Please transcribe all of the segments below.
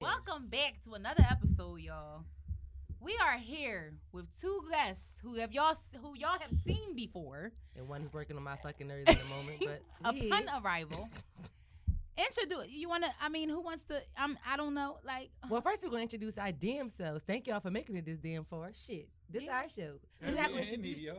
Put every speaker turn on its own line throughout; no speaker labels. Welcome back to another episode, y'all. We are here with two guests who have y'all who y'all have seen before
And one's working on my fucking nerves at the moment, but we
upon
here.
arrival. Introduce you want to? I mean, who wants to? I'm. I don't know. Like,
well, first we're gonna introduce our damn selves. Thank y'all for making it this damn far. Shit, this
Yeah.
our show.
It
Without
be any,
introduction-
yo.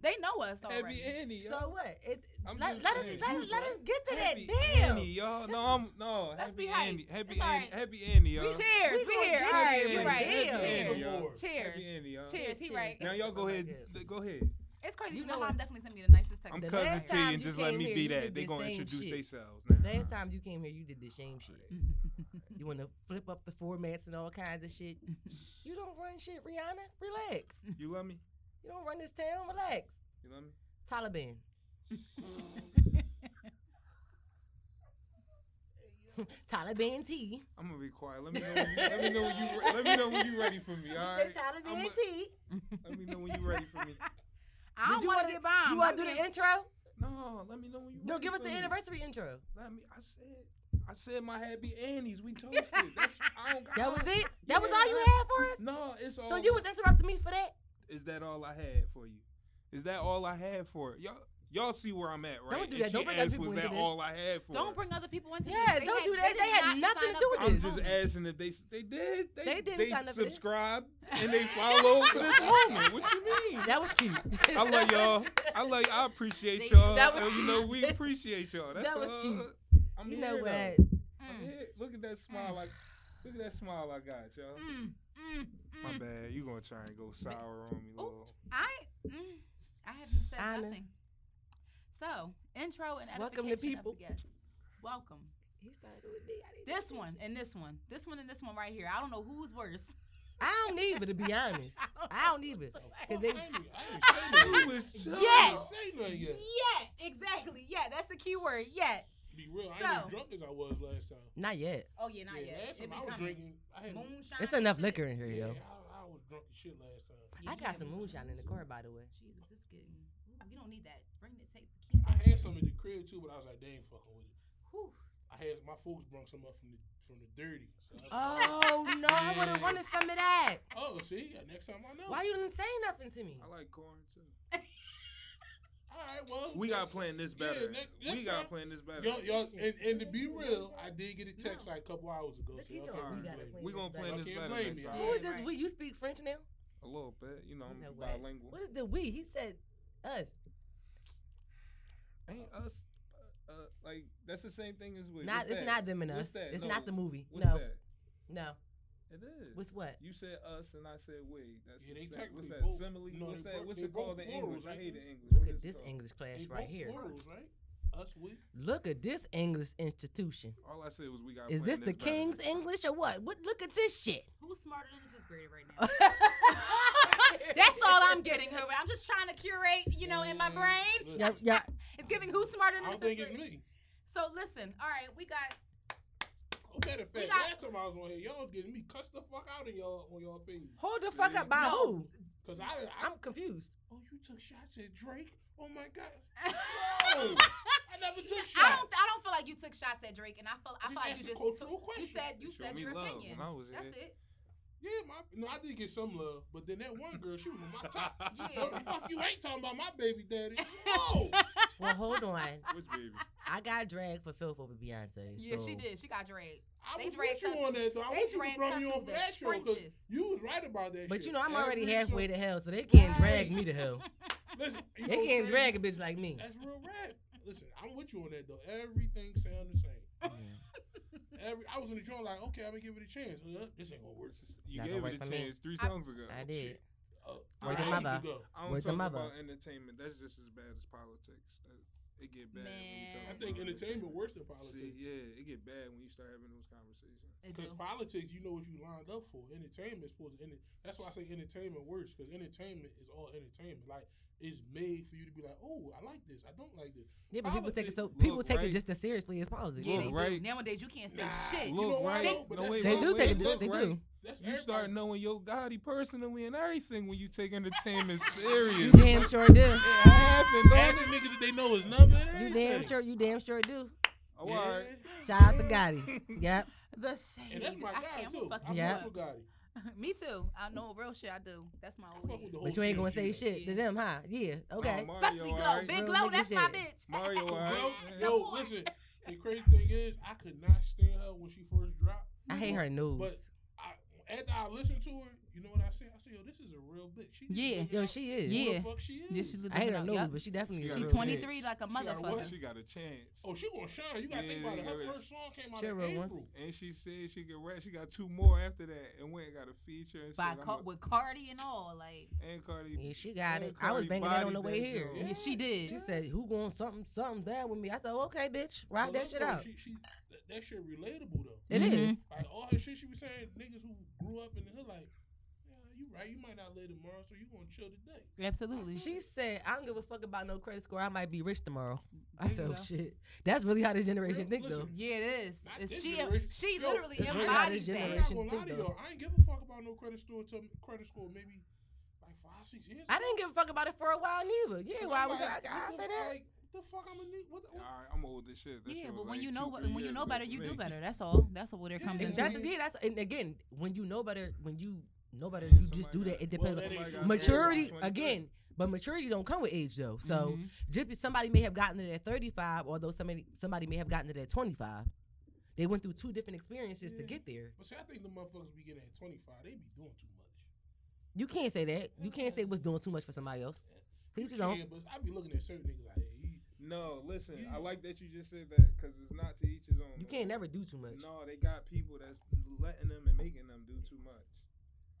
they know us
It be
already.
any, yo.
So what? It,
I'm
let,
just
let us
saying,
let,
you
us- let us
right.
get to
Happy
that damn.
Annie, y'all. No, I'm no.
let's
Happy
be hype.
Annie. Happy
It's all
Annie.
right.
Happy Annie, y'all.
We cheers.
We
We
gonna
here.
get
All
it.
right.
Yeah,
We right.
yeah,
He
yeah.
cheers.
Annie, y'all. Happy
Cheers.
Annie, y'all.
Cheers. He
Cheers.
right.
Now y'all go
Oh my
ahead.
God.
Go ahead.
It's crazy.
You
You
know
know,
what?
mom definitely sent me the nicest text.
I'm
The
message.
cousin
last
T,
time
and
you
just let
came
me
here,
be
you
that.
did
They
the
gonna
same
introduce
shit.
themselves now.
Last time you came here, you did the same shit. You want to flip up the formats and all kinds of shit. you don't run shit, Rihanna. Relax.
You love me?
You don't run this town. Relax.
You love me?
Taliban. Taliban tea.
I'm gonna be quiet. Let me know. When you, let me know when you. Let me know when you ready for me.
You
All
say
right.
Taliban
I'ma-
tea.
Let me know when you ready for me.
I
Did
don't
you
want to
wanna-
get bombed.
you want
I'm
to do
getting-
the intro?
No, let me know when you.
No,
ready
give us
for
the
me.
anniversary intro.
Let me. I said. I said my happy Annie's. We toasted. That's, I don't, I
That
don't-
was it. That was
Yeah,
all you
I-
had for us.
No, it's all.
So you was interrupting me for that.
Is that all I had for you? Is that all I had for it? y'all? Y'all see where I'm at, right?
do
And
that.
she
Don't bring other
asked,
people
was
into
that
this.
all I had for?
Don't
it?
bring other people into
Yeah,
this.
don't do that. They
did
had
not sign
nothing to
up
do
for
with
I'm
this.
just
moment.
asking if they they did. They,
They didn't sign up for this.
subscribed and they followed for this moment. What you mean?
That was cute.
I love y'all. I love. I appreciate
They-
y'all.
that was
And, you
cute.
know, we appreciate y'all. That's
That was
all.
cute.
I'm
You
here,
know
though.
what? Mm.
I'm
Mm,
here. Look at that smile. Like, look at that smile I got, y'all.
mm, mm,
My
mm.
bad. You gonna try and go sour on me,
Oh.
little.
I mm, I haven't said
Anna.
nothing. So intro and edification
Welcome to
Of
people.
the guests. Welcome.
He started with me. I didn't
This
do
one
shit.
and this one. This one and this one right here. I don't know who's worse.
I don't either, to be honest. I don't either. Cause they,
You was chilling.
Yes.
say nothing
Yeah,
yet.
exactly. Yeah, that's the key word. Yeah.
Be real, I ain't
So-
as drunk as I was last time.
not yet.
Oh yeah, not yet.
last
It
time
be
I was
coming.
drinking. I had
Moonshine.
It's
and
enough
shit.
liquor in here, yo.
Yeah, I, I was drunk as shit last time.
I got some moonshine in the car, by the way.
Jesus, it's getting. Ooh, we don't need that. Bring the take the key.
I had some at the crib too, but I was like, they ain't fucking with it.
Whew.
I had my folks brought some up from the from the dirty. So I was like,
Oh no, I would have
Yeah.
wanted some of that.
oh, see, yeah, next time I know.
Why you didn't say nothing to me?
I like corn too.
All right, well,
We got playing this
Yeah,
better.
next- next
we got
time-
playing this better.
Yo, yo, and, and to be real, I did get a text like a couple hours ago.
Look,
so
he
y'all
told
can't
me
really
we
gotta
blame
play.
we gonna play
me. Y'all
this
can't
better
blame
next
me.
time.
Who is this?
Right.
We you speak French now?
A little bit, you know, I'm
No way.
bilingual.
What is the we? He said us.
Ain't us uh, uh, like that's the same thing as we.
Not
What's
it's
that?
not them and
What's
us.
that?
It's
No.
not the movie.
What's
no,
that?
no.
It is.
What's what?
you said us and I said we. That's
Yeah,
the
they
same-
technically
What's that?
both-
Simile.
no,
what's
they
that?
both-
What's
they
it called
both
in English?
plurals,
I
ain't
hate the
they?
English.
Look
What
at
is it
this
called?
English class
They
right
both
here.
plurals, right? Us, we.
Look at this English institution.
All I said was we got.
Is this the
better.
King's English or what? What? Look at this shit.
Who's smarter than the fifth grader right now? That's all I'm getting, Hoover. I'm just trying to curate, you know, in my
Mm,
brain.
look,
yeah, yeah.
It's giving who's smarter
I
than the
don't
fifth
think it's
grader.
me.
So listen, all right, we got
Okay, the fact
got-
last time I was on here, y'all was getting me cussed the fuck out in y'all on y'all page.
Hold the fuck up, by
No.
who?
Cause I, I,
I'm confused.
oh you took shots at Drake. Oh my god,
I
no, I never took shots.
don't I don't feel like you took shots at Drake and I felt I
Just
feel like
ask
you
a
just
cultural
took, you
question.
said you
Show
said
me
your
love
opinion.
when I was
That's
here.
it.
yeah, my no, I did get some love, but then that one girl, she was on my top. What the
Yeah.
fuck you ain't talking about my baby daddy? No,
Well, hold on.
Which baby?
I got dragged for filth over Beyonce.
Yeah, she
so-
did. She got dragged.
I
They
was
dragged
with you
her
on that though. I
They
wish you
dragged
would brought
her
me
through
on
the
for that show because
trenches.
you was right about that.
But
shit.
you know, I'm already
Every
halfway
single-
to hell, so they can't drag me to hell.
Listen, you know
They
what's
can't
crazy?
drag a bitch like me.
That's real rap. Listen, I'm with you on that though. Everything sound the same. Every I was in the joint like, okay, I'm gonna give it a chance. Uh, this ain't gonna work.
What's this- You
Not gonna
gave
work
it a
for me.
chance three
I-
songs ago.
I did.
Uh,
Where's
three
the
hours
mother?
ago.
I don't
Where's the
talk
mother?
about entertainment. That's just as bad as politics. That, it get bad.
Man.
I
When we talk
think
about
entertainment worse than politics.
Mm-hmm. See, yeah, it get bad when you start having those conversations.
It
Because
do.
politics, you know what you lined up for. Entertainment is supposed to. Enter- that's why I say entertainment worse. Because entertainment is all entertainment. Like it's made for you to be like, oh, I like this. I don't like this.
Yeah, but people take it so
Look,
people take
right?
it just as seriously as politics.
Yeah,
Look,
they do.
right?
Nowadays you can't say
Nah,
shit.
you know
Look,
why
right?
though? But
No,
that's-
wait,
They
wait,
do
wait,
take it.
look,
They
right?
do.
That's
You start
everybody.
knowing your Gotti personally and everything when you take entertainment
You
serious.
damn sure do.
It happened,
Ask
don't
the
it?
niggas that they know is number. and
You
everything.
damn sure. You damn sure do.
Oh, all right.
Shout out to Gotti. Yep.
The shade.
And that's my
I
guy
can't
too.
fucking
I
Yeah.
fuck with Gotti.
fuck. Me too. I know real shit. I do. That's my
I
old
fuck with the whole
But you ain't gonna say
CMG.
shit to them, huh? Yeah. Okay.
Mario,
Especially
all
Glow.
right.
Big
Real
Glow,
nigga
that's my
shit.
bitch.
Mario, all right.
Yo, yo,
Come on.
listen. The crazy thing is, I could not stand her when she first dropped.
I hate her
But-
news.
I, after I listened to her, you know what I said? I said, yo, this is a real bitch. She just
Yeah.
living
Yo,
out
she is.
who
Yeah.
the fuck she is.
Yeah, she's
I hate her
living
news,
up.
but
Yep.
she definitely
She
is.
got
She
her
She's
23
kids.
like a
She got a
motherfucker.
what?
She got a chance.
oh, she gonna shine. You gotta think
Yeah,
about it. Her
yeah.
first song came out
She a
in
real
April.
one.
And she said she could rap. She got two more after that and went and got a feature and
By
said, I'm
Car-
a-
with Cardi and all. Like,
and Cardi
Yeah, she got
and
it. I was
Cardi
banging that on
bodied
the way
that
here.
joint.
yeah,
Yeah.
she did.
She said, "Who going something something bad with me?" I said, "Okay, bitch, rock
But
that
look,
shit
though,
out."
She, she, that, that shit relatable though.
It
Mhm.
is.
Like all her shit, she was saying niggas who grew up in the hood, like, yeah, you right, you might not live tomorrow, so you gonna chill today.
Absolutely.
She said, "I don't give a fuck about no credit score. I might be rich tomorrow." I
Big
said, oh,
Glow.
"Shit, that's really how this generation
Real-
think,
listen,
though."
Yeah, it
Not
is.
this
It's, she
generation.
she
Yo,
literally
it's really how
embodies
this
I'm
that.
not
generation
gonna lie
think,
to
though.
y'all. I ain't give a fuck about no credit score to credit score maybe like five, six years.
I didn't give a fuck about it for a while, neither. Yeah,
Cause
why
I'm
was I?
like,
I
what
say
the-
that.
Like, the fuck I'm gonna need? What, the-
All
what,
right, I'm old as shit. That
Yeah,
shit was
but when
like
you
two,
know
three
what- when you
years
know better,
ago
you
for
do
me.
better. That's all. That's what it
Yeah,
comes down
That's
to.
yeah. That's and again, when you know better, when you know better,
Yeah,
you just
somebody
do that.
got-
It depends.
Well, that ain't
on
true.
maturity
Somebody got
again, but maturity don't come with age though. So.
Mm-hmm.
Mhm.
just be- somebody may have gotten to their 35, although somebody somebody may have gotten to their 25. They went through two different experiences to
Yeah.
get there.
but see, I think the motherfuckers be getting at 25. They be doing too much.
You can't say that. You can't say what's doing too much for somebody else.
You
Teach his own.
can, But I be looking at certain niggas like, hey, he-
No, listen.
Yeah.
I like that you just said that because it's not to each his own.
You can't never do too much.
No, they got people that's letting them and making them do too much.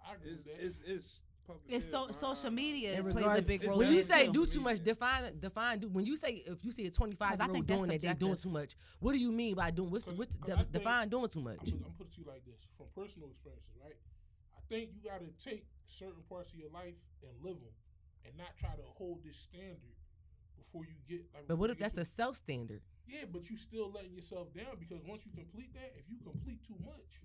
I agree
It's
with that.
it's it's public.
It's so
health,
social
nah, nah, nah.
media
In
plays a
regards-
big
it's
role.
When
in
you
it,
say
too.
do
Yeah.
too much, define define do. When you say if you see a
'Cause
25
I
year old
think that's
doing that, they doing
subjective.
too much. What do you mean by doing? What's
'Cause-
what's
'cause
de-
I think-
define doing too much?
I'm gonna, I'm gonna put it to you like this from personal experiences, right? I think you gotta take certain parts of your life and live them, and not try to hold this standard before you get. Like,
But
before
what
you
if that's
get to-
a self standard?
yeah? But you still letting yourself down because once you complete that, if you complete too much,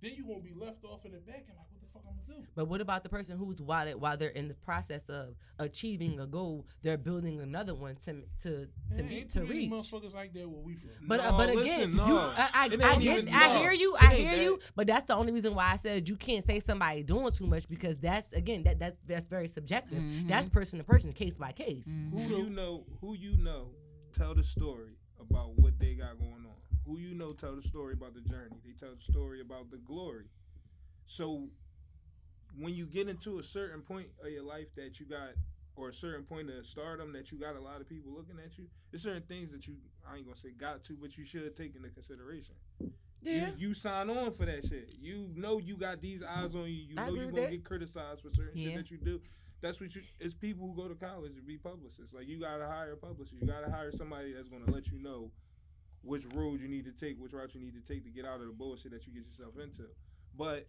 then you gonna be left off in the back and like, what the fuck I'm gonna do?
But what about the person who's while they- while they're in the process of achieving a goal, they're building another one to to to
Man,
meet
ain't
to
too many
reach?
motherfuckers like that where we from.
But uh,
No,
but
listen,
again, you,
no.
I, I,
It ain't
I get,
even
I
love.
hear you,
It
I
ain't
hear
that.
you. But that's the only reason why I said you can't say somebody doing too much because that's again that that's that's very subjective.
Mhm.
That's person to person, case by case.
Mhm.
Who you know? Who you know? Tell the story about what they got going on. Who you know? Tell the story about the journey. They tell the story about the glory. So when you get into a certain point of your life that you got, or a certain point of stardom that you got a lot of people looking at you, there's certain things that you I ain't gonna say got to, but you should take into consideration. You, you sign on for that shit. You know you got these eyes on you. You
I
know
agree
you're
with
gonna
that.
get criticized for certain shit
Yeah.
that you do. That's what you. It's people who go to college to be publicists. Like you gotta hire a publicist. You gotta hire somebody that's gonna let you know which road you need to take, which route you need to take to get out of the bullshit that you get yourself into. But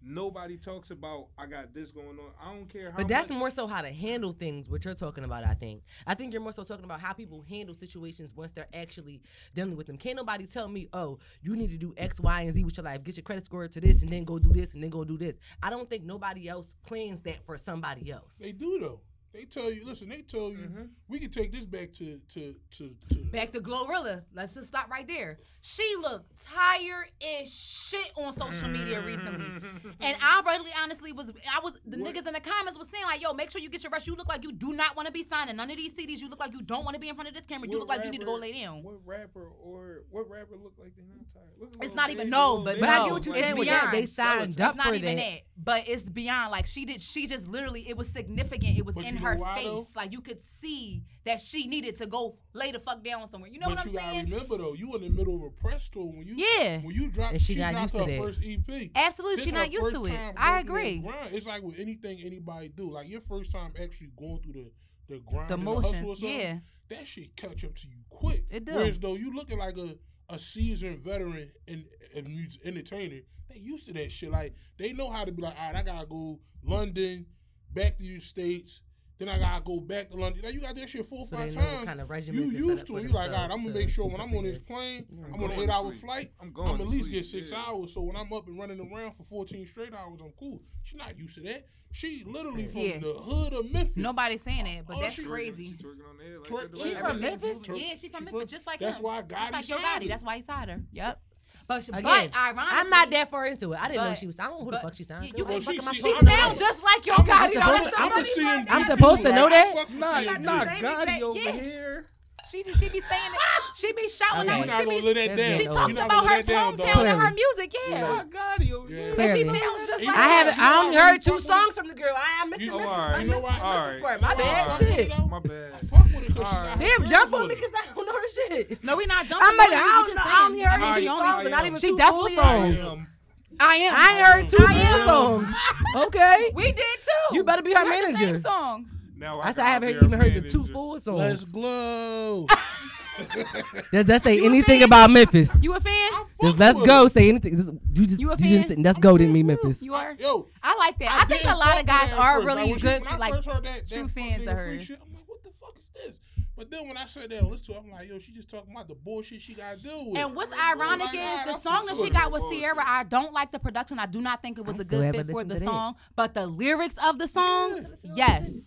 nobody talks about I got this going on. I don't care
Oh,
how.
But that's
much-
more so how to handle things, what you're talking about, I think. I think you're more so talking about how people handle situations once they're actually dealing with them. Can't nobody tell me, oh, you need to do X, Y, and Z with your life. Get your credit score to this and then go do this and then go do this. I don't think nobody else plans that for somebody else.
They do though. They tell you, listen. They tell you,
Mm-hmm.
Mhm.
we can take this back to to to to.
Back to Glorilla. Let's just stop right there. She looked tired as shit on social media recently. And I really honestly was I was the
What?
niggas in the comments was saying like, yo, make sure you get your rest. You look like you do not want to be signing none of these CDs. You look like you don't want to be in front of this camera. You
What
look like you need to go
rapper-
lay down.
What rapper or what rapper look like they're not tired? Look at
It's
Lil
not even
Baby,
no,
Lil
but
Baby
But I
no,
get
look
what you're
like
it's
saying
that.
with that. They
beyond.
signed up
it's not
for
even
that.
that. But it's beyond. Like she did, she just literally, it was significant. It was
But
in
you know
her
why,
face.
though?
Like you could see that she needed to go lay the fuck down somewhere. You know
but
what I'm
you gotta
saying?
remember though, you in the middle of a press tour when you
Yeah.
when you dropped
And she
she,
not
dropped
used to
her
that.
first E EP.
Absolutely,
This
she
her
not used
first
to it.
time
I
going through that
agree.
Grind. It's like with anything anybody do, like your first time actually going through the the grind,
The
and hustle or
motions,
something,
yeah.
that shit catch up to you quick.
It do.
Whereas though you looking like a a seasoned veteran and and mus- entertainer, they used to that shit. Like they know how to be like, all right, I gotta go London, back to the states, Then I gotta go back to London. Like you got that shit four or
So
five
they know what
times.
kind of regimen
you used to it. You like, God, I'm gonna make sure when I'm on this plane,
Yeah.
I'm on an
Going
eight
to
hour
sleep.
flight.
I'm going.
I'm
to
at least
sleep,
get six
yeah.
hours. So when I'm up and running around for 14 straight hours, I'm cool. She not used to that. She literally from
Yeah.
the hood of Memphis.
Nobody's saying it, but
Oh,
that's
she-
She twerking-
crazy.
She twerking on the head like
Twerk-
that the
she
way
She's
I
Yeah.
from
did.
Memphis.
Twerk-
Yeah, she's from
she
Memphis,
from-
just like
That's
him.
why Gotti
Just like your
signed
Gotti.
her.
That's why he signed her. Yep. But, she, but
Again,
ironically,
I'm not that far into it. I didn't know
But-
she was. I don't know who the
but-
fuck she sounded
Yeah,
to.
you
Like,
ain't
she-
fucking my.
she-
She
I know
sounds
that.
just like your
I'm
Gotti.
supposed-
though. That's
I'm
the only
supposed to see
one
him-
that
I'm
I
supposed
do.
to know
Like,
that?
I fuck with
Nah,
her. She got
nah,
the same
Gotti
exact-
over
yeah.
here.
She be, she be saying it. She be shouting
Okay.
You're
out.
not
She
gonna
be,
She
let that down.
she
You're
talks
not
about
gonna
her
let that down,
hometown
dog.
and
Clearly.
her music. Yeah,
Nah, Gotti over
Yeah.
here.
but she
Clearly.
sounds just
You
like.
I
know-
haven't.
you
I
know
only
why we
heard two
fuck with-
songs from the girl. I, I missed
You
the
all
miss-
right?
I missed
why-
I missed the part. My
all
bad.
right.
Shit.
My bad.
I fuck with her 'cause she
Alright.
got
Damn,
her
jump
friends
on me
with her.
because I don't know her shit.
No, we not jumping.
I'm like,
on you.
I
We just
don't know.
saying
I only heard
I
two
am,
songs and
I
not
am.
even
She
two full
definitely
I
songs.
am.
I am.
I ain't heard two
am.
full songs. Okay.
We did too.
You better be her
We heard the same
manager.
songs.
Now
I said
got
I haven't
their
even heard the two
advantages.
full
Let's
songs.
glow.
Does that say
You a
anything
fan?
about Memphis?
You a fan?
I fuck
Does let's
with
go
her.
say anything? This- you just
You
you,
a
just
fan?
said, let's go didn't mean Memphis.
You are.
Yo,
I like that. I, think
didn't
a lot
fuck
of
with
guys
that at
are
first.
really
when she-
good
when I
for like.
first heard that,
true
that fuck
fans
nigga
of
free
hers.
shit, I'm like, what the fuck is this? But then when I sat down and listened to it, I'm like, yo, she just talking about the bullshit she got to deal with.
And what's
I'm like,
ironic
oh my
is
God,
the
I
song that
fuck with
she
it.
her.
got with Sierra. I don't like the production. I do not think it was
I
a
still
good
haven't
fit for
listened
the
to that.
song. But the lyrics of the song, yes.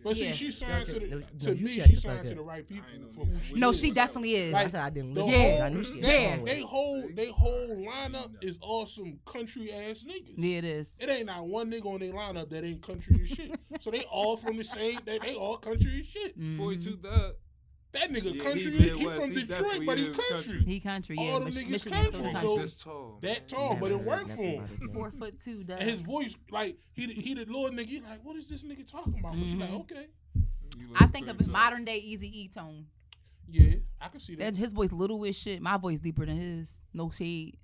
But see,
Yeah.
she signed to, the,
No,
to
no, you
me.
shut
She
the
signed
fuck
to the
up.
right people.
I ain't
for
no
who
bitch.
she
No,
is.
she definitely is.
I
Like,
said I didn't
the
listen.
whole-
I knew she
yeah,
had
They
yeah,
whole they whole lineup is all some country ass niggas.
Yeah, it is.
It ain't not one nigga on their lineup that ain't country as shit. So they all from the same. They, they all country as shit.
Mhm.
42 Thug.
That nigga
Yeah,
country.
he
He,
Midwest.
from
He
Detroit,
definitely
but he
is
country.
country.
He country,
All
yeah.
them
Mich-
niggas
Michigan's
country,
country.
so-
This tall. man.
That tall, but it worked for him.
Four foot two, duh.
And his voice, like he the, he the little nigga. he Like what is this nigga talking about? But you like
Mhm.
okay,
You
I
look
think of
pretty
his
tall.
modern day Easy E tone.
yeah, I can see that.
That his voice little as shit. My voice deeper than his. No shade.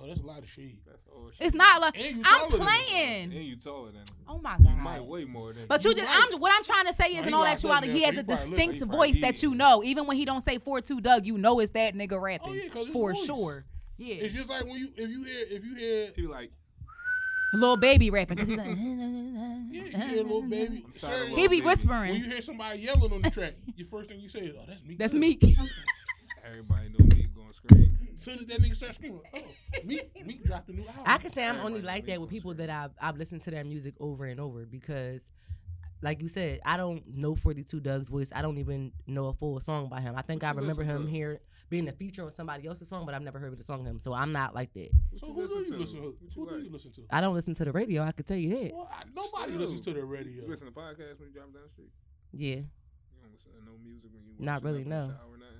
oh, that's a lot of shade.
That's all shit.
It's not like
And you
I'm
taller than him.
And
playing.
you taller than him.
Oh my
You might
god.
weigh more than
But
him.
you just, I'm, what I'm trying to say is,
Nah,
in
he
all
locked up
actuality,
now,
he
so
has
he
a
probably look-
distinct
he probably
voice that
did.
you know. Even when he don't say four two Doug, you know it's that nigga rapping
Oh yeah, cause it's
for
voice.
sure. Yeah,
It's just like when you if you hear if you hear
He like,
little baby rapping. 'cause he's like,
yeah you hear little
Mm-hmm.
baby.
I'm tired of
Sir,
Lil
He be
Baby.
when you
whispering.
hear somebody yelling on the track, your first thing you say is, "Oh, that's me."
That's Meek.
everybody know me going scream.
As soon as that nigga starts screaming, oh, Meek, Meek dropped a new album.
I can say I'm only
Everybody
like that with
knows
people
that.
that I've I've listened to their music over and over because, like you said, I don't know 42 Doug's voice. I don't even know a full song by him. I think
What
I
you
remember
listen
him
to?
here being a feature on somebody else's song, but I've never heard the song him. So I'm not like that.
What
So who do you listen to?
What you
Who
like?
do you listen to?
I don't listen to the radio. I could tell you that.
Well, I- nobody
Still.
listens to the
You
radio.
listen to podcasts when you drive down the street.
Yeah,
You don't listen to no music when you
Not
washing
really,
up in the
no.
shower or nothing.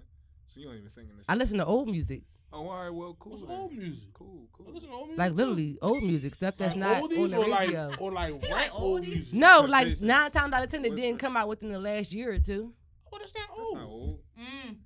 So you don't even singing this.
I listen to old music,
Oh, all right, well, cool.
What's
then.
old music?
Cool, cool.
I listen to old music.
like
too.
literally old music stuff that's
Like
not on
oldies
the
or like
radio.
or like rap
like
old
oldies?
music.
No,
Cut
like
faces.
nine times out of ten, it
What's
didn't
this?
come out within the last year or two.
Oh, that's not
That's not
old.
old.
Mm.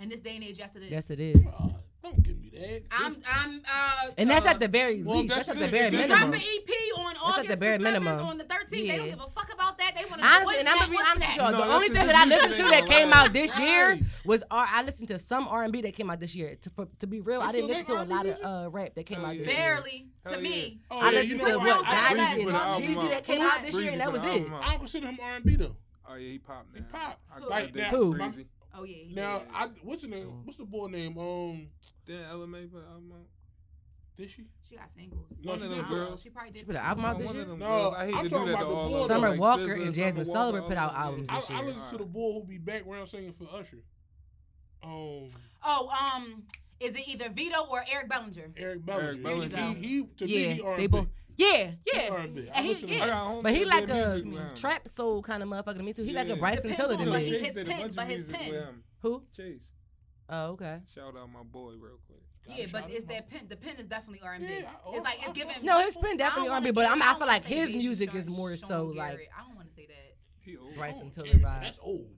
In this day and age, yes, it is.
Yes, it is,
Uh, don't give me that.
I'm,
This-
I'm, uh,
and that's
uh,
at the very
well,
least.
that's
That's at the
it.
very
That's
Drop an
minimum.
EP on
at
August
the bare
the 7th,
minimum.
on the 13th. They don't
Yeah.
give a fuck about that. They want to
Honestly, and I'm gonna be honest with y'all.
No,
the
that's
only
the
thing that I
new
listened
thing
to that
on
came
the
out this year
Right.
was R. I listened to some R and B that came out this year. To, for, to be real, I
That's
didn't
what
listen
they
to a lot
R&B
of uh, rap that came
Hell
out
yeah.
this year.
Barely,
Hell
to
yeah.
me
Oh,
I
yeah,
listened
you
to
know
what?
what?
I
I,
like-
I,
Gotti and
put the album
Jeezy
out.
that came out this
Breezy
year, and that
put
was
the
it.
album out.
I don't consider him R and B though.
Oh yeah, he pop now.
He pop.
I
Who?
like that.
Who?
Crazy.
Oh yeah. he
Now,
did.
I what's the name? What's the boy name? Um,
Then LMA put album out.
did she?
she got singles.
No,
I
she
don't
didn't.
know. She probably
She
did.
put an album out
One
this
of
year.
them
No,
girls. I hate
I'm
to
talking
do that to
about the
all
boy,
of them.
though.
Summer
Like
Walker
SZA,
and
Summer
Jasmine
Walker,
Sullivan
all
put
them
out albums
I,
this
I
year.
listen to the boy who be background singing for Usher. Um,
Oh, um, is it either Vito or Eric Bellinger?
Eric Bellinger.
Bellinger.
He, he to me,
Yeah,
he R&B.
they both. Yeah,
He
yeah.
R&B. I
And he-
listen to
yeah.
I
him.
got home
But he
theater
like a mm,
music with him.
trap soul kind of motherfucker to me too. He like a
Yeah.
Bryson
Depends
Tiller
on
to
Him and
he-
me.
his
Chase did a
pen-
bunch of
but his
music
pen.
with him.
Who?
Chase.
Oh, okay.
Shout out my boy real quick.
Yeah,
Gotta
but
shout
it's
him
that
out.
pen. The pen is definitely R and B.
Yeah, I-
It's like
I-
it's giving.
No, his pen
I
definitely
don't wanna
R&B, but
give-
I'm- I feel
don't
like
wanna
his
say
music
Sean-
is more
Sean
so,
Garrett.
like-
I don't want to say that.
He old.
I
Bryson
don't
Tiller
care.
vibes.
That's old.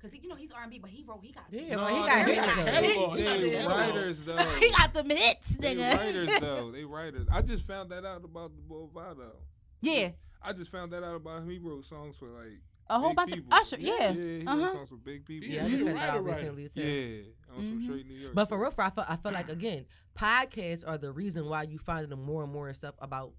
Cause he, you know, he's R and B, but he wrote, he got,
Yeah,
he
but he
No,
got
they
hits
got
though.
catalog.
Yeah,
They
yeah.
writers though.
got the hits,
They
nigga.
writers though. They writers. I just found that out about the boy Vado.
Yeah,
I just found that out about him. He wrote songs for like
a whole
big
bunch
people.
of Usher. Yeah,
yeah he
Uh-huh.
wrote songs for big people.
Yeah, I
Yeah,
listened to
right,
that album
right.
recently too.
Yeah, on some
Mhm.
straight New York.
Mm-hmm. But for
shit.
real, for I feel, I feel like again, podcasts are the reason why you find them more and more and stuff about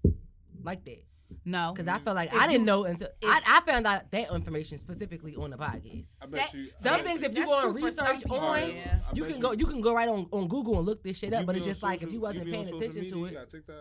like that.
No.
Because I felt like
If
I didn't
you-
know until I, I found out that information specifically on the podcast.
I bet
That-
you. I
Some
bet
things
you-
if you
That's
go
true
on
for some
research
people,
on,
yeah.
I
you
bet
can go you can go right on, on Google and look this shit up.
you
but
be
it's
on
just like
social-
if you
be
wasn't
on
paying
social
attention
media,
to
You
it,
got TikTok.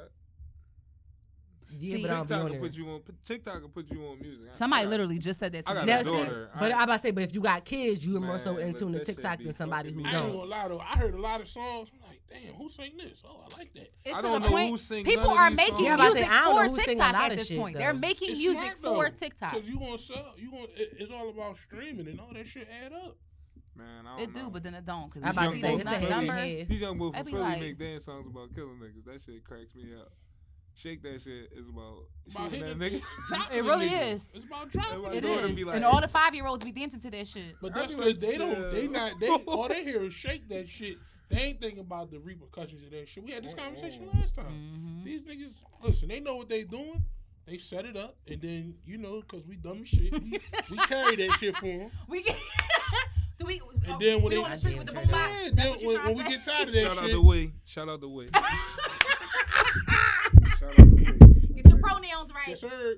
yeah,
See,
but I don't be
TikTok
on
will
there.
put you on. TikTok will put you on music. I- I
Somebody
got-
literally just said that
I
to me.
got
Now,
a
see,
daughter. I-
but I'm about to say, but if you got kids, you are more so
Man,
in
but
tune to
that shit
TikTok
be
than somebody who
fucking
I ain't
don't.
gonna lie though. I heard a lot of songs. I'm like, damn, who sang this? Oh, I like that.
It's
I
to
don't
the
know
point-
who sing
People
none of
are
these
making
songs. Yeah,
I'm about to
music
say, I don't know
for
who sing a
TikTok
lot
at
of
this
shit,
point.
though.
They're making
It's
music
smart,
for
though,
TikTok.
Cause you gonna sell, you gonna. It, it's all about streaming and all that shit add up.
Man, I don't
It
know.
do, but then it don't. Cause
I'm
we
about to
see
say
those
it's a head
numbers.
head.
These young boys
I
from
be
Philly
like-
make dance songs about killing niggas. That shit cracks me up. Shake that shit is about
About
shooting that
hitting-
nigga.
Dropping
It really
niggas.
is.
It's about dropping.
Everybody
It
daughter
is,
be like-
and all the five year olds be dancing to that shit.
But
I
that's
be
because
like,
they don't. They
chill.
not. They all they hear is shake that shit. They ain't thinking about the repercussions of that shit. We had this conversation last time.
Mhm.
These niggas, listen, they know what they doing. They set it up, and then you know, cause we dumb as shit. We, we carry that shit for them.
We get. do we? oh,
then when
we
they-
on the street with the
Goddamn,
boombox.
Yeah,
That's
then
what you
when,
trying
when
to
we
say?
get tired of that
Shout out
shit,
the way. Shout out the way. Shout out the way.
Get your pronouns right.
yes sir.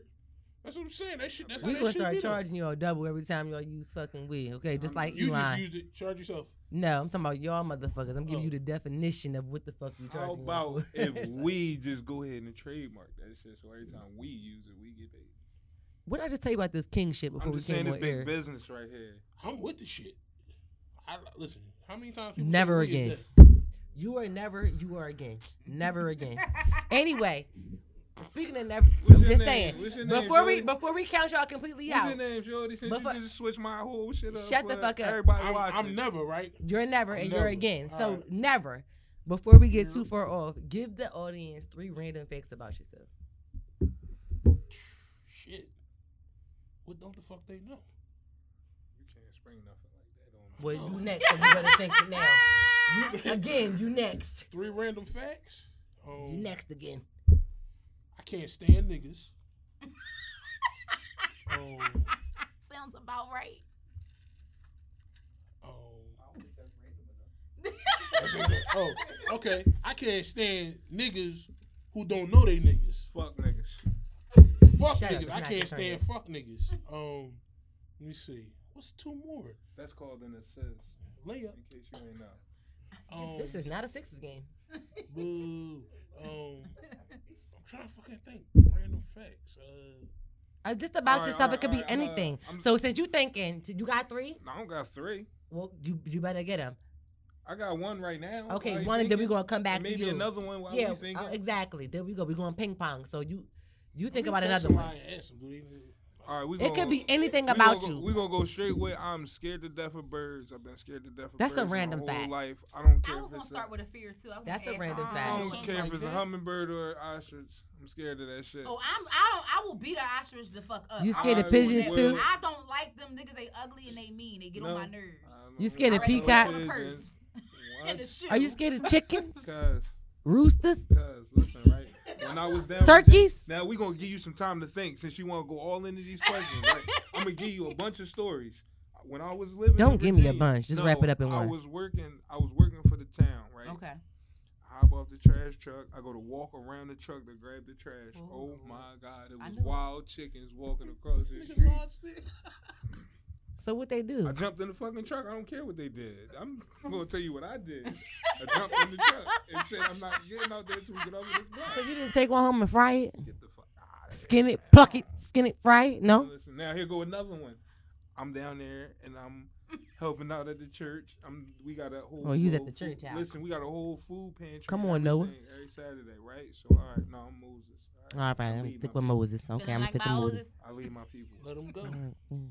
That's what I'm saying. That shit. That's
We
how that
gonna
shit
start
be done.
charging you all double every time y'all use fucking weed, okay? Just like
You just
Elon.
used it. Charge yourself.
No, I'm talking about y'all motherfuckers. I'm giving
Oh.
you the definition of what the fuck you
How
charging. y'all
about
for.
if
It's like,
we just go ahead and trademark that shit so every time we use it, we get paid?
What did I just tell you about this king shit before
I'm
we
just saying
came
this
on air?
big business right here.
I'm with the shit. I listen. How many times? people
Never
say we is
again. You are never, you are again. Never again. anyway, speaking of never, I'm
What's your
just
name?
saying.
What's your name,
Before we
Shorty?
before we count y'all completely
What's
out,
your name, Jordy? Since
Before-
you just switched my whole shit up.
Shut the
for
fuck up.
that?
Everybody
I'm,
watching.
I'm never right.
You're never and
Never.
you're again. So
Alright.
never. Before we get too far off, give the audience three random facts about yourself.
Shit. What don't the fuck they know?
You can't spring nothing like that on me.
Well, you next, so you better think it now. You, again, you next.
Three random facts.
You
Um,
next again.
I can't stand niggas. um,
Sounds about right.
um, I think that- oh, okay. I can't stand niggas who don't know they niggas.
Fuck niggas.
Fuck
Shut up,
niggas.
it's
I
not
can't
your turn
stand
yet.
fuck niggas. Um, let me see. What's two more?
That's called an assist.
Layup.
In case you ain't know.
Um,
This is not a sixes game.
Boo. Um, I'm trying to fucking think. Random facts. Uh,
Uh, just about
Alright,
yourself. it
alright,
could be
alright, I'm, uh,
anything.
I'm-
so since you thinking, t- you got three.
I don't got three.
Well, you you better get them.
I got one right now. While
Okay,
you
one, and then we
thinking.
gonna come back
And Maybe
to you.
another one while
yeah,
we thinking.
uh, exactly. There we go. We going ping pong. So you you think
you
about
text
another one.
somebody and ask them, do they know-
All right, we
It
gonna-
could be anything
we
about
gonna go,
you.
We're gonna go straight with I'm scared to death of birds. I've been scared to death of
That's a
birds
random
my whole
fact.
life. I don't care
I was
if
gonna
it's
start
a,
with a fear too. I was
That's
gonna
a
ask,
random
um,
fact.
I don't
Something
care
like
if it's
that.
a hummingbird or an ostrich. I'm scared of that shit.
Oh, I'm. I don't. I will beat an ostrich the fuck up.
You scared
I
of
don't
pigeons,
do that.
too?
I don't like them niggas. They ugly and they mean. They get on
No.
my nerves.
I'm
You scared
I'd
of
rather
pigeons
wake up
peacock?
with a
and-
purse and a
What?
shoe.
Are you scared of chickens,
Cause,
roosters?
cause, listen, right? When I was down with
Turkeys?
Jay- now we gonna give you some time to think since you wanna go all into these questions. right? I'm gonna give you a bunch of stories. When I was living, in
Don't give me a
Virginia-
bunch. Just wrap
no,
it up in
I
one.
was working. I was working for the town, right?
Okay.
I hop off the trash truck. I go to walk around the truck to grab the trash.
Oh,
Oh,
Lord.
my God! It
I
was
knew it.
wild chickens walking across the
Nigga
street.
lost it.
So what they
I
do?
jumped in the fucking truck. I don't care what they did. I'm gonna tell you what I did. I jumped in the truck and said, "I'm not getting out there till we get over this
So you
block."
didn't take one home and fry it,
Get the fuck out.
skin it, pluck it, skin it, fry it? No.
Listen, now here go another one. I'm down there and I'm helping out at the church. I'm we got a whole.
Oh, you was at
whole
the church
food-
house.
Listen, we got a whole food pantry.
Come
and
on, Noah.
everything Every Saturday, right? So all right, no, I'm Moses.
All right,
I
I'm gonna
lead
stick
my
with Moses. Okay,
Feeling
I'm gonna
like
stick with
my
Moses.
oldest?
I lead my people.
Let him go.
All right. mm.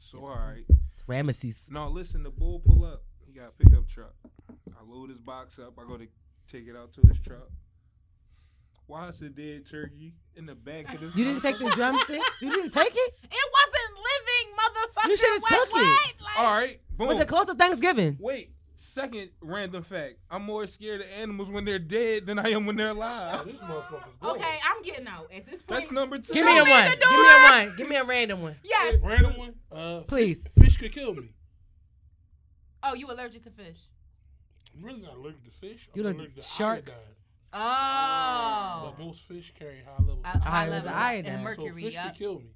So all right.
Ramesses.
No, listen, the bull pull up. He got a pickup truck. I load his box up. I go to take it out to his truck. Why is the dead turkey in the back of this?
You didn't take the
motherfucker?
drumsticks? You didn't take it?
It wasn't living, motherfucker.
You shoulda
What-
took it.
what? Like,
All right, boom.
Was it close to Thanksgiving?
Wait, second random fact. I'm more scared of animals when they're dead than I am when they're
Oh,
alive.
this motherfucker's going.
Okay, I'm getting out at this point.
That's number two.
Give me
Show
a
me
one.
the
Give me a one. Give me a random one.
yes.
Random one. Uh,
Please.
Fish, fish could kill me.
Oh, you allergic to fish?
I'm really not allergic to fish. I'm
You allergic
allergic
to
to
sharks?
iodine.
Oh.
But most fish carry high levels.
Uh,
of
high
levels
level
of
iodine.
and
So
so
mercury.
fish
yup.
can kill me.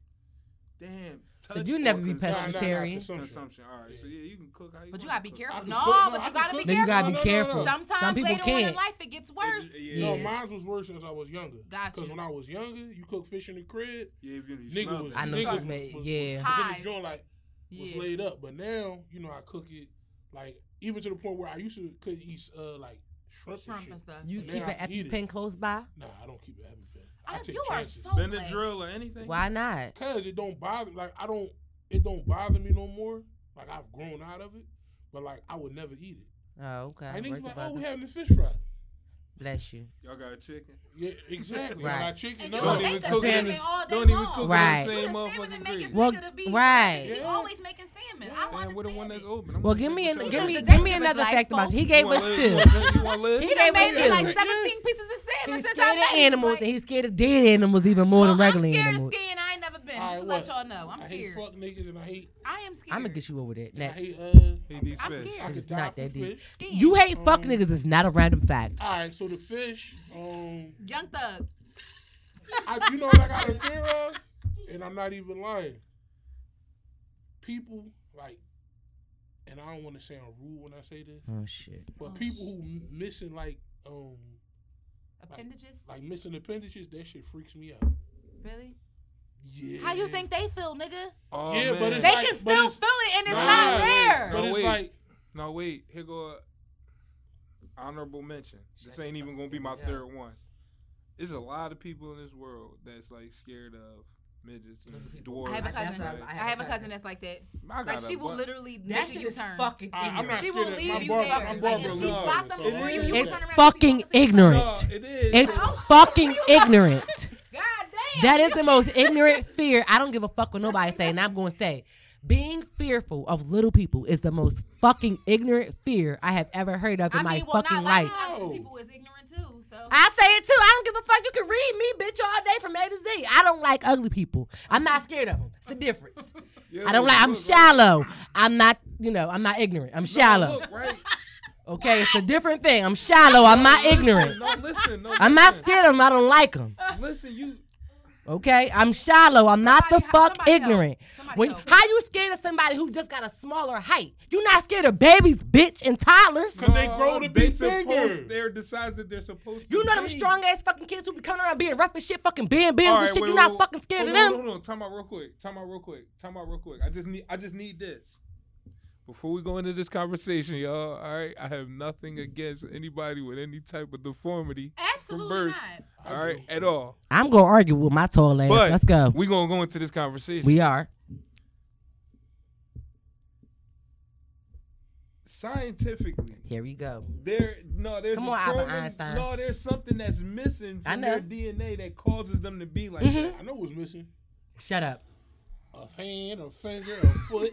Damn.
So
touch
you
or
never be
consumption?
Nah, nah, nah,
pescatarian?
consumption.
Consumption. All right. So
Yeah.
yeah, you can cook how you
But you
wanna
gotta be
cook.
I
careful.
can
No,
cook, no,
but
I
you
can
gotta be
cook.
Then you gotta
careful.
be
No, no, no,
careful.
no.
Sometimes
Some people
later on in
can't.
life it gets worse.
If you-
No,
Yeah.
mine was worse as I was younger.
Gotcha.
Because when I was younger, you cook fish in the crib.
Yeah, if you
Nigga
smell
was-
that.
I know
Niggas
she's
was-
made.
was-
Yeah.
Hot.
Cause
Hives.
the joint like was
Yeah.
laid up, but now you know I cook it like even to the point where I used to could eat uh like shrimp,
Shrimp
and
and
shit.
stuff.
You
And
keep
then
an
I eat it.
EpiPen close by?
Nah, I don't keep it heavy pen.
I-
I take
you are
chances.
so-
Benadryl or anything?
Why not?
Cause it don't bother like I don't it don't bother me no more. Like I've grown out of it, but like I would never eat it.
Oh, okay.
I
Worth
and he's
the
like, oh,
bother.
we having the fish fry.
Bless you.
Y'all got chicken?
Yeah, exactly.
Right.
And I chicken.
And
No,
you
Don't
don't
even
make the
cook it.
salmon all day
Don't even
long.
cook
Right.
on the
You the
same
salmon and
motherfucking
make
grill.
his
Well,
nigga to be
right.
You
Yeah.
always making salmon. I want
Damn,
to
we're the one that's open. I'm
Well,
gonna
give
check
me
what
an,
y'all
give
got.
me
Because the
give me
danger of
another
life,
fact about
folks.
you. He gave
You wanna
us two.
live? You want to live?
He
He
gave
made me
us
like
two.
17 pieces of salmon since
He's
I
scared of
met
animals and
him. Like,
he's scared of dead animals even more than
well,
regular
Oh, I'm scared
animals.
of skin. I ain't never been.
All
Just
right,
to let
what?
y'all know, I'm
I hate
scared.
fuck niggas and I hate
I am scared.
I'm gonna get you over that
and I
next.
hate uh
He needs
I'm
fish.
scared.
I could
It's
die
not
from
that deep.
fish.
Skin.
You hate fuck
Um,
niggas. It's not a random fact.
All right, so the fish, um,
Young Thug.
I, you know what I got a fear of, and I'm not even lying. People like, and I don't want to sound rude when I say this,
Oh shit.
but
Oh,
people who m- missing like, um,
Appendages.
like missing appendages, that shit freaks me out.
Really?
Yeah.
How you think they feel, nigga?
Oh,
Yeah, but
man.
it's
They
like-
can
but
still
it's-
feel it and it's
Nah,
not
wait,
there.
But it's
wait.
like,
No, wait. Here go a honorable mention. This ain't even gonna be my third one. There's a lot of people in this world that's like scared of midgets and dwarves.
I have a
That's
cousin.
what
Like,
I have a cousin that's like that.
I
Like
got
she
a
will
bu-
literally
That
make
shit
you
is
turn.
fucking
I, I'm
ignorant.
not
She
scared
will
of-
leave
my
you
bar-
there.
my
Like,
barber
if she
loves
spot
it,
them
so
for
I
you,
ain't
you
even-
It's
turn around
fucking
and be like,
ignorant.
No, it is.
It's
Oh, shit.
fucking ignorant.
God damn.
That is the most ignorant fear. I don't give a fuck what nobody say, and I'm going to say, being fearful of little people is the most fucking ignorant fear I have ever heard of in
I
my
mean, well,
fucking
not like
life.
how
No.
people is ignorant too. So
I say it too. I don't give a fuck. You can read me, bitch, all day from A to Z. I don't like ugly people. I'm not scared of them. It's a difference.
Yo,
I don't like. I'm
look,
shallow. I'm not. You know, I'm not ignorant. I'm
No,
shallow.
look, right.
Okay, it's a different thing. I'm shallow. I'm not
No, listen,
ignorant.
No, listen. No,
I'm not
listen.
scared of them. I don't like them.
Listen, you.
Okay, I'm shallow. I'm not the
Somebody help-
fuck
somebody help.
ignorant.
Somebody
When,
help.
how you scared of somebody who just got a smaller height? You not scared of babies, bitch, and toddlers?
Cause they grow to be
uh, they supposed-
bigger.
They're decides that they're supposed to.
You know them
be.
strong ass fucking kids who be coming around being rough as shit, fucking being bears
All
and
right,
shit.
wait,
you
wait,
not
wait.
fucking scared
Hold
of
on,
them?
Hold on, hold on. Time out real quick. Time out real quick. Time out real quick. I just need I just need this. Before we go into this conversation, y'all, all right, I have nothing against anybody with any type of deformity,
absolutely
birth.
not.
I
all right,
do.
at all.
I'm gonna argue with my tall ass.
But
Let's go.
We're going to go into this conversation.
We are.
Scientifically,
Here we go.
there no there's
Come
a
on, Albert
chromo-
Einstein.
no there's something that's missing
I
from
know. Mm-hmm.
their DNA that causes them to be like that.
I know what's missing:
Shut up.
a hand, a finger, a foot.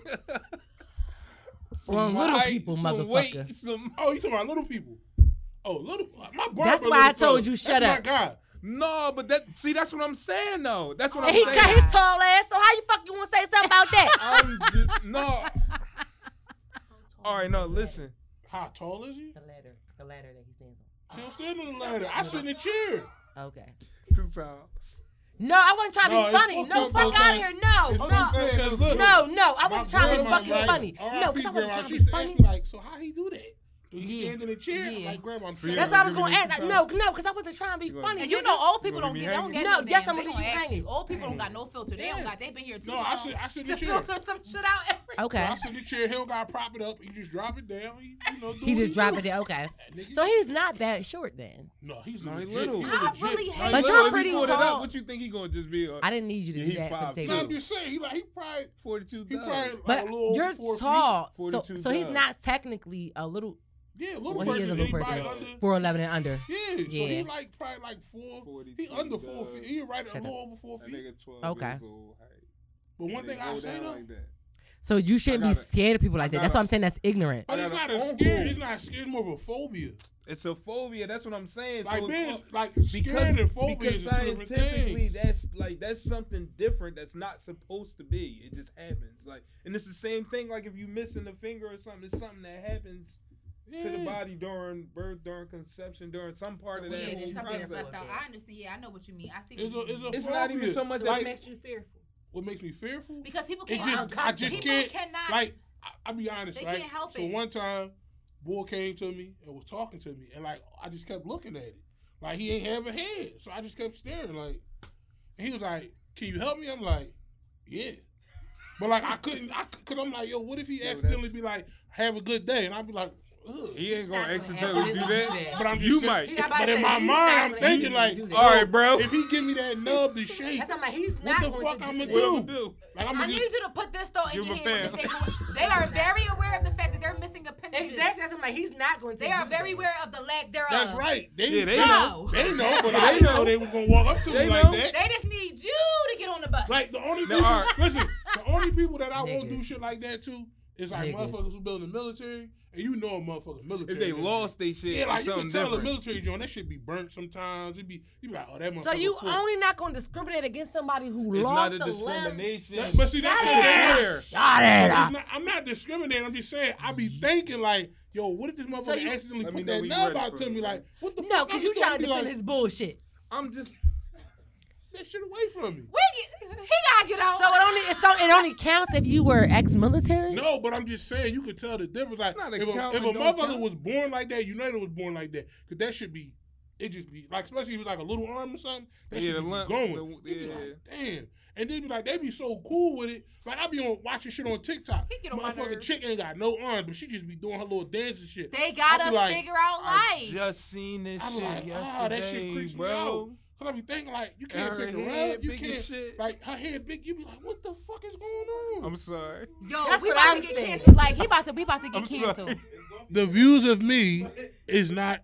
Some
Well, little
height,
people,
some weight,
motherfucker.
some-
Oh, you talking about little people? Oh, little. My barber.
That's why
little
I told
fella.
you, shut up.
That's My God.
no, but that see that's what I'm saying though. That's what
And
I'm
he
saying.
got his tall ass. So how you fuck you wanna say something about that?
I'm just no. All right, no, listen.
How tall is he?
ladder, the ladder that he stands
He don't stand on the ladder. I sit in the chair.
on. Okay.
Two times.
No, I wasn't trying to be
No, it's
funny.
fucked
No,
up,
fuck
it's
out of
fucked
here. No,
up. It's
no.
fucked up.
Because look,
No, no, I
My
wasn't trying to be
grandma,
fucking
right?
funny. No,
R.I.P.
because I wasn't
grandma,
trying to
she
be
asked
funny.
me, like, so how he do that? Do he
Yeah.
stand in the chair? I'm
Yeah.
like, grandma, I'm
See,
sorry.
That's what I was
You're gonna
gonna
give me
ask.
two
No, no, because I wasn't trying to be
You gonna-
funny.
And you know old people
You wanna
don't
be
get don't
hanging?
get
No,
damn
yes, I'm
thing. They
gonna leave
gonna
you
ask
hanging.
Old people don't got
Damn.
no filter. They don't
Yeah.
got. They been here too
No,
long
I sit, I sit in
to
the chair.
filter some shit out. Every
So
okay.
I sit in the chair. He don't got to prop it up. You just drop it down. He, you know, do
He
what
just
do.
dropped it. there. Okay.
Nigga,
So he's not that short then.
no, he's
No, he
legit.
little.
He's
I
legit.
really hate-
Like,
But
look,
you're
if he
pretty
put it up,
tall.
What you think he gonna just be? Uh,
I didn't need you to
Yeah,
do
he
that for
five
the
No,
two.
table.
I'm just saying. He like he probably
Forty-two.
he probably
thousand.
like
But
a little
you're
over four
tall, so,
42
so he's
does.
not technically a little.
Feet. Yeah, little
Well, he
person.
is a little
anybody
person.
under-
Four eleven and under.
Yeah, so
Yeah.
he like probably like four. He
42,
under four
dog.
feet. He right a
Shut
little over four
That
feet.
nigga twelve.
Okay.
Years old, height.
But one
Nigga
thing
go
I'll say
down
though,
like that.
So you shouldn't be
got it.
scared of people like
I
that.
got
That's
it.
why I'm saying that's ignorant.
but it's
I
not
got
a
an
scare.
uncle.
It's not a scare. It's more of a phobia.
It's a phobia. That's what I'm saying.
Like
so it
being
cau-
like
because,
scared and phobia
because
is two different
scientifically
things.
that's like that's something different that's not supposed to be it just happens like and it's the same thing like if you missing a finger or something it's something that happens to the
Yeah.
body during birth, during conception, during some part
So,
of that
yeah,
when
just
whole
you
something that's
process.
left out. I understand. Yeah, I know what you mean. I see what
It's
you
a, it's
mean.
a
It's
phobia.
not even so much
So
that
what
like
makes you fearful?
what makes me fearful.
because people
It's
can't.
just I just
people
can't
cannot.
like I, I'll be honest,
They
right?
can't help
so
it.
one time, boy came to me and was talking to me, and like I just kept looking at it, like he ain't have a head, so I just kept staring. Like and he was like, "Can you help me?" I'm like, "Yeah." But like I couldn't, I cou- cause I'm like, yo, what if he
Yo,
accidentally
that's-
be like, have a good day, and I'd be like, Ugh.
He ain't gonna
not gonna
accidentally do
accidentally do
that.
that.
but I'm just
You
saying-
might.
He- I'm about
but
to
in
say, he's
my mind,
not
I'm
gonna
thinking like,
accidentally do that.
oh,
All right, bro.
if he give me that nub to shake,
That's what I'm like. He's
what
not
the
going
fuck
to
I'ma
do
do?
that.
What I'm gonna do?
I
Like I'm gonna
need
just,
you to put this though in your
Give him a
hand.
fan.
They, going- they are very aware of the fact that they're missing appendages.
Exactly. That's what I'm like. He's not going to.
They
do
are very
that.
aware of the lack thereof.
that's right. They,
Yeah, they
know.
they know, but
They
I didn't know
know.
they was gonna walk up to
They
me like
know.
that.
They just need you to get on the bus.
Like the only
Now,
people,
all right.
listen, the only people that I won't do
Niggas.
shit like that to is like
Niggas.
motherfuckers who build the military, and you know a motherfucker
If
military.
they
nigga.
lost they shit,
yeah, like
it's
you
something
can tell a
different.
military joint that shit be burnt sometimes. It be you be like, oh that motherfucker.
So you
full.
only not going to discriminate against somebody who
It's not
lost
a
a limb?
discrimination.
That- but see, that's
Shut
what it
it
is.
up. Shut it
It's
up.
not- I'm not discriminating. I'm just saying I be thinking like, yo, what if this motherfucker
you-
accidentally
Let me
put
know
that
when you
nub
ready
out
for
to
it.
me? Like, what the
No,
fuck?
because
I'm
you
gonna
trying to
be like,
defend his bullshit.
I'm just
that shit away from me.
We get, he gotta get out.
So it only it's so it only counts if you were ex-military.
No, but I'm just saying you could tell the difference. Like,
It's not a
if a,
count
if a
and don't
motherfucker
count.
was born like that, you know they was born like that, because that should be, it just be like, especially if it was like a little arm or something, that
Yeah,
should
the
just be
lump,
going.
the-
You be
yeah.
like, damn. And they be like, they be so cool with it. It's like I be on watching shit on TikTok.
He get on my
Motherfucking
nerves.
chick ain't got no arms, but she just be doing her little dance and shit.
they
I
gotta
be like,
figure out
I
life.
just seen this
I'm
shit
like,
yesterday,
ah, that shit creeps me out.
bro.
Cause I be thinking like, you
And
can't
her
pick her
head
up, you
big as
can't.
shit.
Like her head big, you be like, what the fuck is going on?
I'm sorry.
Yo,
That's
we
what
about
I'm
to get
saying.
canceled. Like he about to, we about to get
I'm
canceled.
sorry.
the views of me is not.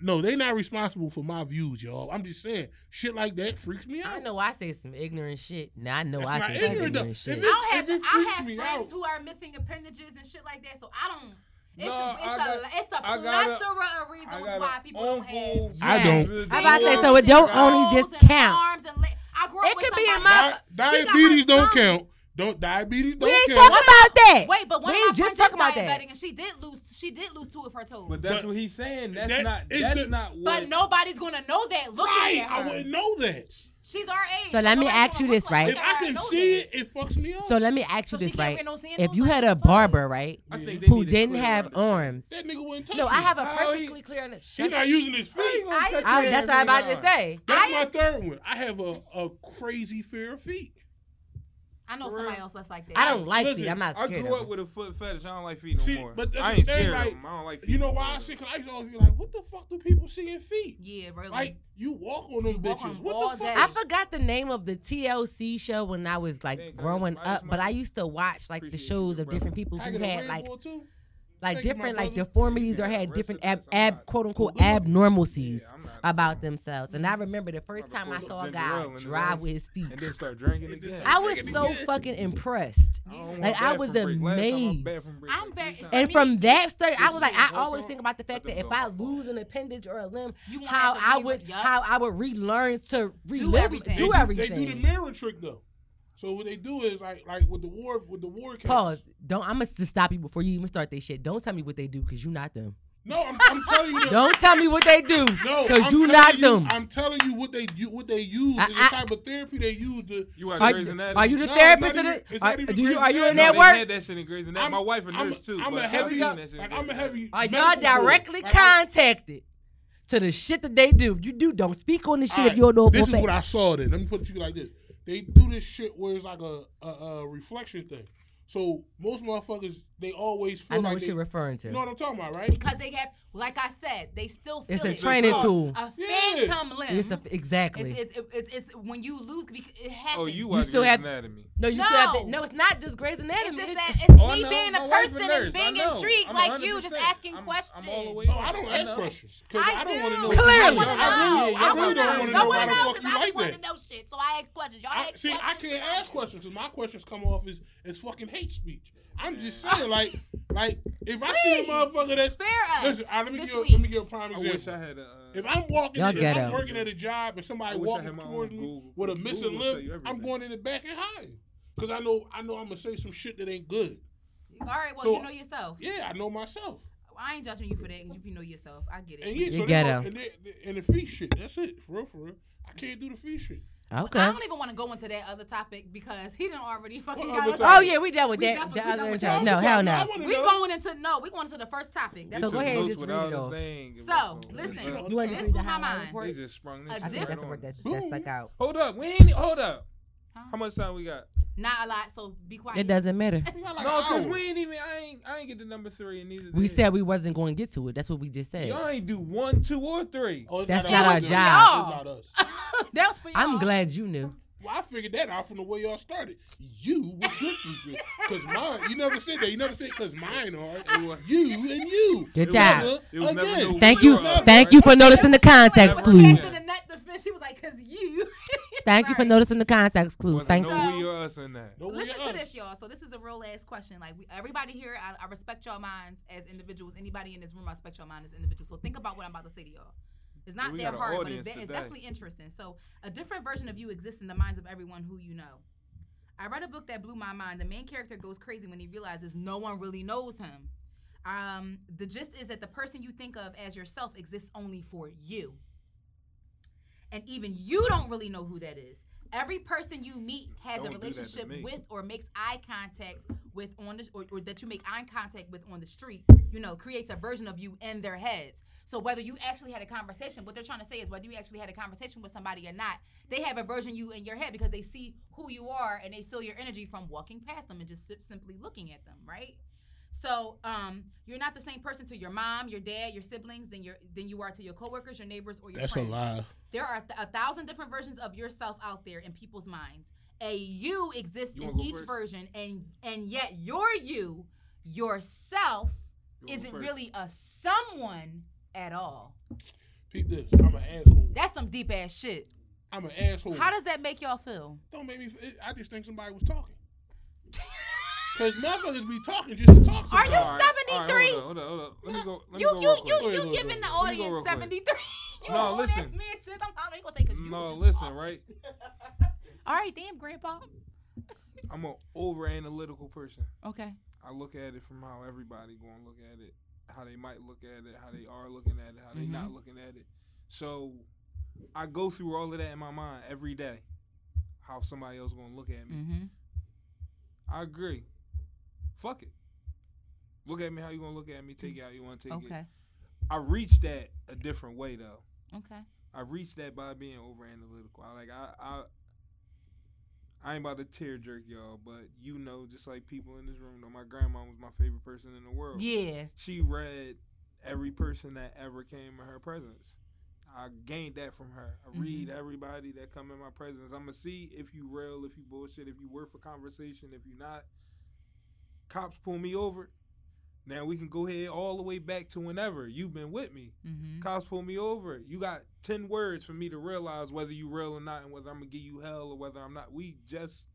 No, they not responsible for my views, y'all. I'm just saying, shit like that freaks me out.
I know I say some ignorant shit. Now I know
That's
I
not
say some
ignorant,
ignorant,
though.
shit.
If
I don't
If
have,
it
I
freaks
have
me
friends
out.
who are missing appendages and shit like that, so I don't. It's
No,
a, it's,
I got-
a, it's a
I
plethora
got a-
of
I
reasons
got
why
an
people don't have.
uncle
I
James
don't.
is
I'm about to say,
fingers
so it
and
don't only
toes
just
and
count.
arms and le- I grew
It
up with
could be in
somebody-
my-
Di- diabetes
She got her
don't
tongue.
count. Don't diabetes don't
We ain't
count.
talking about that.
Wait, but one
we
of my
ain't just
friends
talking
is
about
diabetic
that.
and she did lose she did lose two of her toes.
But that's
But
what he's saying. That's
that
not.
is
That's
the-
not what.
But nobody's gonna know that looking
right.
at
I
her.
wouldn't know that.
She's our age.
So let me
nobody's
ask
gonna
you
look
this,
like
right?
If
her
I
and
can
know
see
that.
it, it fucks me up.
So let me ask
So
you
she
this,
can't
right?
wear no sandals,
If you
like,
had a
fuck.
barber, right,
I think they
who
need to
didn't
clear
have
up this shit.
arms.
that nigga wouldn't touch
No,
me.
I have a
How he-
perfectly clear. under-
He not using his feet.
How you gonna
I-
cut
I,
your
that's what
hair
I'm about
with
to
an
say.
That's
I-
my third one. I have a, a crazy fear of feet.
I know
For
somebody
real.
else that's like that.
I don't like
Listen,
feet. I'm not
arm? I
scared. of
grew up
them.
with a foot fetish. I don't like feet no
See,
more.
but that's
I
the
ain't
thing,
scared
like,
of them. I don't like feet.
You know
no
why I
more.
say? Cause I used to always be like, what the fuck do people see in feet?
Yeah, really.
Like you walk on
You
those
walk on
bitches.
all
What the
day.
fuck?
I forgot the name of the TLC show when I was like
Thank you.
growing
Smile,
up, but
smile.
I used to watch like the
Appreciate you,
shows of
brother.
different people
I
who
get a
had
Red
like
Bull, too?
like
Thank you, my
different like
brother.
deformities or
Yeah,
had
rest
different
in
ab,
peace. I'm
ab
not-
quote unquote
Well, look-
Yeah,
abnormalcies
I'm not-
about themselves. And I
Mm-hmm.
remember the first
I'm
time
gonna
I
put
saw a
ginger
guy
ale in his
dry
ass.
with his feet.
And then start drinking
And then
again.
start
I was
drinking
so
again.
fucking impressed.
I don't
like,
want
I
bad
was
from break. Last time I was
amazed.
bad from break,
I'm
like,
very-
three times.
And from that stage, I
This
was like,
is
I
also-
always think about the fact
Let
that
them
if
go
I
off on
lose
that.
an appendage or a limb,
You won't
how
have to
I
re-
would
yup.
how I would relearn to relive,
everything. They
do
do-
everything.
They do the mirror trick though. So what they do is like like with the war with the war case.
Pause. Don't. I'm gonna stop you before you even start this shit. Don't tell me what they do, cause you not them.
No, I'm, I'm telling you. the-
Don't tell me what they do,
No,
cause
I'm
you
telling
not
you-
them.
I'm telling you what they do, what they use
I- I-
is the type of therapy they use. To,
You watch
Are,
Grey's Anatomy?
are you the
No, it's
therapist?
not
Of
even-
the,
it's
are,
not even
do you,
Grey's
are you in
Anatomy.
that
they
work?
had that shit in Grey's Anatomy.
I'm-
My wife a
I'm a-
nurse too.
I'm a
but I've
heavy.
seen that shit in
Like
Grey's
I'm a
Anatomy.
heavy.
Are y'all
medical board.
directly
Like, I'm-
contacted to the shit that they do? You do. Don't speak on this shit if
Alright,
you don't know for
This
a
is
fact.
what I saw. Then let me put it to you like this: They do this shit where it's like a, a, a reflection thing. So most motherfuckers they always
I,
feel
know
like
what
they,
you're referring to.
you know what I'm talking about, right?
because they have, like I said, they still feel
it's a
it.
training
It's a-
tool.
A
Yeah.
phantom limb.
It's a, exactly.
It's, it's, it's, it's when you lose because it happens.
Oh, you watch
still
Grey's
have-
Anatomy.
no, you still have to.
No.
No, it's not just Grey's Anatomy.
It's just
It's-
that it's
Oh,
me
no,
being
my
a
wife's a
person
nurse.
and being
I know.
intrigued
I'm
like you, just
100%.
asking
I'm-
questions.
I'm all the way
No, Oh, I don't ask
know.
questions because I,
I
don't
do.
want to know.
Clearly.
what's going on.
I
Yeah,
I
yeah,
really
yeah.
don't want to
I
know
wanna
why the
know,
fuck you
I be
like
wanting
that.
to know shit, so I ask questions. Y'all
I,
ask
see, I
questions.
can't ask questions because my questions come off as, as fucking hate speech. I'm just saying, like, like if I see a
Please,
motherfucker that's
Spare us.
listen, all right, let me
this
give you a-
week.
let me give a prime
I
example.
wish I had a. uh,
If I'm walking,
Y'all
if
ghetto.
I'm working at a job and somebody
I wish I
walking
had my
towards
own
me
Google.
with a
Google
missing
will tell
lip,
you
I'm
everything.
going in the back and hiding because I know I know I'm gonna say some shit that ain't good.
All right, well,
So-
you know yourself.
Yeah, I know myself.
I ain't judging you for that 'cause if you know yourself. I get
And
it.
yeah,
You
so they
ghetto.
don't- And, they, and the fee shit. That's it. For real, for real. I can't do the fee shit.
Okay.
I don't even want to go into that other topic because he didn't already fucking
What
got
other
us.
topic?
Oh yeah, we dealt with
We
that.
definitely-
The
we dealt
other
with
time.
that.
No, hell
I
no.
wanna
We
know.
going into no. We going into the first topic. That's
So
what
go
we-
ahead and
Notes
just read
without
it off.
understanding. It
So,
was-
listen.
You
You want to
This
see the
blew my
highlight
mind.
They
report?
just sprung
A
this
I
shit
think
right
that's the
on.
word that,
Boom.
that stuck out.
Hold up, we ain't e, hold up.
Huh?
How much time we got?
Not a lot, so be quiet.
It doesn't matter.
We got like
no,
an
cause
hour.
we ain't even. I ain't. I ain't get the number three, and neither.
We
did.
said we wasn't going to get to it. That's what we just said.
y'all ain't do one, two, or three.
Oh, it's
That's
not our
us, dude.
job.
It's not us.
that was for y'all.
I'm glad you knew.
Well, I figured that out from the way y'all started. You was good through this. Cause mine, you never said that. You never said cause mine are
wa-
you and you.
Good
It
job.
was
It was never
Again.
no
Thank
one
you.
or us,
Thank
right?
you for noticing the context
Like,
Never
clues.
mind.
catching the nut, the fish. She was like, "Cause you."
Thank you for
Sorry.
noticing the context clues.
Wasn't
Thank you.
no
you.
we or us in that.
No, we
Listen
are
to
us.
this, y'all. So this is a real ass question. Like we, everybody here, I, I respect your minds as individuals. Anybody in this room, I respect your mind as individuals. So think about what I'm about to say to y'all. It's not
We
that
got an
hard, but
audience
it's, de- it's
today.
definitely interesting. So a different version of you exists in the minds of everyone who you know. I read a book that blew my mind. The main character goes crazy when he realizes no one really knows him. Um, the gist is that the person you think of as yourself exists only for you. And even you don't really know who that is. Every person you meet has
Don't
a
do that to
relationship
me.
with or makes eye contact with on the or, or that you make eye contact with on the street, you know, creates a version of you in their heads. So whether you actually had a conversation, what they're trying to say is whether you actually had a conversation with somebody or not, they have a version of you in your head because they see who you are and they feel your energy from walking past them and just si- simply looking at them, right? So um, you're not the same person to your mom, your dad, your siblings than your than you are to your coworkers, your neighbors, or your
That's a
friends.
lie.
There are th- a thousand different versions of yourself out there in people's minds. A you exists
You
in
wanna go
each
first?
version, and and yet your you, yourself,
You wanna go
isn't
first?
really a someone at all.
Peep this. I'm an asshole.
That's some deep ass shit.
I'm an asshole.
How does that make y'all feel?
Don't make me. It, I just think somebody was talking. Cause motherfuckers be talking just to talk.
Are you
Alright,
sometimes.
alright,
73?
hold on, hold on, hold on. Let me go. Let
You
me go
you
real quick.
you
Wait,
you
wait,
giving
wait.
the
Let me go real
audience
quick.
seventy three.
No, listen.
Man, shit, I'm probably gonna say because you.
No,
were just
listen,
talking.
right?
All right, damn, grandpa.
I'm an over analytical person.
Okay.
I look at it from how everybody going to look at it, how they might look at it, how they are looking at it, how they
Mhm.
not looking at it. So I go through all of that in my mind every day. How somebody else going to look at me.
Mm-hmm.
I agree. Fuck it. Look at me how you going to look at me. Take it how you want to take it.
Okay.
I reached that a different way though.
Okay.
I reached that by being over analytical. I like I, I I ain't about to tear jerk y'all, but you know, just like people in this room know, my grandma was my favorite person in the world.
Yeah.
She read every person that ever came in her presence. I gained that from her. I read everybody that come in my presence. I'ma see if you real, if you bullshit, if you worth a conversation, if you not. Cops pull me over. Now we can go ahead all the way back to whenever you've been with me.
Mm-hmm.
Cops pull me over. You got ten words for me to realize whether you real or not, and whether I'm gonna give you hell or whether I'm not. We just,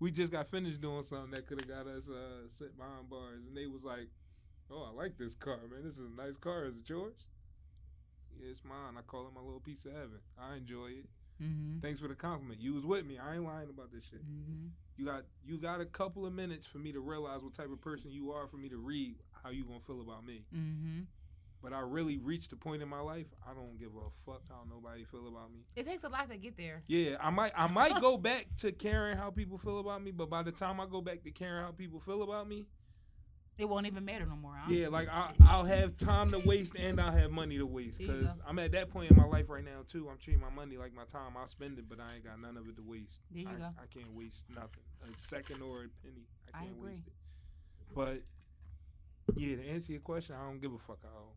we just got finished doing something that could have got us uh, set behind bars, and they was like, "Oh, I like this car, man. This is a nice car. Is it yours? Yeah, it's mine. I call it my little piece of heaven. I enjoy it.
Mm-hmm.
Thanks for the compliment. You was with me. I ain't lying about this shit.
Mm-hmm.
You got, you got a couple of minutes for me to realize what type of person you are, for me to read how you gonna feel about me."
Mm-hmm.
But I really reached the point in my life. I don't give a fuck how nobody feel about me.
It takes a lot to get there.
Yeah, I might I might go back to caring how people feel about me, but by the time I go back to caring how people feel about me,
It won't even matter no more. Huh?
yeah, like I I'll have time to waste and I'll have money to waste
There you
because
go.
I'm at that point in my life right now too. I'm treating my money like my time. I'll spend it, but I ain't got none of it to waste.
There you
I,
go.
I can't waste nothing, a second or a penny. I
I
can't
agree.
waste it. But yeah, to answer your question, I don't give a fuck how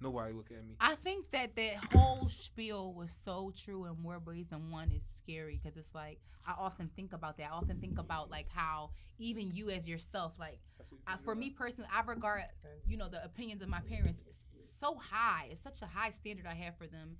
nobody look at me.
I think that that whole spiel was so true in more ways than one is scary because it's like I often think about that. I often think about like how even you as yourself, like I, for me personally, I regard you know the opinions of my parents s- so high. It's such a high standard I have for them.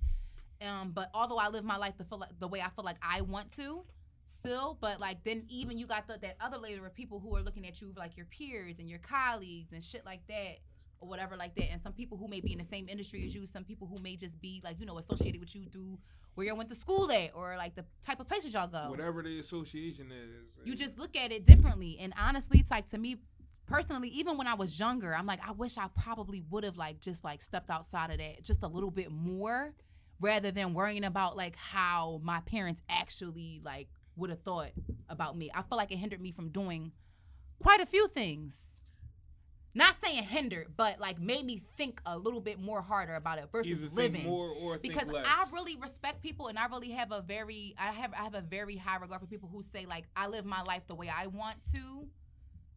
Um, but although I live my life the feel like, the way I feel like I want to, still, but like then even you got the, that other layer of people who are looking at you like your peers and your colleagues and shit like that or whatever like that. And some people who may be in the same industry as you, some people who may just be like you know associated with you through where y'all went to school at or like the type of places y'all go
whatever the association is.
Um, you
it-
just look at it differently and honestly it's like to me personally, even when I was younger, I'm like, I wish I probably would have like just like stepped outside of that just a little bit more, rather than worrying about like how my parents actually like would have thought about me. I feel like it hindered me from doing quite a few things. Not saying hindered, but like made me think a little bit more harder about it versus
Either
living
think more or think
because
less.
I really respect people and I really have a very I have I have a very high regard for people who say like I live my life the way I want to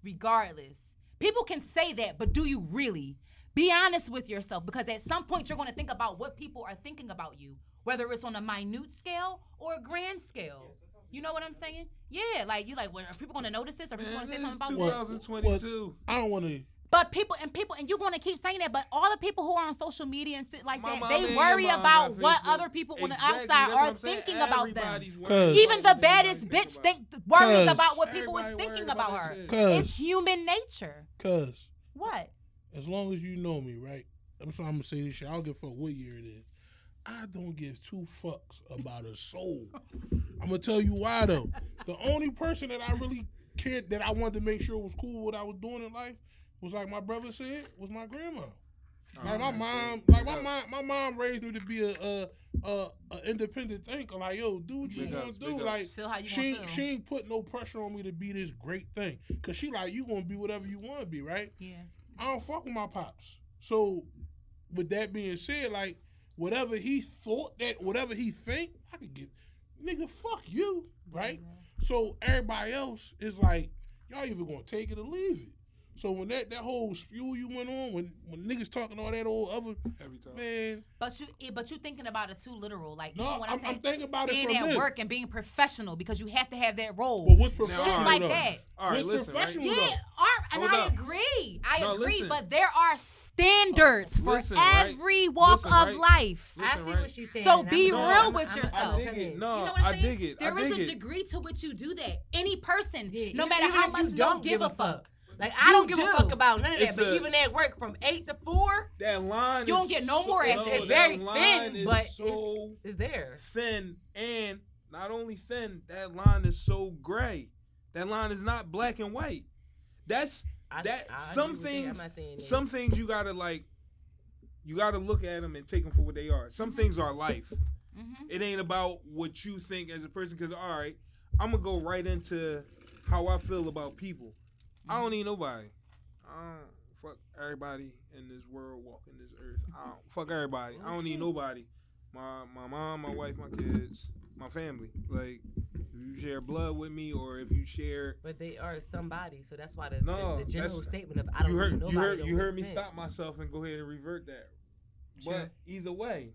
regardless. People can say that, but do you really? Be honest with yourself because at some point you're going to think about what people are thinking about you, whether it's on a minute scale or a grand scale. You know what I'm saying? Yeah, like you're like, well, are people going to notice this? Are people
Man,
going to say
this is
something about this?
2022.
I don't want to.
But people and people and you're gonna keep saying that. But all the people who are on social media and shit like
My
that,
mom
they
and
worry
your mom
about
got
what
Facebook.
other people on the
Exactly,
outside
that's what
are
I'm saying.
thinking about them.
Everybody's
Cause-
worried
Even
about
the
what
baddest
everybody
bitch
think
think worries
Cause-
about what people
Everybody
is thinking
worried
about
about
her.
that shit.
It's
Cause,
human nature.
cause,
What?
as long as you know me, right? I'm sorry, I'm gonna say this shit. I don't give a fuck what year it is. I don't give two fucks about a soul. I'm gonna tell you why though. The only person that I really cared that I wanted to make sure was cool what I was doing in life was like my brother said was my grandma.
about-
Like my
Oh, man,
mom,
big
like my
ups.
mom, my mom raised me to be a a, a, a independent thinker. Like yo, do what you
Big
want
ups,
to
big
do.
ups.
Like
Feel how you
she
want to
she
feel.
ain't put no pressure on me to be this great thing. Cause she like you gonna be whatever you want to be, right?
Yeah.
I don't fuck with my pops. So, with that being said, like whatever he thought that whatever he think, I could get nigga fuck you, right? So everybody else is like, y'all either gonna take it or leave it. So when that that whole spew you went on, when when niggas talking all that old other
Every time.
man,
But you eh, but you thinking about it too literal. Like
no,
even when
I'm,
I
I'm
say
thinking about it
being
from
at
this.
work and being professional because you have to have that role.
But what's
Now,
Shit
professional
like
though?
that.
All right,
It's
listen, right?
professional.
Yeah,
though.
are, and
Hold
I
up.
agree. I
No,
agree,
listen.
but there are standards for
Listen, right?
every walk
Listen,
of
right?
life.
Listen,
I see
right?
what she's saying.
So
and
be
I'm-
real
I'm-
with
I'm-
yourself.
I dig it. No,
You know what I'm
I
saying?
dig it.
There
I
is
dig
a
it.
degree to which you do that. Any person,
Yeah,
no
even-
matter
even
how
if
much
you
don't give a fuck.
Like I don't
You
give a
do.
fuck about none of that.
It's
But
a-
even at work from eight to four,
That line.
You don't
is
get no
so-
more
no,
after- it's
that
very
line
thin,
is
but it's-
so
is there?
thin and not only thin. That line is so gray. That line is not black and white. That's
I,
That-
I agree
some
with that. I'm
things-
not saying that.
some things you gotta like. You gotta look at them and take them for what they are. Some things are life.
Mm-hmm.
It ain't about what you think as a person. Because all right, I'm gonna go right into how I feel about people. I don't need nobody. I don't fuck everybody in this world walking this earth. I don't fuck everybody. I don't need nobody. My my mom, my wife, my kids, my family. Like if you share blood with me, or if you share.
But they are somebody, so that's why the,
No,
the, the general
that's-
statement of I don't
You
know
heard
nobody
you heard
don't
you heard
make
me
sense.
stop myself and go ahead and revert that.
Sure.
But either way,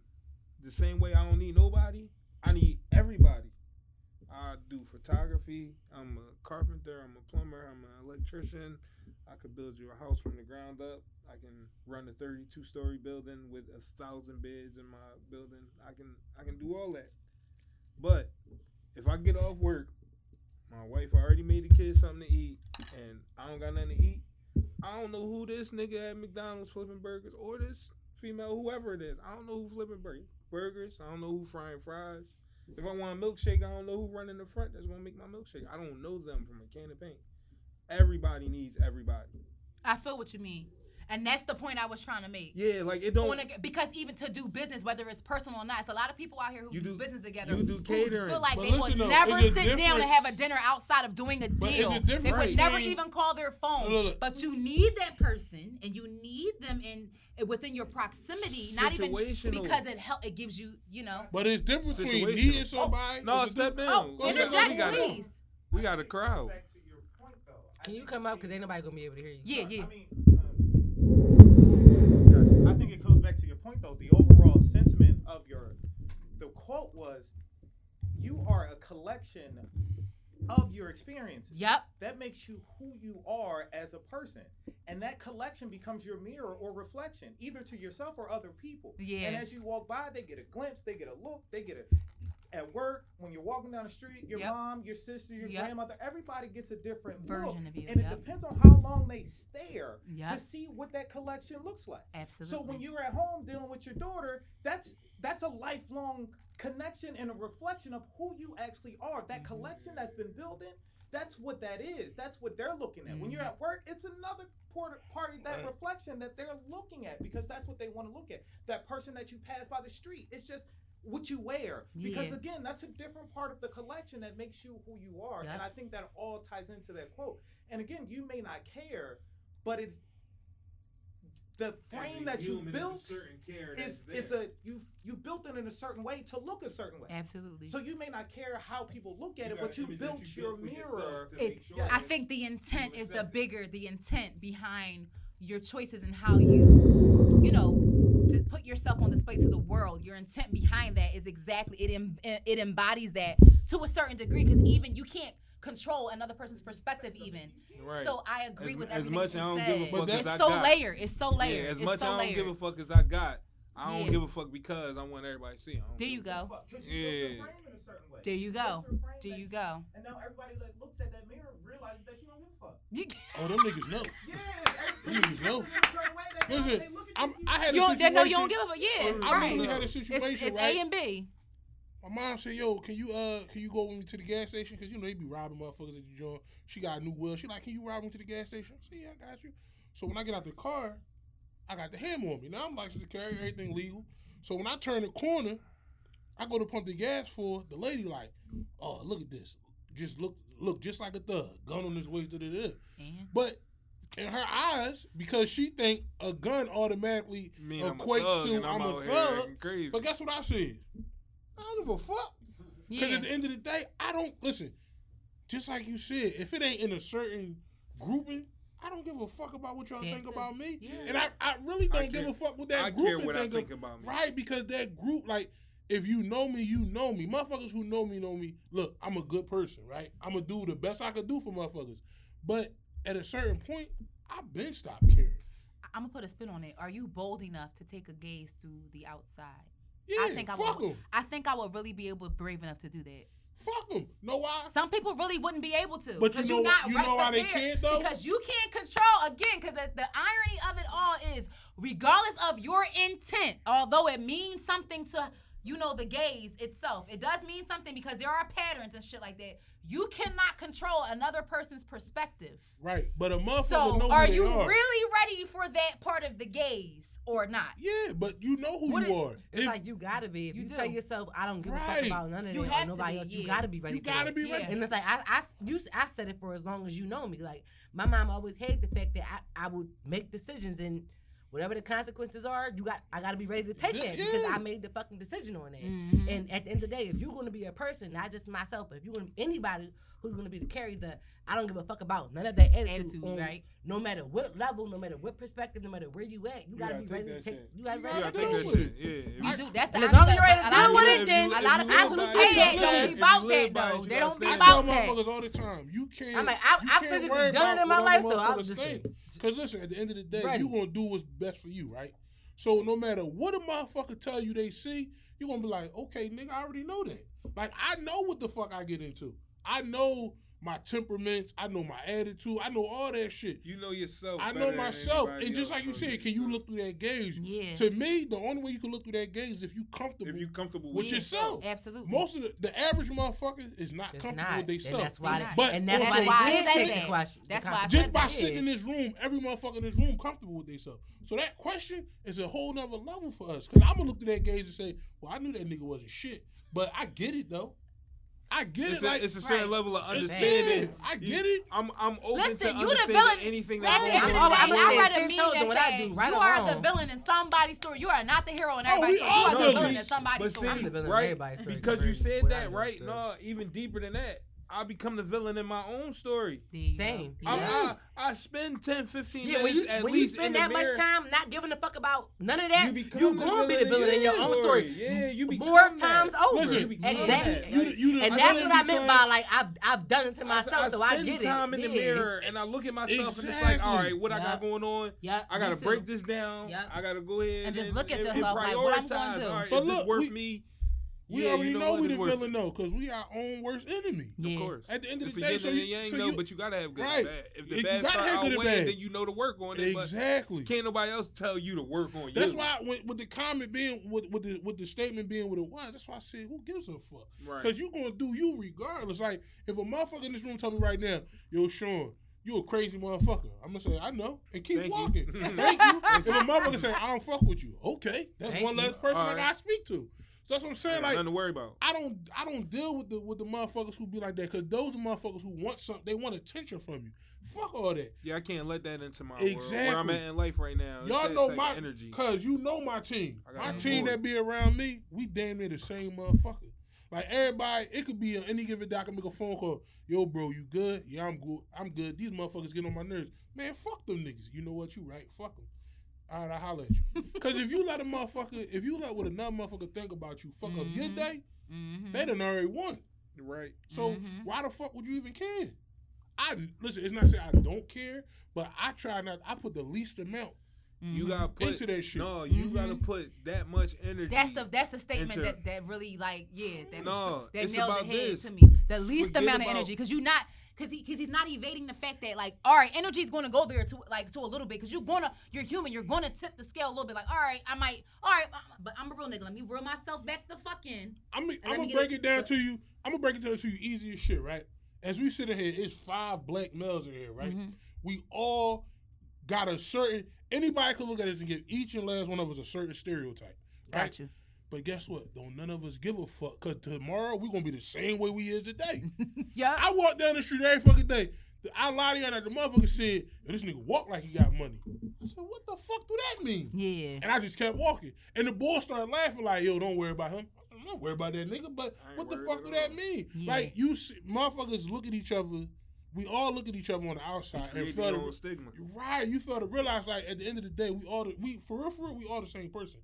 the same way I don't need nobody, I need everybody. I do photography. I'm a carpenter. I'm a plumber. I'm an electrician. I could build you a house from the ground up. I can run a 32 story building with a thousand beds in my building. I can I can do all that. But if I get off work, my wife already made the kids something to eat, and I don't got nothing to eat. I don't know who this nigga at McDonald's flipping burgers or this female, whoever it is. I don't know who flipping burgers. Burgers. I don't know who frying fries. If I want a milkshake, I don't know who running the front that's gonna make my milkshake. I don't know them from a can of paint. Everybody needs everybody.
I feel what you mean, and that's the point I was trying to make.
Yeah, like it don't.
On a- because even to do business, whether it's personal or not, it's a lot of people out here who
You
do,
do-
business together.
you do
who
catering.
Feel like
But
they will
listen though,
never
it's a
sit down and
difference.
have a dinner outside of doing a
it's a
deal. They
difference
would never
between-
even call their phone.
Look, look.
But you need that person, and you need them in eh, within your proximity. Not even
Situational.
because it help. It gives you, you know.
But it's different between
Situational.
needing somebody.
no,
and
step
do-
in.
Oh,
We got-
interject,
we got-
please.
We got a crowd.
Back to your point, though. I
Can you
think
come
it-
up? Cause ain't nobody gonna be able to hear you.
Yeah, yeah.
I mean, um, I think it goes back to your point, though. The overall sentiment of your, the quote was, "You are a collection of your experiences."
Yep.
That makes you who you are as a person, and that collection becomes your mirror or reflection, either to yourself or other people.
Yeah.
And as you walk by, they get a glimpse, they get a look, they get a. At work, when you're walking down the street, your
Yep.
mom, your sister, your
Yep.
grandmother, everybody gets a different look.
Version of you.
And it
yep.
depends on how long they stare
Yep.
to see what that collection looks like.
Absolutely.
So when you're at home dealing with your daughter, that's that's a
Mm-hmm.
lifelong connection and a reflection of who you actually are. That collection that's been building,
That's what that is. That's what they're looking at. When
Mm-hmm.
you're at work, it's another part, part of that
Right.
reflection that they're looking at because that's what they want to look at. That person that you pass by the street, it's just what you wear. Because
Yeah.
again, that's a different part of the collection that makes you who you are. And I think that all ties into that quote. And again, you may not care, but it's the
As a
frame that you
human, it's a
built
certain care that's
is
there.
is a you you built it in a certain way to look a certain way.
Absolutely.
So you may not care how people look at it,
got
but you
images
built
that you
your
for yourself
mirror.
to
It's-
make sure
yeah,
I
that-
think the intent
You
is the
accept it.
bigger, the intent behind your choices and how you, you know, to put yourself on display to the world. Your intent behind that is exactly it. Em, it embodies that to a certain degree because even you can't control another person's perspective. Even
Right.
so, I agree
As-
with
as
everything
much
you
I don't give
said.
a
fuck as
it's
I
so
got.
layered. It's so
yeah,
layered.
as
it's
much
so
I don't
layered.
give a fuck as I got. I don't
Yeah.
give a fuck because I want everybody to see. it. I don't
there
give
you
a fuck.
go.
Yeah.
There you go. There
Do
you go.
And now everybody like looks at that mirror, realizes that you don't give a fuck.
You,
Oh, them niggas know.
Yeah,
Niggas know. Listen, I'm, I had a
don't,
situation.
no, you don't give a yeah.
I
right.
literally had a
It's,
situation.
it's
right?
A and B.
My mom said, "Yo, can you uh, can you go with me to the gas station? Cause you know they be robbing motherfuckers at the joint." She got a new will. She like, "Can you rob me to the gas station?" I said, "Yeah, I got you." So when I get out the car, I got the hammer on me. Now I'm licensed to carry everything legal. So when I turn the corner, I go to pump the gas for the lady. Like, oh, look at this. Just look, look, just like a thug. Gun on his waist. Da da da.
And
But in her eyes, because she think a gun automatically
Mean I'm a
equates
thug
to
and I'm,
I'm a
out here
thug.
acting crazy.
But guess what I said? I don't give a fuck. Because
yeah.
at the end of the day, I don't listen. Just like you said, if it ain't in a certain grouping, I don't give a fuck about what y'all
That's
think
it.
about me.
Yeah.
And I, I really
I
don't give
care-
a fuck what that
I
grouping
care what I
think of-
think about me.
Right, because that group, like, if you know me, you know me. Motherfuckers who know me know me. Look, I'm a good person, right? I'm gonna do the best I could do for motherfuckers. But at a certain point, I've been stopped caring.
I'm gonna put a spin on it. Are you bold enough to take a gaze through the outside?
Yeah,
I think I
fuck
would.
them.
I think I would really be able, brave enough to do that.
Fuck them. Know why?
Some people really wouldn't be able to.
But you
'cause
know-
you're not
you
right
know why they
prepared,
can't, though?
Because you can't control again. Because the, the irony of it all is, regardless of your intent, although it means something to you know the gaze itself, it does mean something because there are patterns and shit like that. You cannot control another person's perspective.
Right. But a motherfucker
So,
know
are
who they
you
are.
really ready for that part of the gaze or not?
Yeah, but you know who
What
you
it-
are.
It's
If-
like you gotta be. If
You
you,
do.
tell yourself, I don't give a
Right.
fuck about none of
You
that, or
have to
nobody
be,
else.
yeah.
You gotta be ready.
you
for
gotta
that.
be
Yeah.
ready.
And it's like I, I you, s- I said it for as long as you know me. Like my mom always hated the fact that I, I would make decisions and whatever the consequences are, you got I gotta be ready to take
Yeah,
that because
yeah.
I made the fucking decision on that.
Mhm.
And at the end of the day, if you're gonna be a person, not just myself, but if you're gonna anybody who's gonna be to carry the I don't give a fuck about none of that attitude,
Attitude,
on
right.
No matter what level, no matter what perspective, no matter where you at, you, gotta,
gotta
be
take
ready to
that
take.
shit.
You gotta,
You
be ready
yeah, I
gotta
to
take
take
do
that
it.
it.
shit. Yeah.
You
If
do.
you-
That's the
And as long as you're ready to
a
deal
lot
with
of
it,
people-
then
a lot of
If you
people
live by
say
it,
that
you
don't be about that
live by it, you
though.
gotta
They don't be
stand
I
about
tell
that.
motherfuckers all the time, you can't.
I'm like, I-
you
I
can't
physically
worry
done it in
about
my
what
life, so
other
I'm
motherfuckers
just
think. Cause listen, at the end of the day,
Ready.
you gonna do what's best for you, right? So no matter what a motherfucker tell you they see, you gonna be like, okay, nigga, I already know that. Like I know what the fuck I get into. I know my temperaments. I know my attitude. I know all that shit.
You know yourself.
I know
better than
myself,
anybody
and just
else
like you
know
said, can you
yourself.
look through that gauge?
Yeah.
To me, the only way you can look through that gauge is if you comfortable.
if you comfortable
with
with
yourself.
Absolutely.
Most of the, the average motherfucker is not
It's
comfortable
not. And
with themselves.
that's why.
They're
They,
not.
But
and that's,
That's
why,
why
they
I
didn't take
said
the
it.
question. the
That's why I
conversation.
just by
Yeah.
sitting in this room, every motherfucker in this room comfortable with themselves. So that question is a whole nother level for us. Cause I'm gonna look through that gauge and say, Well, I knew that nigga wasn't shit. But I get it though. I get
It's
it.
a,
like
it's a certain
Right.
level of
It's-
understanding.
yeah, I
You-
get it.
I'm I'm open to
Listen, you the
understanding
villain. At
anything
the
that's
end of
going
the day,
on.
I'm- I'm
I
saying
read a
ten
meme
toes
that
on what I
said,
do, right
you
or
are the
wrong."
villain in somebody's story. You are not the hero in everybody's
we
story.
all
You are the
the
villain in
least.
somebody's
But
story.
see,
I'm the villain in
right,
everybody's story,
Because you
compared to
said
what I
that,
know,
right?
so.
No, even deeper than that, I become the villain in my own story.
There you go.
Same.
There you go.
I, I, I spend 10, 15
Yeah, when
minutes
you
at
when you
least
spend
in
that
the
much
mirror,
time not giving a fuck about none of that,
become
you gonna be the villain in your own story.
Yeah, you become
More
that.
times over.
Listen,
You
and
become
that-
that.
you, you, you,
and
I
that's
did
what I meant by
because-
like I've I've done it to myself, so I
spend
get it.
time in the
Yeah.
mirror and I look at myself and it's like, all right, what I got
Exactly.
going on.
Yep,
I gotta
me too.
break this down.
Yep.
I gotta go ahead
And just look at
and-
yourself, like, what I'm gonna
prioritize.
do.
All right,
But
is this
look,
worth
we-
me
We
Yeah, you
already
know
know,
what?
we
It's
the
worth
villain though, because we our own worst enemy.
Yeah.
Of course.
At the end of
It's
the
a
day,
yin
so
and a
you,
yang,
so
though,
you
but you gotta have good
Right.
and bad. If
You
the bad
gotta
start
have good and
outweighing,
bad.
then you know to work on it. But
exactly.
can't nobody else tell you to work on
That's
you.
why with, with the comment being with, with the with the statement being what it was, that's why I said, who gives a fuck?
Right.
Because you gonna do you regardless. Like if a motherfucker in this room tell me right now, yo, Sean, you a crazy motherfucker. I'm gonna say, I know, and keep
Thank you.
walking. Thank you. If a motherfucker say, I don't fuck with you, okay, that's
Thank
one
you.
less person
All
I
right.
gotta speak to. So that's what I'm saying.
Ain't
Like
nothing to worry about.
I don't I don't deal with the with the motherfuckers who be like that because those motherfuckers who want something they want attention from you. Fuck all that.
Yeah, I can't let that into my world. Where I'm
Exactly.
at in life right now. it's
Y'all
that
know
type of
my
energy.
Cause you know my team.
I
My
got
team
bored.
that be around me, we damn near the same motherfucker. Like everybody, it could be on any given day I can make a phone call. Yo, bro, you good? Yeah, I'm good. I'm good. These motherfuckers get on my nerves. Man, fuck them niggas. You know what? You right. Fuck them. All right, I holler at you. Cause if you let a motherfucker, if you let what another motherfucker think about you, fuck up your
Mhm.
day,
Mm-hmm.
they done already won.
Right.
So
Mm-hmm.
Mhm.
why the fuck would you even care? I listen. It's not saying I don't care, but I try not. I put the least amount
Mm-hmm.
You gotta put
Mm-hmm. into that shit. Mm-hmm.
No, you
Mhm.
gotta put that much energy.
That's the that's the statement
into-
that, that really like yeah that,
No,
that
it's
nailed the
about
head
this.
to me. The least
Forget
amount of
about-
energy because you're not because he because he's not evading the fact that like all right energy's going to go there to like to a little bit because you're gonna you're human you're gonna tip the scale a little bit like all right I might all right I'm- but I'm a real nigga let me reel myself back the fuck in.
I'm,
let
I'm
me
gonna
get
break
it-
it down to you. I'm gonna break it down to you easy as shit, right? As we sit in here, it's five black males in here, right?
Mhm.
We all got a certain. Anybody could look at us and give each and last one of us a certain stereotype, right?
Got you.
But guess what? Don't none of us give a fuck because tomorrow we gonna be the same way we is today.
Yeah.
I walk down the street every fucking day. I lie to y'all that the motherfucker said, "Yo, this nigga walk like he got money. I said, what the fuck do that mean?
Yeah.
And I just kept walking. And the boy started laughing like, yo, don't worry about him. I'm not worried about that nigga, but
I ain't
what the
worried
fuck
at
do
all.
that mean?
Yeah.
Like, you see, motherfuckers look at each other. We all look at each other on the outside and
Create
feel
your
to,
own stigma.
right. You feel to realize like at the end of the day, we all the, we for real for real, we all the same person.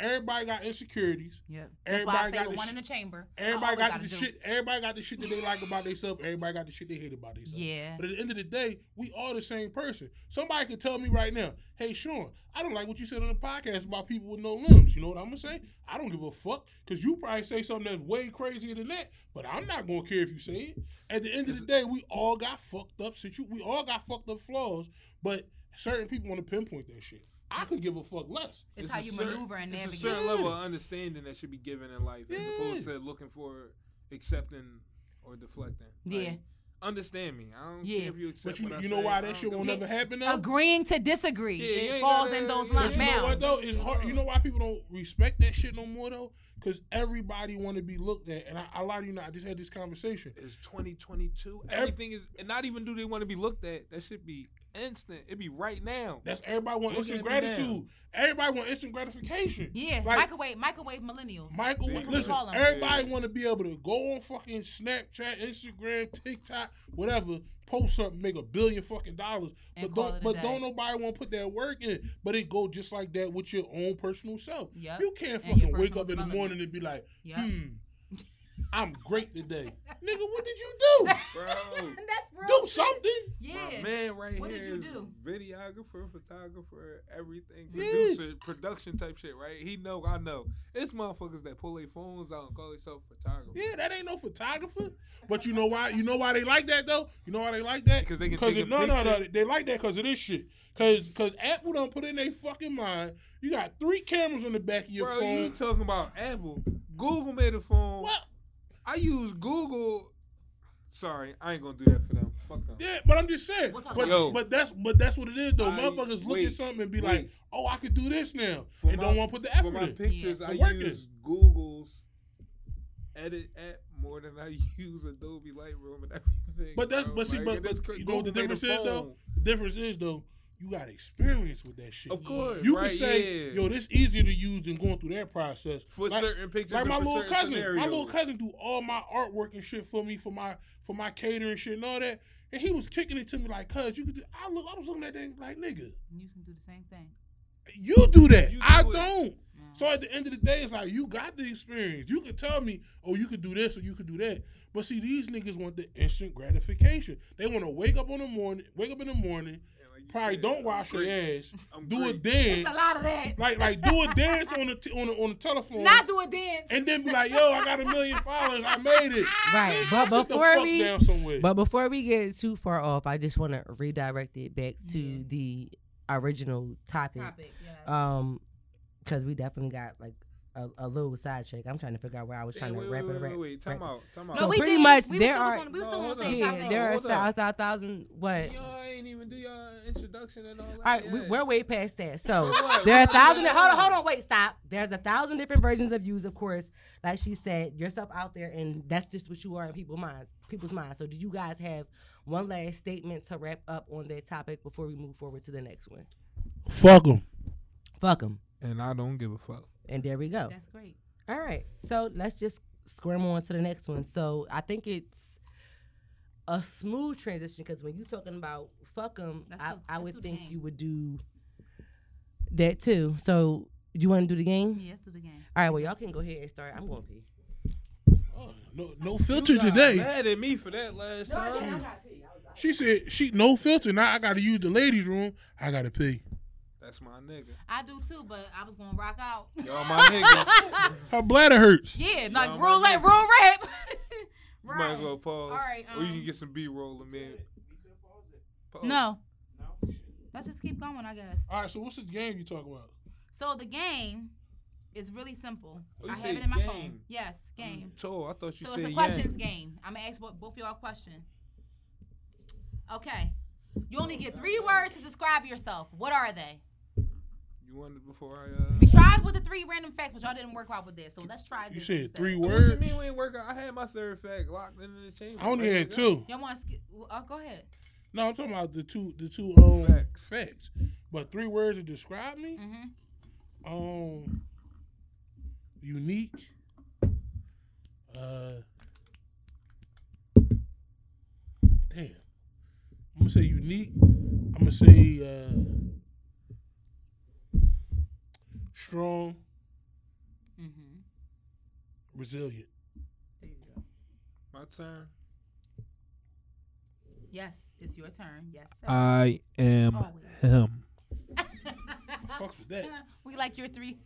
Everybody got insecurities.
Yeah. That's why I
Everybody
stay
got
with
the
one
sh-
in the chamber. I
Everybody
always
got
gotta
the
do-
shit. Everybody got the shit that they like about themselves. Everybody got the shit they hate about themselves.
Yeah.
But at the end of the day, we all the same person. Somebody could tell me right now, hey Sean, I don't like what you said on the podcast about people with no limbs. You know what I'm gonna say? I don't give a fuck because you probably say something that's way crazier than that. But I'm not gonna care if you say it. At the end of the day, we all got fucked up situ. We all got fucked up flaws. But certain people want to pinpoint that shit. I could give a fuck less.
It's how
a
you
certain-
maneuver and
It's a
navigate.
certain level of understanding that should be given in life, as opposed to looking for accepting or deflecting. Like,
Yeah.
understand me. I don't
Yeah.
care if you accept.
But you,
what I
you
say.
know why
I
that
don't
shit
give
won't
a-
never happen now.
Agreeing to disagree,
Yeah, you
it
ain't
falls
gotta-
in those
yeah, you
But
lines.
you know
Now,
what though? It's hard. You know why people don't respect that shit no more though? Because everybody want to be looked at, and I, I lie to you not. I just had this conversation.
It's 2022. Everything is, and not even do they want to be looked at. That should be instant. It be right now.
That's everybody want
Look
instant
at me now.
gratitude. Everybody want instant gratification.
yeah,
Like-
microwave, microwave millennials.
Michael,
That's what we
listen.
call 'em.
Everybody
Yeah.
want to be able to go on fucking Snapchat, Instagram, TikTok, whatever, post something, make a billion fucking dollars,
And
but
call it
don't,
a
but
day.
don't nobody want to put that work in. But it go just like that with your own personal self.
Yep.
You can't
And your
fucking wake
personal
up in the
development.
morning and be like,
Yep.
hmm, I'm great today, nigga. What did you
Bro,
do?
That's real.
Do
shit.
something.
my
Yeah.
man, right
What
here
did you
is
do?
videographer, photographer, everything,
Yeah.
producer, production type shit. Right? He know, I know. It's motherfuckers that pull their phones out and call themselves photographer.
Yeah, that ain't no photographer. But you know why? You know why they like that though? You know why they like that?
'Cause they can
Cause
take
it-
a
no, no, no.
picture.
They like that because of this shit. Cause, cause Apple done put in their fucking mind. You got three cameras on the back of your
Bro,
phone.
you talking about Apple? Google made a phone.
what?
I use Google. Sorry, I ain't gonna do that for them. Fuck them.
Yeah, but I'm just saying.
We'll talk
But,
about it.
but that's but that's what it is though.
I-
Motherfuckers look
wait,
at something and be
wait.
like, "Oh, I could do this now,"
For
and
my-
don't want to put the effort
For my
in.
pictures,
Yeah.
I
It working.
use Google's edit app more than I use Adobe Lightroom and everything.
But that's
bro.
but see,
Like,
but,
and
but
that's cra-
you know what the
Google made a
difference is though.
phone.
The difference is though. You got experience with that shit.
Of course,
You
right,
can say,
yeah.
"Yo, this easier to use than going through that process."
for
Like-
certain pictures,
like
and
my
for
little
certain
cousin. My
scenarios.
little cousin do all my artwork and shit for me for my for my catering shit and all that. And he was kicking it to me like, "Cuz you could." Do, I look. I was looking at that like, "Nigga,
You can do the same thing.
you do that.
You
I
do it."
don't."
No.
So at the end of the day, it's like you got the experience. You could tell me, "Oh, you could do this or you could do that." But see, these niggas want the instant gratification. They want to wake up on the morning, wake up in the morning,
And like you
probably
said.
don't
I'm
wash your
great.
ass.
I'm
Do a
great.
It's
dance.
a lot of that.
Like like do a dance on the t- on the, on the telephone.
Not do a dance.
and then be like, yo, I got a million followers. I made it.
Right, but
Sit the
before
fuck
we-
down somewhere.
But before we get too far off, I just want to redirect it back to
Yeah.
the original topic.
Topic, yeah.
Um, because we definitely got like a, a little sidetrack. I'm trying to figure out where I was
Hey,
trying
wait,
to wrap
wait,
it
wait,
around.
Wait, wait, time
wrap-
out, time out.
So
no, we
pretty
did.
much
we
there
were still
are-
on, we were
No,
still on
hold
the
up.
same
Yeah,
topic.
there are
Hold
thou-
up.
thou- thousands. What?
Y'all ain't even do y'all introduction and all that.
All right, we,
yet.
we're way past that. So
What?
there are a
What?
thousand. Hold on, hold on, wait, stop. There's a thousand different versions of yous, of course. Like she said, yourself out there, and that's just what you are in people's minds. People's minds. So do you guys have one last statement to wrap up on that topic before we move forward to the next one?
Fuck them.
Fuck them.
And I don't give a fuck.
And there we go.
That's great.
All right. So let's just squirm on to the next one. So I think it's a smooth transition because when you're talking about fuck 'em,
Let's
I,
do-
I
let's
would
do the
think
game.
you would do that too. So you want to do the game?
Yeah, let's do the game.
All right. Well, y'all can go ahead and start. I'm going to pee.
Oh, no, no filter today.
Mad at me for that last time.
She said she no filter. Now I gotta use the ladies' room. I gotta pee.
That's my nigga.
I do too, but I was gonna rock out.
Y'all my niggas.
Her bladder hurts.
yeah, like
my
real rap,
niggas.
real rap.
You Might as well
right.
pause.
All right,
or you
um,
can get some B roll and then. Pause.
No. Let's just keep going, I guess.
All right, so what's this game you talking about?
So the game is really simple.
Oh, you
I
say
have it in my phone.
game.
Yes, game.
Toll, I thought you
so
said
it's a
yeah.
questions game. I'm gonna ask both, both of y'all a question. Okay. You only get three words to describe yourself. What are they?
You wanted before I. Uh,
We tried with the three random facts, but y'all didn't work out with this. So let's try
You
this.
said
instead.
three
what
words.
you mean we ain't working? I had my third fact locked in the chamber.
I only
Ready
had
to go.
two.
Y'all want to skip? Oh, go ahead.
No, I'm talking about the two the two um,
Facts.
facts. But three words to describe me.
Mm-hmm.
Um, unique. Uh, damn. I'm gonna say unique. I'm gonna say uh, strong,
Mm-hmm.
resilient.
My turn.
Yes, it's your turn. Yes. sir.
I am
Always.
him.
Fuck with that.
we like your three.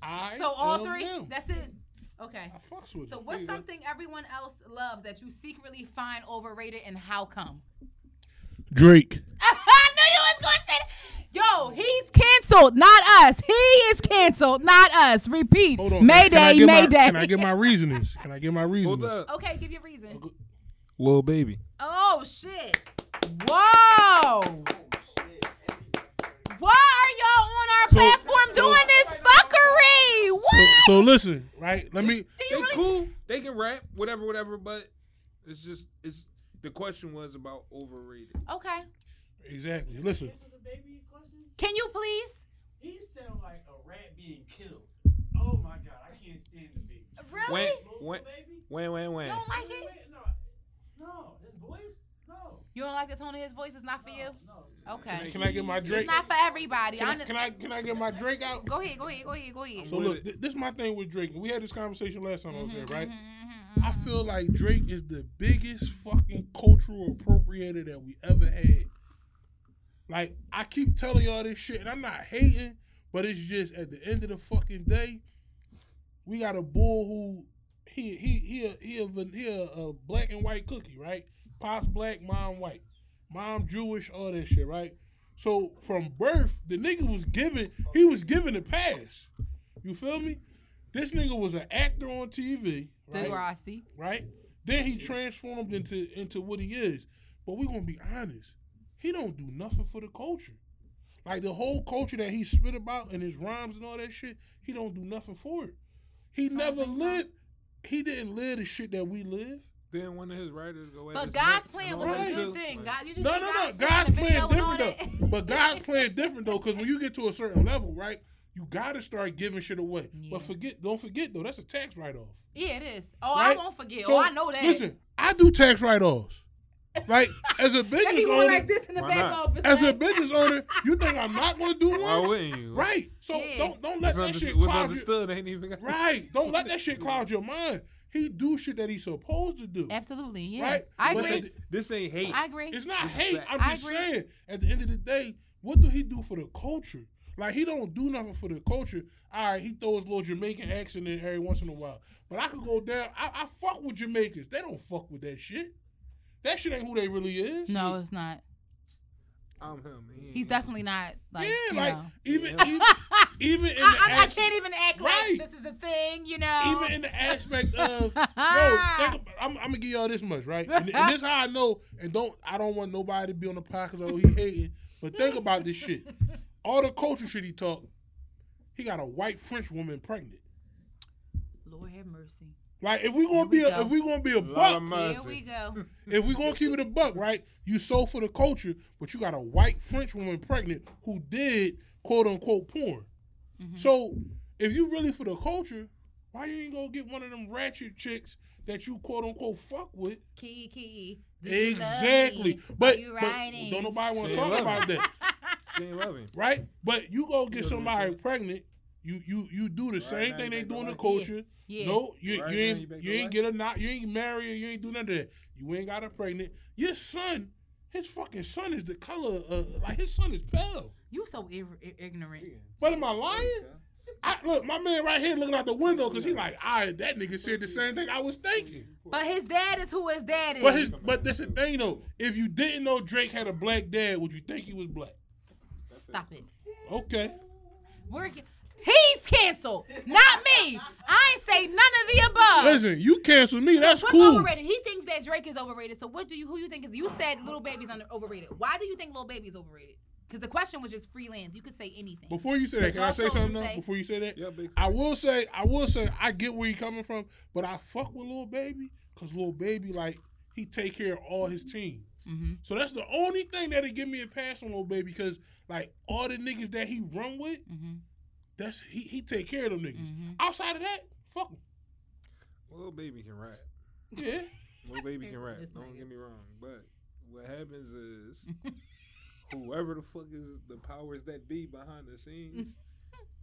I
so all
am
three.
him.
That's it. Okay.
I fucks with
So
it.
what's something everyone else loves that you secretly find overrated, and how come?
Drake.
I knew you was going to say that. Yo, he's canceled, not us. He is canceled, not us. Repeat.
Hold on. can I- can I
Mayday,
get my-
Mayday.
can I get my reasonings? Can I get my
Hold
reasonings?
up,
okay, give your reason.
little baby.
Oh shit! Whoa! Why are y'all on our
So-
platform
so-
doing this fuckery?
So,
What?
so listen, right? Let me.
Do
They
you really?
cool. They can rap, whatever, whatever. But it's just it's. The question was about overrated.
Okay.
Exactly. Listen.
Answer the baby question.
Can you please?
He sound like a rat being killed. Oh my god, I can't stand the baby.
Really?
When,
Local
when,
baby?
when, when, when.
You don't like
Wait,
it?
wait, no, no, his voice, no.
You don't like the tone of his voice? It's not for
No,
you.
it's-
Okay.
Can I get my
It's
Drake?
not for everybody.
Can I,
Honest-
can I can I get my Drake out?
Go ahead. Go ahead. Go ahead. Go ahead.
So
With
look,
it.
th- this is my thing with Drake. We had this conversation last time I
Mm-hmm,
was here, right?
Mhm, mhm,
I
mhm.
feel like Drake is the biggest fucking cultural appropriator that we ever had. Like I keep telling y'all this shit, and I'm not hating, but it's just at the end of the fucking day, we got a bull who he he he a, he a, van- he a, a black and white cookie, right? Pops black, mom white, mom Jewish, all that shit, right? So from birth, the nigga was given he was given a pass. You feel me? This nigga was an actor on TV,
mm-hmm.
right?
Degrassi.
right? Then he transformed into into what he is. But we're gonna be honest, he don't do nothing for the culture. Like the whole culture that he spit about and his rhymes and all that shit, he don't do nothing for it. He never
think so.
lived. He didn't live the shit that we live.
Then one of his writers go at
But
his
God's
neck
plan
and
was
all
a
Right.
that
good
too.
thing.
Like,
God, you just
No,
think
no, no.
God's
God's
plan
playing
and video
different
and all
though.
that?
But God's playing different though, because when you get to a certain level, right, you gotta start giving shit away. But
Yeah.
forget, don't forget though, that's a tax write off.
Yeah, it is. Oh, I
Right?
won't forget.
So,
oh, I know that.
Listen, I do tax write offs. Like as a
Let me
business
one
owner,
like this in the
Why
back
not?
office.
as a
like,
business owner, you think I'm not going to do
Why
one?
wouldn't you?
Right. So
Yeah.
don't don't
What's,
let that
under-
shit
what's
cloud your
understood ain't even. got-
right. Don't let that shit cloud your mind. He do shit that he's supposed to do.
Absolutely, yeah.
Right?
I
But
agree.
at the-
This ain't hate.
I agree.
It's not
This is
hate.
fact.
I'm
I
just
agree.
saying. At the end of the day, what do he do for the culture? Like he don't do nothing for the culture. All right, he throws a little Jamaican accent in every once in a while. But I could go down. I, I fuck with Jamaicans. They don't fuck with that shit. That shit ain't who they really is.
no, it's not.
I'm him. He ain't
Um, He's
him.
definitely not like
yeah,
you
like
know.
even
Yeah.
even even in the
I, I, I
accent-
can't even act
Right.
like this is a thing, you know.
even in the aspect of yo,
Ah!
think about, I'm, I'm gonna give y'all this much, right? And, and this how I know, and don't I don't want nobody to be on the podcast oh he hating, but think about this shit. All the culture shit he talk, he got a white French woman pregnant.
Lord have mercy.
Like if we gonna
we
be a,
go.
if we gonna be a
Lot of
buck,
Here
mercy.
we go.
if we gonna keep it a buck, right? You so for the culture, but you got a white French woman pregnant who did quote unquote porn.
Mm-hmm.
So if you really for the culture, why you ain't gonna get one of them ratchet chicks that you quote unquote fuck with?
Kiki. do you love
Exactly.
me? Are
But,
you
but
riding?
don't nobody want
Say
to talk
eleven.
about that,
She ain't love him.
right? But you go get
Doesn't
somebody
make
pregnant. You you you do the same
now
thing
you
they
back
do
to
in the
life.
culture.
Yeah.
No, you,
Right
you
now
ain't
you back to
you ain't
life.
get a not you ain't marry her, you ain't do none of that. You ain't got her pregnant. Your son, his fucking son is the color of like his son is pale.
You so ir- ir- ignorant.
But am I lying? I, look, my man right here looking out the window because he like, I that nigga said the same thing I was thinking.
But his dad is who his dad is.
But his, but that's the thing though. If you didn't know Drake had a black dad, would you think he was black?
Stop it.
Okay.
We're he's canceled, not me. I ain't say none of the above.
Listen, you canceled me. That's
What's
cool.
overrated? He thinks that Drake is overrated. So what do you who you think is you said little baby's under overrated. Why do you think little baby is overrated? Because the question was just freelance. You could say anything.
Before you say that,
But
can I
y'all
say
told
something?
to
though?
say-
Before you say that,
Yeah, big.
I will say, I will say, I get where you're coming from, but I fuck with Lil Baby because Lil Baby, like, he take care of all his team.
Mhm.
So that's the only thing that'll give me a pass on Lil Baby because, like, all the niggas that he run with,
Mhm.
that's he, he take care of them niggas.
Mhm.
Outside of that, fuck 'em.
Little baby can rap.
Yeah.
Little baby can rap.
This
Don't
nigga.
get me wrong. But what happens is, whoever the fuck is the powers that be behind the scenes,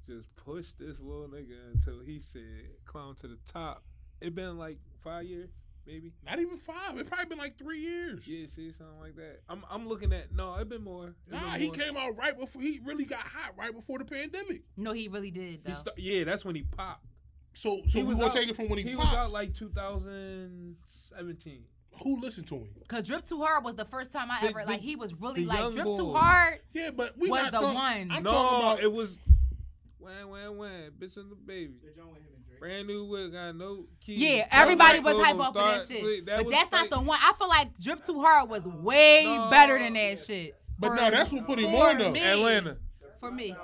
just push this little nigga until he said clown to the top. It been like five years, maybe.
Not even five. It probably been like three years.
Yeah, see something like that. I'm I'm looking at no. It been more. It
Nah,
been
he
more.
came out right before he really got hot right before the pandemic.
No, he really did though.
He sta- yeah, that's when he popped.
So, so
he
we
was
gonna
out-
take it from when he,
He was
popped.
out like 2017.
Who listened to him?
Cause drip too hard was the first time I
The-
ever
the-
like he was really
the
like
young
drip too
boys.
hard.
Yeah, but we
Was
not
the
talking-
one.
I'm
no,
talking about
it was wham wham wham, bitch and the baby.
They're joined with him and Drake.
Brand new whip, got no keys.
Yeah,
That
everybody
white
was hype
clothes
up for that
start
shit.
with- that
but
was
that's
like-
not the one. I feel like drip too hard was way
No,
better than that
yeah.
shit.
But
For-
no, that's what put him
for
on though.
me.
Oh, Atlanta.
for me.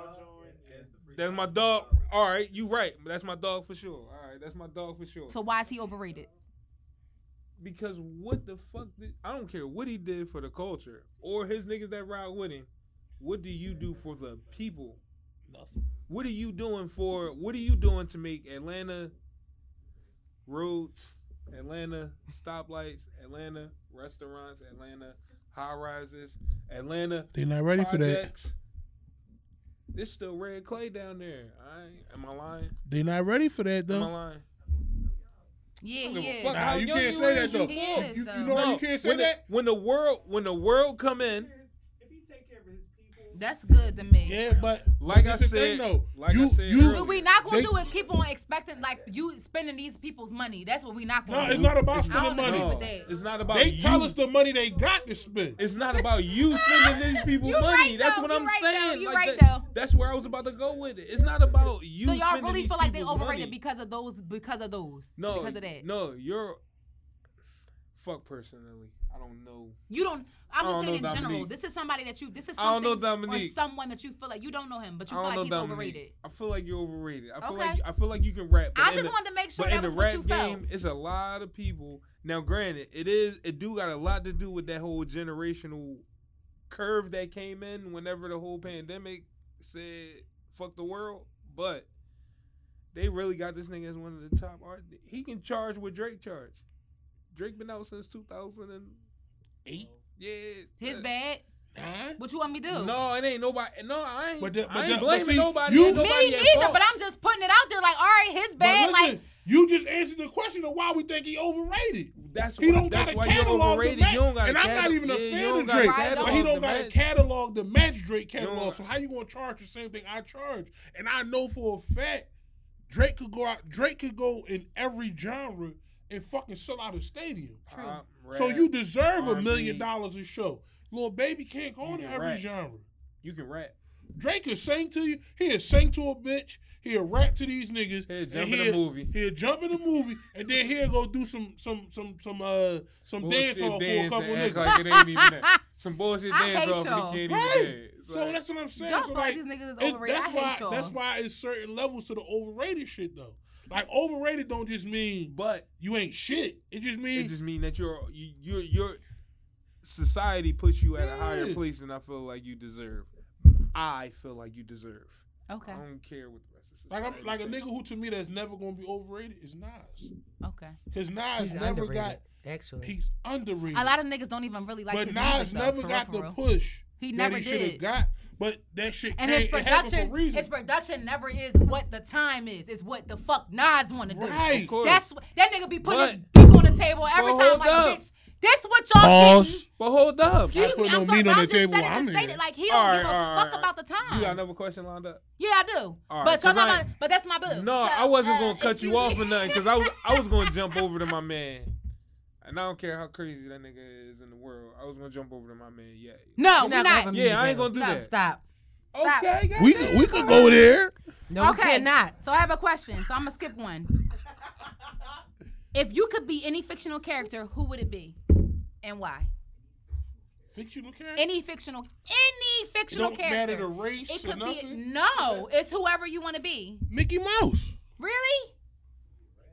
That's my dog. All right, you right. That's my dog for sure. All right, that's my dog for sure.
So why is he overrated?
because what the fuck? Did, I don't care what he did for the culture or his niggas that ride with him. What do you do for the people?
Nothing.
What are you doing for? What are you doing to make Atlanta roads, Atlanta stoplights, Atlanta restaurants, Atlanta high rises, Atlanta
They're not ready for that.
projects? This still red clay down there. I ain't, am I lying?
They're not ready for that
Am I
though.
lying?
Yeah,
don't give
he
a
is.
fuck.
Nah,
How
you
young
can't
you
say
is,
that though.
you is,
You, you
though.
know why you can't say
when the-
that?
when the world when the world come in,
If he take care of his people,
That's good to me.
Yeah, but
like I
that's the thing,
said,
though.
like I
You-
said,
you-
earlier,
What we not gonna
They-
do is keep on expecting like you spending these people's money. That's what we not
no,
gonna
it's
do.
not about
It's
spending
not- I don't agree
money.
with that.
It's not about
They
you.
tell us the money they got to spend.
It's not about you spending these people
You
money.
right,
that's
though.
what
You
I'm
right, though.
saying.
You
Like,
right,
that-
though.
that's where I was about to go with it. It's not about you.
so y'all
spending
really
these
feel like they
people's
overrated
money.
because of those because of those
no,
because of that.
No, you're fuck personally. I don't know.
You don't.
I
I'm
don't
just saying in
know
general.
Dominique.
This is somebody that you. This is
I don't know
something or
Dominique.
someone that you feel like you don't know him, but you
I
feel
don't
like
know
he's
Dominique.
overrated.
I feel like you're overrated. I
Okay.
feel like I feel like you can rap. but
I
in
just
the-
wanted to make sure
but
that
in the
was what
rap
you
game,
felt.
it's a lot of people. Now, granted, it is it do got a lot to do with that whole generational curve that came in whenever the whole pandemic said "fuck the world," but they really got this nigga as one of the top art. He can charge what Drake charged. Drake been out since two thousand and
Eight,
yeah.
His
uh,
bad.
nine.
What you want me to do?
No, it ain't nobody. No, I ain't.
But the- but
I ain't
the- but
blaming
see,
nobody.
you-
Ain't
Me
Me
nobody at
neither.
fault.
But I'm just putting it out there. Like, all right, his bad.
listen,
like,
You just answered the question of why we think he overrated.
That's
He
why-
don't
that's
got a
why
catalog
you're
to
overrated.
match.
You don't got a
and I'm not
catalog.
even a
Yeah, you
fan
don't
of
got a
Drake.
catalog
But he
to
don't got a
match.
catalog to match Drake catalog.
don't-
So how you gonna charge the same thing I charge? And I know for a fact Drake could go out. Drake could go in every genre and fucking sell out a stadium.
Pop,
So
rap.
you deserve a
R&B.
million dollars a show. Little baby can't go
You
into
can
every
rap.
genre.
you can rap.
Drake could sing to you. He'll sing to a bitch. He'll rap to these niggas.
He'll
and
jump in a movie.
He'll jump in a movie, and then he'll go do some some some some uh some dance
Bullshit
hall for a
dance
couple
and act
niggas.
like it ain't even that. Some bullshit
I
dance
hate
off
y'all.
and he can't even
right.
dance.
So that's what I'm saying.
Y'all
so
feel
like,
like these niggas is
it-
overrated. I
That's
hate
why
y'all.
that's why it's certain levels to the overrated shit though. Like overrated don't just mean
but
you ain't shit. It just
it
means
just means that your you, your your society puts you at a higher
Yeah.
place than I feel like you deserve. I feel like you deserve.
Okay.
I don't care what the rest of
like
society.
I'm, like a
thinks.
nigga who to me that's never gonna be overrated is Nas.
Okay.
Cause Nas
He's
never
underrated.
got
actually,
he's underrated.
A lot of niggas don't even really like
but
his
Nas
music, though,
never
for real,
got
for
the
real.
push
He
that
never
he should have
did.
got. But that shit
And
came,
his
it happened
production,
for a reason.
his production never is what the time is. It's what the fuck Nas want to do.
Right.
Of course.
That's what- that nigga be putting
But-
his dick on the table every
but
time,
hold
like
up.
bitch. This what y'all
Pause.
getting?
But hold up.
Excuse-
Excuse
put
me,
no
I'm
meat
sorry,
on
but
the
I'm just
table
saying
while
it
I'm
to say
here.
that like he
All
don't
right,
give a
all right,
fuck
all
about the time.
You got another question lined up?
Yeah, I do.
All right,
but y'all
'cause
not
I
my,
ain't-
but that's my boo.
No,
So,
I wasn't
uh,
gonna cut you
excuse
off
me.
or nothing because I was I was gonna jump over to my man, and I don't care how crazy that nigga is in the world. I was gonna jump over to my man. Yeah.
No,
You're
we're
not
not.
gonna-
Yeah, I ain't gonna do
no,
that.
stop.
Stop.
Okay,
we
goddamn.
could, we could go there.
No,
okay.
okay. cannot.
So I have a question. So I'm gonna skip one. If you could be any fictional character, who would it be, and why?
Fictional character.
Any fictional, any
It
fictional
don't matter the
character.
race
It
or
could be
nothing.
no. It's whoever you want to be.
Mickey Mouse.
Really?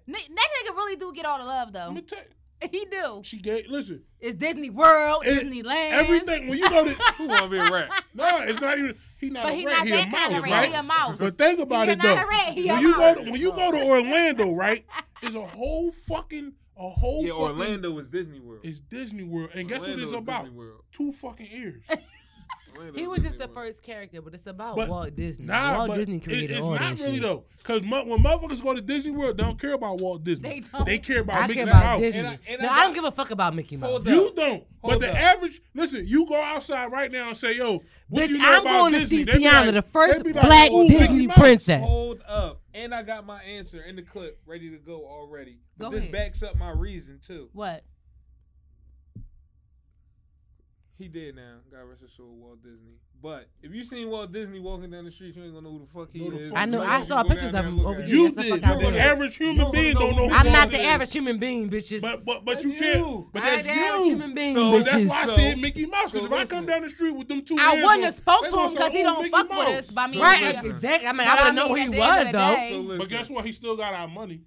Ni- That nigga really do get all the love
Let
though.
me tell you.
He do.
She gave. Listen,
It's Disney World,
It-
Disneyland.
everything when you go
Who
to.
wanna be a rat?
No, it's not even. He not
But
a
he
rat.
not
he
that
a
kind
mouse,
of rat.
right?
He a mouse.
But think about
He
it
not
though.
a rat. He
when
a
you
mouse.
go to, when you go to Orlando, right? It's a whole fucking a whole.
Yeah,
fucking,
Orlando is Disney World.
is Disney World, and guess
Orlando
what it's
is
about?
Disney World.
Two fucking ears.
Orlando
He
is
was just
Disney
the
World.
first character, but it's about
But-
Walt Disney.
Nah,
Walt
but
Disney
it-
created
it's
all
not
that
really
shit.
though, because when motherfuckers go to Disney World, they don't care about Walt Disney.
They don't.
care about
I
Mickey
care about
Mouse.
Disney.
And I- and
no,
I
I don't
got-
give a fuck about Mickey Mouse.
Hold
You-
up.
You don't. but
Hold
the
up.
average, listen, you go outside right now and say, "Yo, what
Bitch,
you know
I'm
about
going to
Disney?"
see
They be
Tiana,
like-
the first
they be like,
black
"Oh, Mickey
Disney
Mouse."
princess.
Hold up, and I got my answer in the clip ready to go already. But
Go
this
ahead.
backs up my reason too.
What?
He did now. God rest his soul, Walt Disney. But if you seen Walt Disney walking down the street, you ain't gonna know who the fuck he
Know the
is.
fuck I know.
You
I
ain't
saw
gonna go
pictures
down
of
there
him
and
over
look at
here.
You
That's the
did.
fuck I
You're the
did.
average human
You
being.
don't
Don't know.
know
who
who
I'm
Walt
not
Disney
the
is.
average human being, bitches.
But but but
That's
you can't.
you.
But
I
that's
ain't the average
you.
human being,
So that's
bitches.
why I
So-
said Mickey Mouse.
so
Because if I come
listen.
down the street with them two,
I
hands
wouldn't
on-
have spoke
they
to
gonna
him
say,
because he
"Oh,
don't
Mickey
fuck with
Mouse."
us. But I mean,
right,
yeah.
that's listen.
exactly. I mean,
But
I
I
don't know
mean,
who
at
he
the end of
was
the
though.
day-
So listen,
But guess what? He still got our money.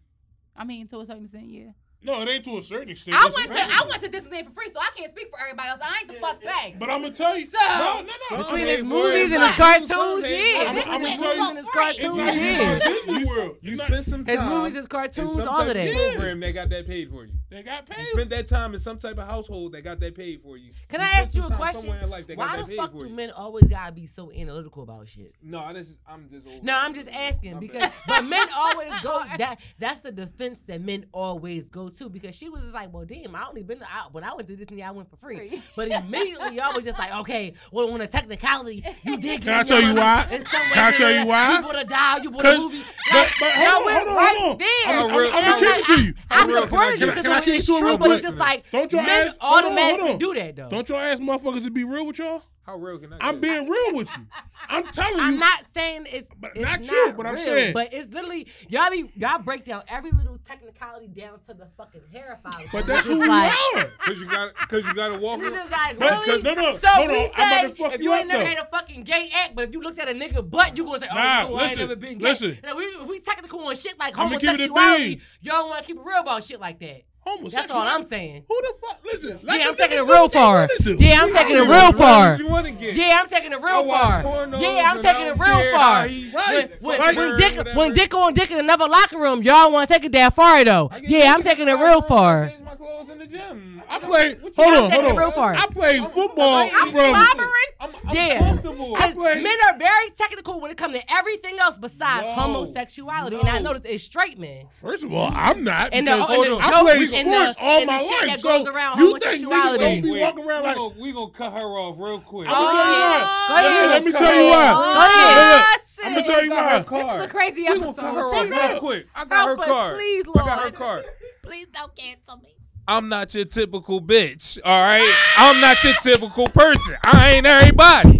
I mean, to a certain extent, yeah.
No, it ain't to a certain extent.
I
That's
went to
crazy.
I went to Disneyland for free, so I can't speak for everybody else. I ain't the fuck back.
But I'm gonna tell you,
So-
no, no, no.
Some
Between
pay
his
for
movies
it,
and his
but-
cartoons,
Some pay for
yeah.
it.
This nigga
I'm gonna tell you-
movies and his
It's
It's
Two
not
cartoons,
even
yeah.
about Disney World.
You
It's not-
spent some time.
His movies, his
in
cartoons,
some
all of
type
that.
Program that got that paid for you.
They got paid.
You spent that time in some type of household that got that paid for you.
Can
you
I
spent
ask
some
you a
time
question?
somewhere in life that got
Why
that
the
paid
fuck
for
do
you.
men always gotta be so analytical about shit?
No, this is, I'm just. Over
No,
it.
I'm just asking
My
because
bad.
but men always go that that's the defense that men always go to because she was just like, well, damn, I only been I, when I went to Disney, I went for free.
Free.
But immediately y'all was just like, okay, well, on a technicality, you did.
Can I
give
tell
your
you
money
why?
in some way,
Can I tell you why?
You bought a doll, you bought a
'Cause-
movie. Like,
but- but hold
y'all
on,
went
hold on,
right
hold on.
there.
I'm a real-
And
I'm
like,
giving it to you.
I, I
I'm real-
supported you
can I-
because
can I
it
keep
was
it real
true, but
quick?
it's just like
Don't y'all
men
ask- hold on, hold
automatically
on.
do that though.
Don't y'all ask motherfuckers to be real with y'all?
How real can I? get?
I'm being real with you. I'm telling you.
I'm not saying it's,
But
it's
not you, but I'm
real,
saying-
But it's literally y'all be, y'all break down every little technicality down to the fucking hair follicle.
But
It's
that's who
just
we
like,
are.
Cause you got. Cause you got to walk.
You're
up-
just like
But-
really.
'cause- no, no,
so
hold on,
we
I'm about to
say
fuck
if
you
you
up,
ain't never
though.
had a fucking gay act, but if you looked at a nigga butt, you gonna say, oh,
Nah,
no, I ain't
listen,
never been gay.
listen.
Now, we, we technical on shit like
I'ma keep it a
homosexuality.
bean.
Y'all want to keep it real about shit like that. That's all
Homosexual.
I'm saying.
Who the fuck? Listen. let
Yeah,
the
I'm taking
niggas
it
do
real
what they
far.
wanna do.
Yeah, I'm taking it
As
real
real
far.
as You want to get?
Yeah, I'm taking it
I
real
watch
far.
pornos
Yeah, I'm
and
taking it
I'm
real
scared how
far.
he's
When,
like
when,
fucking
when
bird,
Dick
whatever.
when Dick on Dick in another locker room, y'all want to take it that far though.
I get
Yeah, I'm
naked
taking
in
it
the
real
bathroom, I
far.
change my
clothes in the gym. I played. Hold
I'm
on,
taking
hold
the
on.
real part.
I played football
oh, I'm
from.
slobbering.
I'm, I'm
Yeah.
comfortable. I
Because
played.
men are very technical when it comes to everything else besides
No.
homosexuality. And I
No.
noticed it's straight men.
First of all, I'm not.
And the- oh,
because
and the
I
jokes
played
and the-
sports all
and the
my
shit
life.
that
so
goes around
you think niggas don't
homosexuality.
be
Wait,
walking around
we
like?
gonna, we gonna cut her off real quick.
Oh
I'm gonna tell you why.
Go ahead.
Let me
Oh,
tell you why.
shit.
I'm gonna tell you
I got her
why.
car.
This is a crazy
we gonna cut her
episode.
off
Jesus.
real quick. I got
Help
her
us,
card.
please,
I got her
Lord.
card.
Please don't cancel me.
I'm not your typical bitch, all right? I'm not your typical person. I ain't everybody.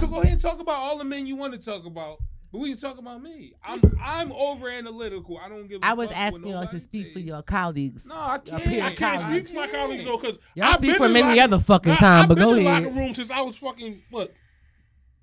So go ahead and talk about all the men you want to talk about, but we can talk about me. I'm I'm over analytical. I don't give. I
I was asking y'all to speak for your colleagues.
No, I can't.
peer
I can't speak for my
can't.
colleagues though, because
Y'all speak for many other fucking time,
I've
but
been
go
in
ahead.
locker room since I was fucking what,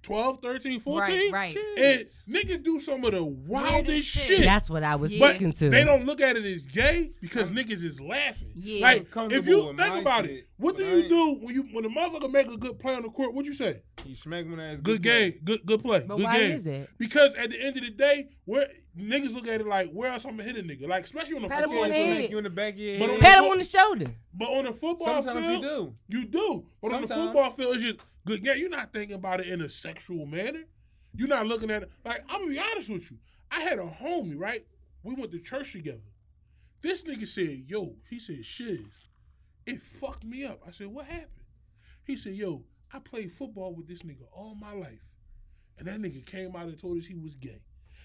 12, 13, 14?
Right, right.
And niggas do some of the wildest shit.
shit.
That's what I was
Yeah.
speaking to.
They don't look at it as gay because niggas is laughing.
Yeah.
Like
I'm
if
comfortable
you
with
think
my
about
shit,
it, what do
but I
you
ain't-
do when you when a motherfucker make a good play on the court? What you say?
You smack my ass.
Good game, good good play,
But
good
why
game.
is it?
Because at the end of the day, where niggas look at it like, where else I'm gonna hit a nigga? Like especially on the
Pat him
football
on the
field.
head.
You in the back of your
But
head.
on-
Pat him on the shoulder.
But on the football
Sometimes
field,
you do.
You do. But on the
Sometimes.
football field, it's just good game. You're not thinking about it in a sexual manner. You're not looking at it. Like, I'm gonna be honest with you. I had a homie, right? We went to church together. This nigga said, yo, he said, shiz. It fucked me up. I said, what happened? He said, yo, I played football with this nigga all my life. And that nigga came out and told us he was gay.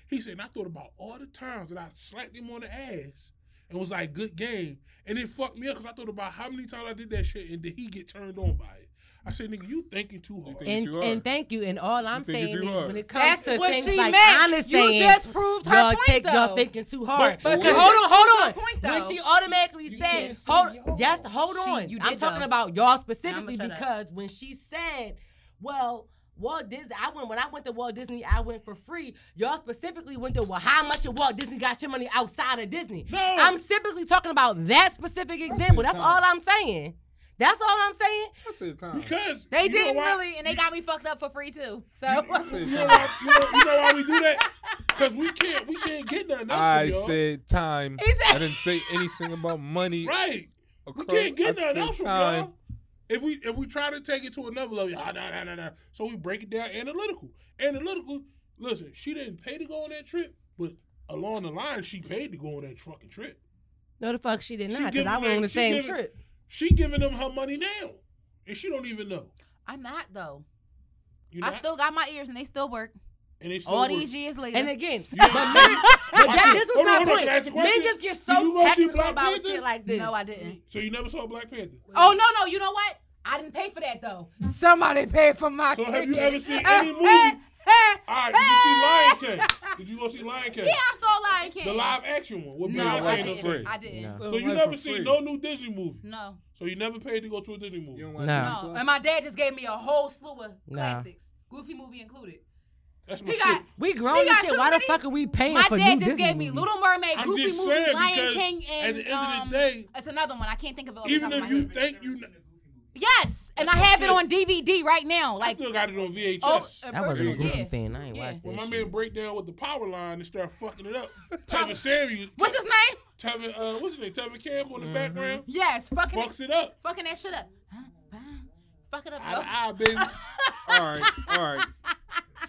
He said, and I thought about all the times that I slapped him on the ass and was like, good game. And it fucked me up because I thought about how many times I did that shit and did he get turned on by it. I said, nigga, you thinking too hard.
think-
And
you are.
and thank you. And all I'm
think
saying
that
is
you are.
when it comes
That's
to
what
things
she
like
meant.
honest
you
saying,
just proved her
y'all
point,
take
though.
y'all thinking too hard.
But- but
'Cause
you
hold
just
on, hold on.
proved her point,
when
though.
she automatically said,
can't say
hold,
y'all.
just hold
She-
on.
you
I'm
did,
talking
though.
about y'all
I'ma
specifically
shut up.
because when she said, well. Walt Disney. I went when I went to Walt Disney. I went for free. Y'all specifically went to well, how much of Walt Disney got your money outside of Disney?
No.
I'm specifically talking about that specific example. That's all I'm saying. That's all I'm saying.
That's his time.
because
They
you know
didn't
why-
really, and they got me fucked up for free too. So
You, you know why, you, know, you know why we do that? Because we can't we can't get nothing else
I
from y'all.
said time.
He said-
I didn't say anything about money.
right. We
across-
can't get
I
nothing
said
else from
time.
y'all. If we if we try to take it to another level, ah, nah, nah, nah, nah. So we break it down analytical. Analytical. Listen, she didn't pay to go on that trip, but along the line, she paid to go on that fucking trip.
No, the fuck she did
She
not. Because
giving
I went
them-
on the
she
same
giving-
trip.
She giving them her money now, and she don't even know.
I'm not though.
You know,
I still got my ears, and they still work
and they still
all
work.
these years later.
And again,
You know-
but
I
that,
can't-
this was
hold on,
my
hold on,
point.
can I ask a
Men
question?
just get
Did you
so
go see
technical
Black
about
Panther?
shit like this.
no, I didn't.
So you never saw Black Panther.
Oh no, no. You know what? I didn't pay for that though. Somebody paid for my
Mm-hmm. So
ticket.
have you ever seen any movie? All right, did you see Lion King? Did you go see Lion King?
yeah, I saw Lion King.
The live action one. With
no,
Beyonce
I
and them
didn't.
free.
I didn't.
No.
So you
Life
never
for
seen
free.
no new Disney movie.
No.
So you never paid to go to a Disney movie.
You don't watch
No.
No,
Disney
and
Plus?
my dad just gave me a whole slew of
Nah.
classics, Goofy movie included.
That's my
He
shit.
got
We
We
grown and
got
shit.
so
Why the
many-
fuck are we paying
my
for
dad
new
just
Disney
gave me
movies?
Little Mermaid,
I'm
Goofy
just
movie,
saying
Lion
because
King, and
at the end
um,
of the day,
it's another one I can't think of it. off the
even
top of my
if you
head.
think you, kn-
yes, and I
That's my
have it
shit.
on DVD right now.
I
Like
still got it on VHS.
oh,
I wasn't a
original,
Goofy
yeah.
fan. I ain't
Yeah.
watched that.
when my
shit.
man break down with the power line and start fucking it up, Tevin Samuel,
What's his name?
Tevin, uh, what's his name? Tevin Campbell in
Mm-hmm.
the background
Yes, fucking it,
fucks it up.
fucking that shit up. Huh? Huh? Fuck it up.
Eye
yo.
to eye, baby.
All right, all right.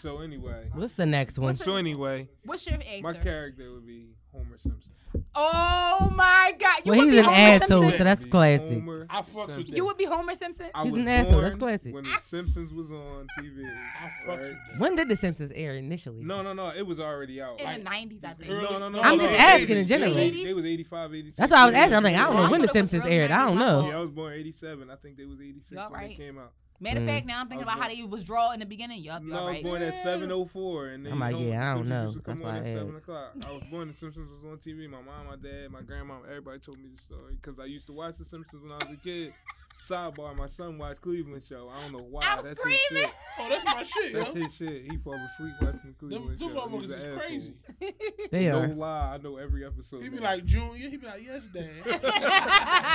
So anyway,
What's the next one?
so anyway,
What's your answer?
my character would be Homer Simpson.
oh my god, you
Well,
would
he's
be
an
Homer
asshole,
Simpson?
so that's
Be
classic.
Homer
I fucks with
Simpson.
that.
You would be Homer Simpson.
I
He's
was
an asshole,
born
that's classic.
When The Simpsons was on TV.
I
right?
fucks with that.
When did The Simpsons air initially?
No, no, no. It was already out.
in
Like,
the nineties, I think.
Early-
no, no, no.
I'm
no,
just
no,
asking in
80s.
general.
They, they was 85, 86.
That's why I was asking. I'm like, I don't
Well,
know
I
when The
thought it was
Simpsons
really
aired. I don't
90s.
know.
Yeah.
Yeah, I was born 87. I think they was 86
Y'all
when
right.
they came out.
Matter of
Mm.
fact, now I'm thinking about how they was draw in the beginning. Yup,
No,
y'all
I was
right.
born at 7:04, and then
I'm like,
you know,
yeah, I don't
Simpsons
know.
used to come
That's
on
why
at
I
seven
asked.
o'clock. I was born. The Simpsons was on TV. My mom, my dad, my grandma, everybody told me the story because I used to watch the Simpsons when I was a kid. Sidebar: My son watched Cleveland show. I don't know why.
I'm
That's his
screaming.
shit.
Oh, that's my shit, yo.
That's his shit. He fall asleep watching the
Them,
Cleveland
them
show. He's
motherfuckers
an
is
asshole.
crazy.
They
No
are.
lie, I know every episode.
He be
man.
like, Junior. He be like, yes, Dad.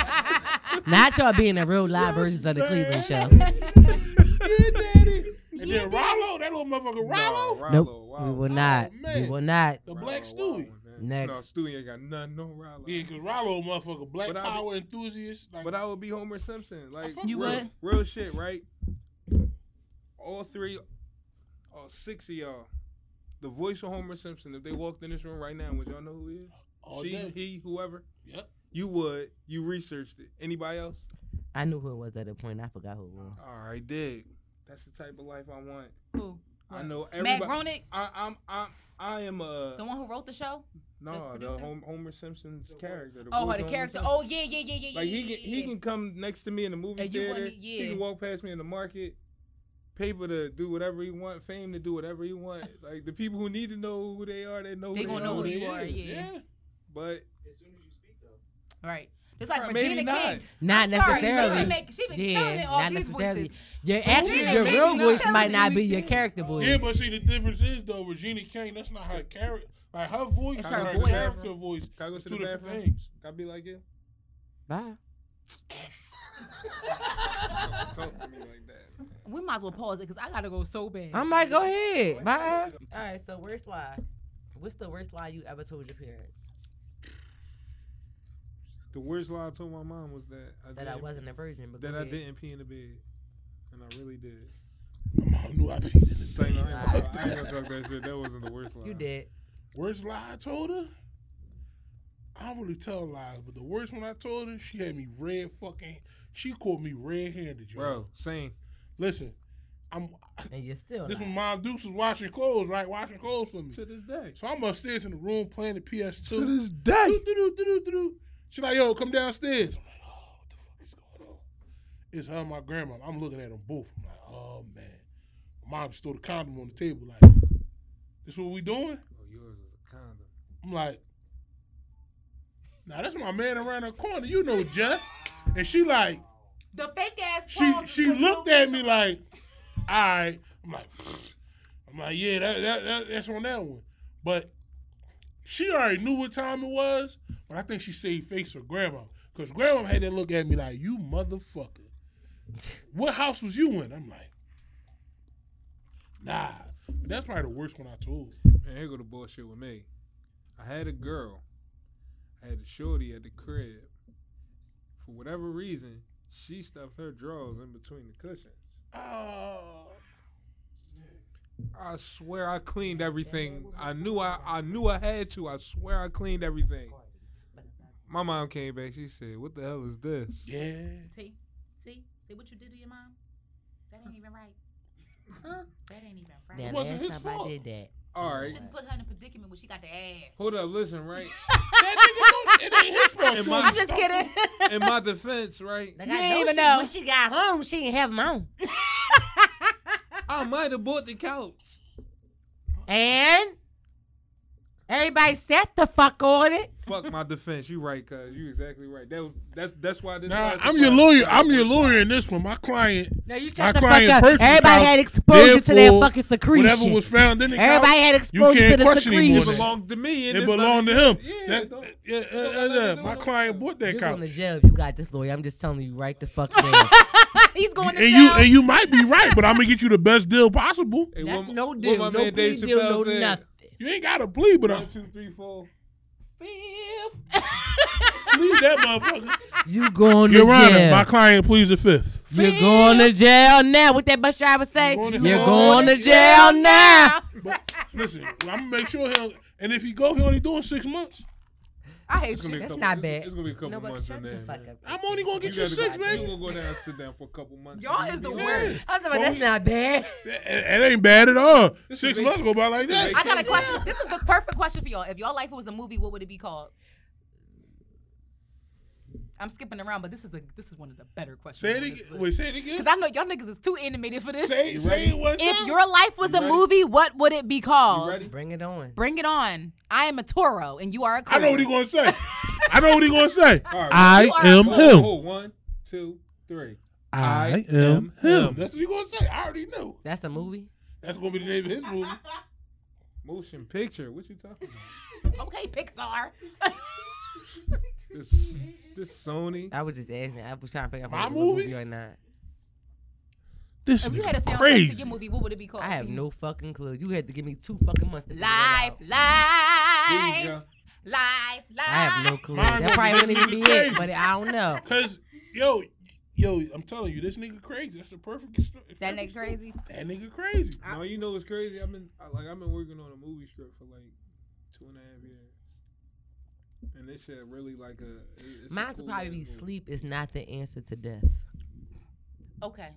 Not y'all being the real live versions of the
man.
Cleveland show.
yeah, daddy. And then Rollo, that little motherfucker,
Nah,
Rollo,
Rollo,
Nope.
wow. Oh,
We will not. we
man.
will not.
the
Rollo,
Black
wow,
Stewie.
man.
Next.
No, Stewie ain't got nothing on Rallo.
Yeah, because Rollo, motherfucker, black
But I be-
power enthusiast. Like,
But I would be Homer Simpson. Like
fuck
You
real,
would?
real shit, right? All three, all six of y'all, the voice of Homer Simpson. If they walked in this room right now, would y'all know who he is?
all
she,
day.
he, whoever.
Yep.
You would. You researched it. Anybody else?
I knew who it was at that point. I forgot who it was.
All right, dig. That's the type of life I want.
Who?
I know
Matt
everybody.
Gronick,
I, I'm I'm I am a
the one who wrote the show.
no
the
the
producer?
Hom- Homer Simpson's character.
Oh, her
voice
the
of Homer
character.
Simpson.
Oh yeah, yeah, yeah, yeah, yeah.
Like
yeah,
he can, he
yeah.
can come next to me in the movie
And you
theater.
wouldn't-
He
yeah.
can walk past me in the market. Paper to do whatever he want, fame to do whatever he want. Like the people who need to know who they are, they know.
They
who
gonna
they
know
are.
who you are, yeah.
But
As soon as you speak, though.
Right. It's like
Right,
Regina
maybe not.
King.
Not
Sorry,
necessarily.
She been, making, she been killing
yeah,
it all
not
these
necessarily.
voices.
Your actually
Regina
your
King
real
not
voice might not
Regina
be your
King.
character voice.
Yeah, but see, the difference is though, Regina King, that's not her character. Like her voice,
It's
and
her
her,
voice.
character voice,
Can I go
is
to
two
the
different
bathroom?
things.
can I be like it?
Bye.
Don't talk to me like that.
We might as well pause it because I gotta go so bad.
I'm like, go ahead. Bye. All right. So worst lie. What's the worst lie you ever told your parents?
The worst lie I told my mom was that I
That I
didn't-
wasn't a virgin. But
that
go
I
ahead.
didn't pee in the bed, and I really did.
My mom knew I peed in the
It's like, no, I ain't gonna- I ain't gonna talk that shit. That wasn't the worst lie.
You did.
Worst lie I told her? I don't really tell lies, but the worst one I told her, she had me red fucking. She caught me red-handed, yo.
bro. Same.
Listen, I'm.
And you're still.
This
lying.
when Mom Dukes was washing clothes, right? Washing clothes for me.
To this day.
So I'm upstairs in the room playing the PS2.
To this day.
Do-do-do-do-do-do. She like, yo, come downstairs. I'm like, oh, what the fuck is going on? It's her and my grandma. I'm looking at them both. I'm like, oh man. My mom just threw the condom on the table, like, this what we doing?
Oh, yours was a condom.
I'm like, now that's my man around the corner. You know Jeff. And she like,
the fake ass.
she
pause is
she
gonna
looked
go-
at me like, all right. I'm like, I'm like, yeah, that, that, that that's on that one. But she already knew what time it was, but I think she saved face for grandma. Cause grandma had that look at me like, you motherfucker. What house was you in? I'm like, nah. That's probably the worst one I told.
Man, here go the bullshit with me. I had a girl. I had a shorty at the crib. For whatever reason, she stuffed her drawers in between the cushions.
Oh.
I swear I cleaned everything. I knew I, I knew I had to. I swear I cleaned everything. My mom came back. She said, "What the hell is this?"
Yeah.
See, see, see what you did to your mom. That ain't even right. That ain't even right.
Now, last
It wasn't
time
his
I
fault.
did that.
All
You
right,
shouldn't put her in a predicament when she got the ass.
hold up. Listen, right.
That nigga don't- it ain't his fault.
In
she
my-
was
I'm just
stuck-
kidding.
In my defense, right,
Like,
You
I
ain't even
she,
know.
When she got home, she didn't have them on.
I might have bought the couch.
And everybody set the fuck on it.
Fuck my defense. You right, cuz. You exactly right. That was, that's that's why this.
Nah,
last
I'm your
surprise-
lawyer. I'm your lawyer in this one. My client,
No, you
My
shut the fuck
client's
up.
purchase
Everybody
house,
had exposure to their
therefore,
fucking
whatever
secretion.
was found in the
Everybody had
you
exposure
can't
to the
question him on
It
secretion.
that.
belonged to me.
couch,
And
it
it's
belonged to
nothing-
him.
Yeah,
That-
don't-
yeah, uh,
don't
uh,
let it
uh,
go
my
no
client
further.
bought that
You're
couch,
going to jail if you got this lawyer. I'm just telling you right the fuck now.
He's going to
and you
jail.
and you might be right, but I'm gonna get you the best deal possible.
Hey,
That's
what my-
no
what
deal.
my
No
man Dave
plea deal,
Chappelle
no
said,
nothing.
You ain't got to plea, but I
One, two, three, four.
plead that motherfucker.
You going to
Your Honor,
jail.
my client pleads the fifth.
You're going to jail now. What that bus driver say?
You're going to
You're
jail.
going to jail now.
But listen, I'm gonna make sure he'll. And if he go, he only doing six months.
I hate
It's gonna
you.
be a
That's
couple-
not
it's-
bad.
It's gonna be a couple
No, but
months
shut
in
the
there.
fuck
man.
up.
I'm only gonna get you,
gotta
six,
go-
man.
You gonna go down and sit down for a couple months.
Y'all
You
is the
be
worst.
alright.
I was like, that's not bad.
It, it ain't bad at all.
It's
Six
a vac-
months go by like
it's a
that.
I got a question. This is the perfect question for y'all. If y'all life was a movie, what would it be called? I'm skipping around, but this is a this is one of the better
Say it
questions.
again. Wait, say it
Because
again.
I know y'all niggas is too animated for this.
Say, say it one time.
if your life was
You
a
ready?
movie, what would it be
You
called?
ready?
Bring it on.
Bring it on. I am a Toro, and you are a.
I know what he gonna say. I know what he gonna say.
All right.
I
You are
am
Oh,
him.
oh, one, two, three.
I
I am
am
him.
him. That's what he gonna say. I already knew.
That's a movie.
That's gonna be the name of his movie.
Motion picture. What you talking about?
Okay, Pixar.
This this Sony.
I was just asking. I was trying to figure out if
My
it was a movie?
movie?
or not.
This
If you had a
nigga
soundtrack to
crazy.
your movie, what would it be
Oh,
called?
I have no fucking clue. You had to give me two fucking months to figure that
Life,
out.
Here you
life.
go.
live, live.
I have no clue. That
Mine was
probably wouldn't even be it,
miscommunication.
but I don't know.
Cause yo, yo, I'm telling you, this nigga crazy. That's the perfect. sto-
That
perfect
nigga
story.
crazy.
That nigga crazy.
No, you know what's crazy? I've been I, like I've been working on a movie script for like two and a half years, and this shit really like a. it- it's a
Mine would
cool
probably
ass
be
movie.
sleep is not the answer to death.
Okay.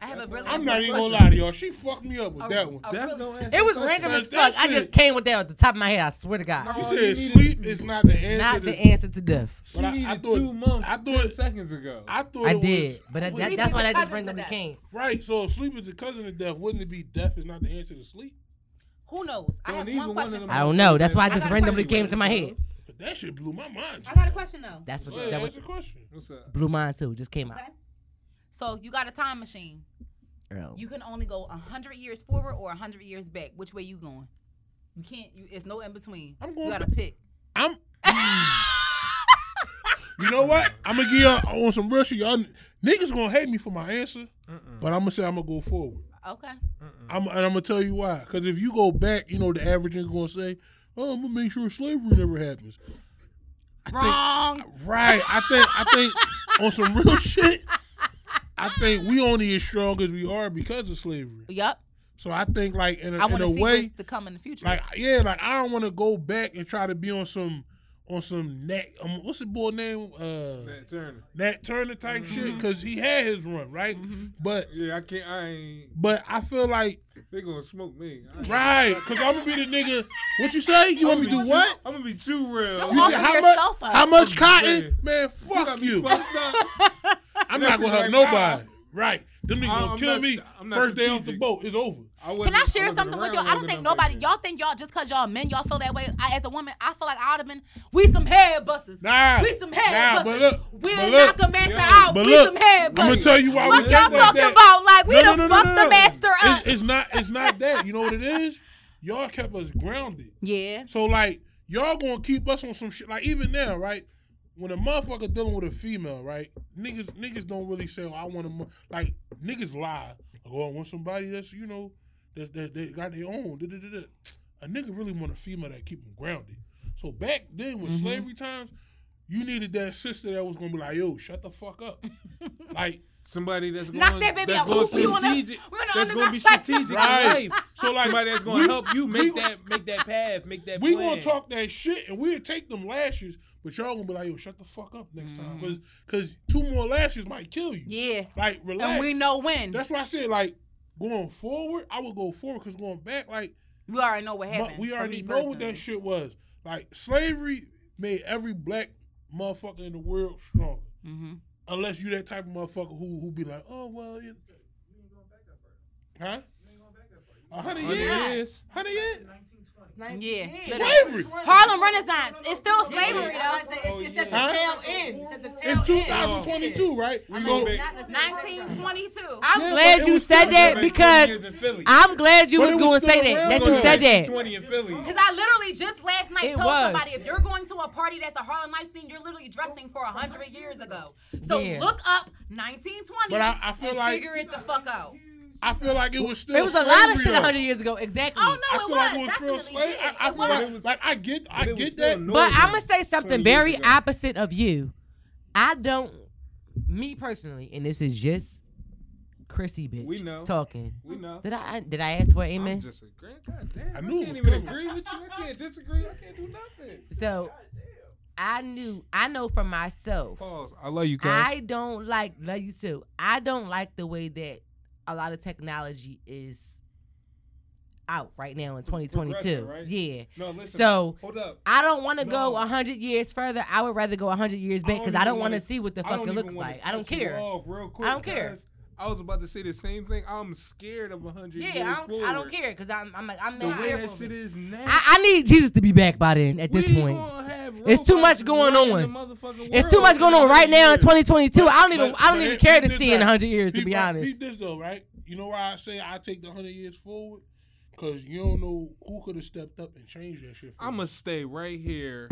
I have a
That's
really.
I'm not even gonna
question.
lie to y'all. She fucked me up with
A-
that one.
a
That's
Oh, really-
no answer
It was
to
random
that.
as
Cause that
fuck. I just
shit-
came with that at the top of my head. I swear to God,
You
Oh,
said
you needed-
sleep is not the answer.
not the
to,
answer to death.
She
But I- I
needed
thought-
two months.
I
I
thought-
thought seconds ago.
I thought
I
it
did,
was-
but that,
was-
that, that's why that just
Sleep is
randomly
cousin to
came.
right. So if sleep is a cousin of death, wouldn't it be death is not the answer to sleep?
Who knows? I
Don't
have
even
one question.
of
for
them
you.
I don't know. That's why I
motherfuckers
just
that
randomly
crazy
came to my
right now.
head.
But that shit blew my mind.
I got a question though.
That's what
Go ahead,
that was.
ask the question.
What's up?
Blue Mind too just came out.
Okay. So you got a time machine.
Girl.
You can only go hundred years forward or hundred years back. Which way you going? You can't. You, it's no in between.
I'm
You
going
gotta pick.
I'm. mm. you know what? I'm gonna give y'all on some real shit. Y'all niggas gonna hate me for my answer, but I'm gonna say I'm gonna go forward.
Okay.
I'm and I'm gonna tell you why. Because if you go back, you know the average nigga gonna say, "Oh, I'm gonna make sure slavery never happens."
Wrong.
Right? I think I think on some real shit. I think we only as strong as we are because of slavery.
Yep.
So I think like in
I
a, in
want
a
to see
way,
what's to come in the future.
like yeah, like I don't want to go back and try to be on some on some Nat. Um, what's the boy name? Uh,
Matt Turner.
Nat Turner type
Mm-hmm.
shit because he had his run right, but
Yeah, I can't. I ain't.
but I feel like
They gonna smoke me. I ain't-
right because I'm gonna be the nigga. What you say? You want me to do what?
I'm gonna be too real.
Don't
You
offer
said how much?
yourself up.
How much cotton?
Man.
Man, fuck you. I'm not
That's
gonna
it,
help
like,
nobody. Right? Them niggas
I-
gonna
I'm
kill
not-
me
I'm not
first day off the
strategic.
boat. It's over.
Can I share something with y'all? I don't think nobody. y'all think y'all just cause y'all men, y'all feel that way. I, as a woman, I feel like I would have been. We some head busters.
Nah.
We some head
Nah,
busters.
but look,
We'll
but
knock
look,
a master
yeah,
out.
but
we
look,
some head
I'm gonna
busters.
tell you why
What
we
y'all
think like
talking
that.
about? Like we
No,
done
no, no,
fucked
no,
the
no.
master
It's-
up.
It's, not. It's not that. You know what it is? Y'all kept us grounded.
yeah.
So like, y'all gonna keep us on some shit. Like even now, right? When a motherfucker dealing with a female, right? Niggas, niggas don't really say, oh, "I want a mo-" like." Niggas lie. Oh, I want somebody that's you know that that they got their own. da, da, da, da." A nigga really want a female that keep him grounded. So back then with
Mm-hmm.
slavery times, you needed that sister that was gonna be like, "Yo, shut the fuck up,ff." like
Somebody that's going,
Knock that baby
that's
out.
going
We wanna-
strategic.
we wanna
that's going to be
underground-
strategic
Right.
in life.
So, like,
somebody that's going
we-
to help you make that make that path, make that
we
plan.
gonna talk that shit and we'll take them lashes, but y'all gonna be like, yo, shut the fuck up next time. Cause, Cause two more lashes might kill you.
Mm-hmm. Yeah.
Like relax.
And we know when.
That's why I said like going forward, I would go forward because going back, like
We already know what happened.
but we
for
already
me
know what
personally.
that shit was. Like slavery made every black motherfucker in the world stronger.
Mhm.
Unless you that type of motherfucker who who be like, oh well, it, huh? A hundred
Hundred
years,
years.
hundred years.
Yeah.
Slavery.
Harlem Renaissance. It's still slavery though.
Oh,
It's at the
yeah.
tail end. It's at the tail
It's
end.
2022, right?
We
So-
gonna make,
1922.
I'm
Yeah, but
glad
it
you
was
said
still
that
make
because
20 years in Philly.
I'm glad you
But
was
it
going
was
to
still
say that.
around
That
We're
you
gonna
said
make
that.
20 in Philly.
Because I literally just last night
It
told
was.
somebody if you're going to a party that's a Harlem Nights thing, you're literally dressing for 100 years ago. So
Yeah.
look up 1920
But I- I feel
and
like-
figure it the fuck out.
I feel like it was still.
It was a lot of
slavery,
shit
though.
100 years ago. Exactly.
Oh, no.
I
it
feel like it
was,
was still
definitely
slavery.
did.
I, I
It
feel
was.
like, like I get, I
But it was
get
still
that.
northern
But I'm gonna say
20
something
years
very
ago.
opposite of you. I don't, me personally, and this is just Chrissy bitch
We know.
talking.
We know.
Did I did I ask for
I'm
amen?
just agreeing. God damn.
I
I,
knew it
can't
was
even
coming.
agree with you. I can't disagree. I can't do nothing.
So I knew I know for myself.
Pause. I love you
I
guys.
don't like love you too. I don't like the way that a lot of technology is out right now in 2022.
Progression, right?
Yeah.
No, listen.
So
hold up.
I don't want to go
No.
go 100 years further. I would rather go 100 years back because I
even
don't want to
wanna-
see what the
I
fuck
don't
it
even
looks
wanna
like. I don't
cut you
care.
off real quick,
don't care.
guys. I was about to say the same thing. I'm scared of 100 years
Yeah, I don't, I don't
forward.
care because I'm, I'm like, I'm
The
not
way
here
that
for
shit
it.
is now.
I, I need Jesus to be back by then at this
We
point.
gonna have
It's too much
robots
going
running
on.
the motherfucking
It's
world
too much going on right now in
100 years.
2022. I don't even,
But-
I don't
but
even
it-
care
peep
to
this
see in
though.
100 years, to
Peep-
be honest.
Peep this though, right? You know why I say I take the 100 years forward? Because you don't know who could have stepped up and changed that shit. For
I'ma
you.
stay right here,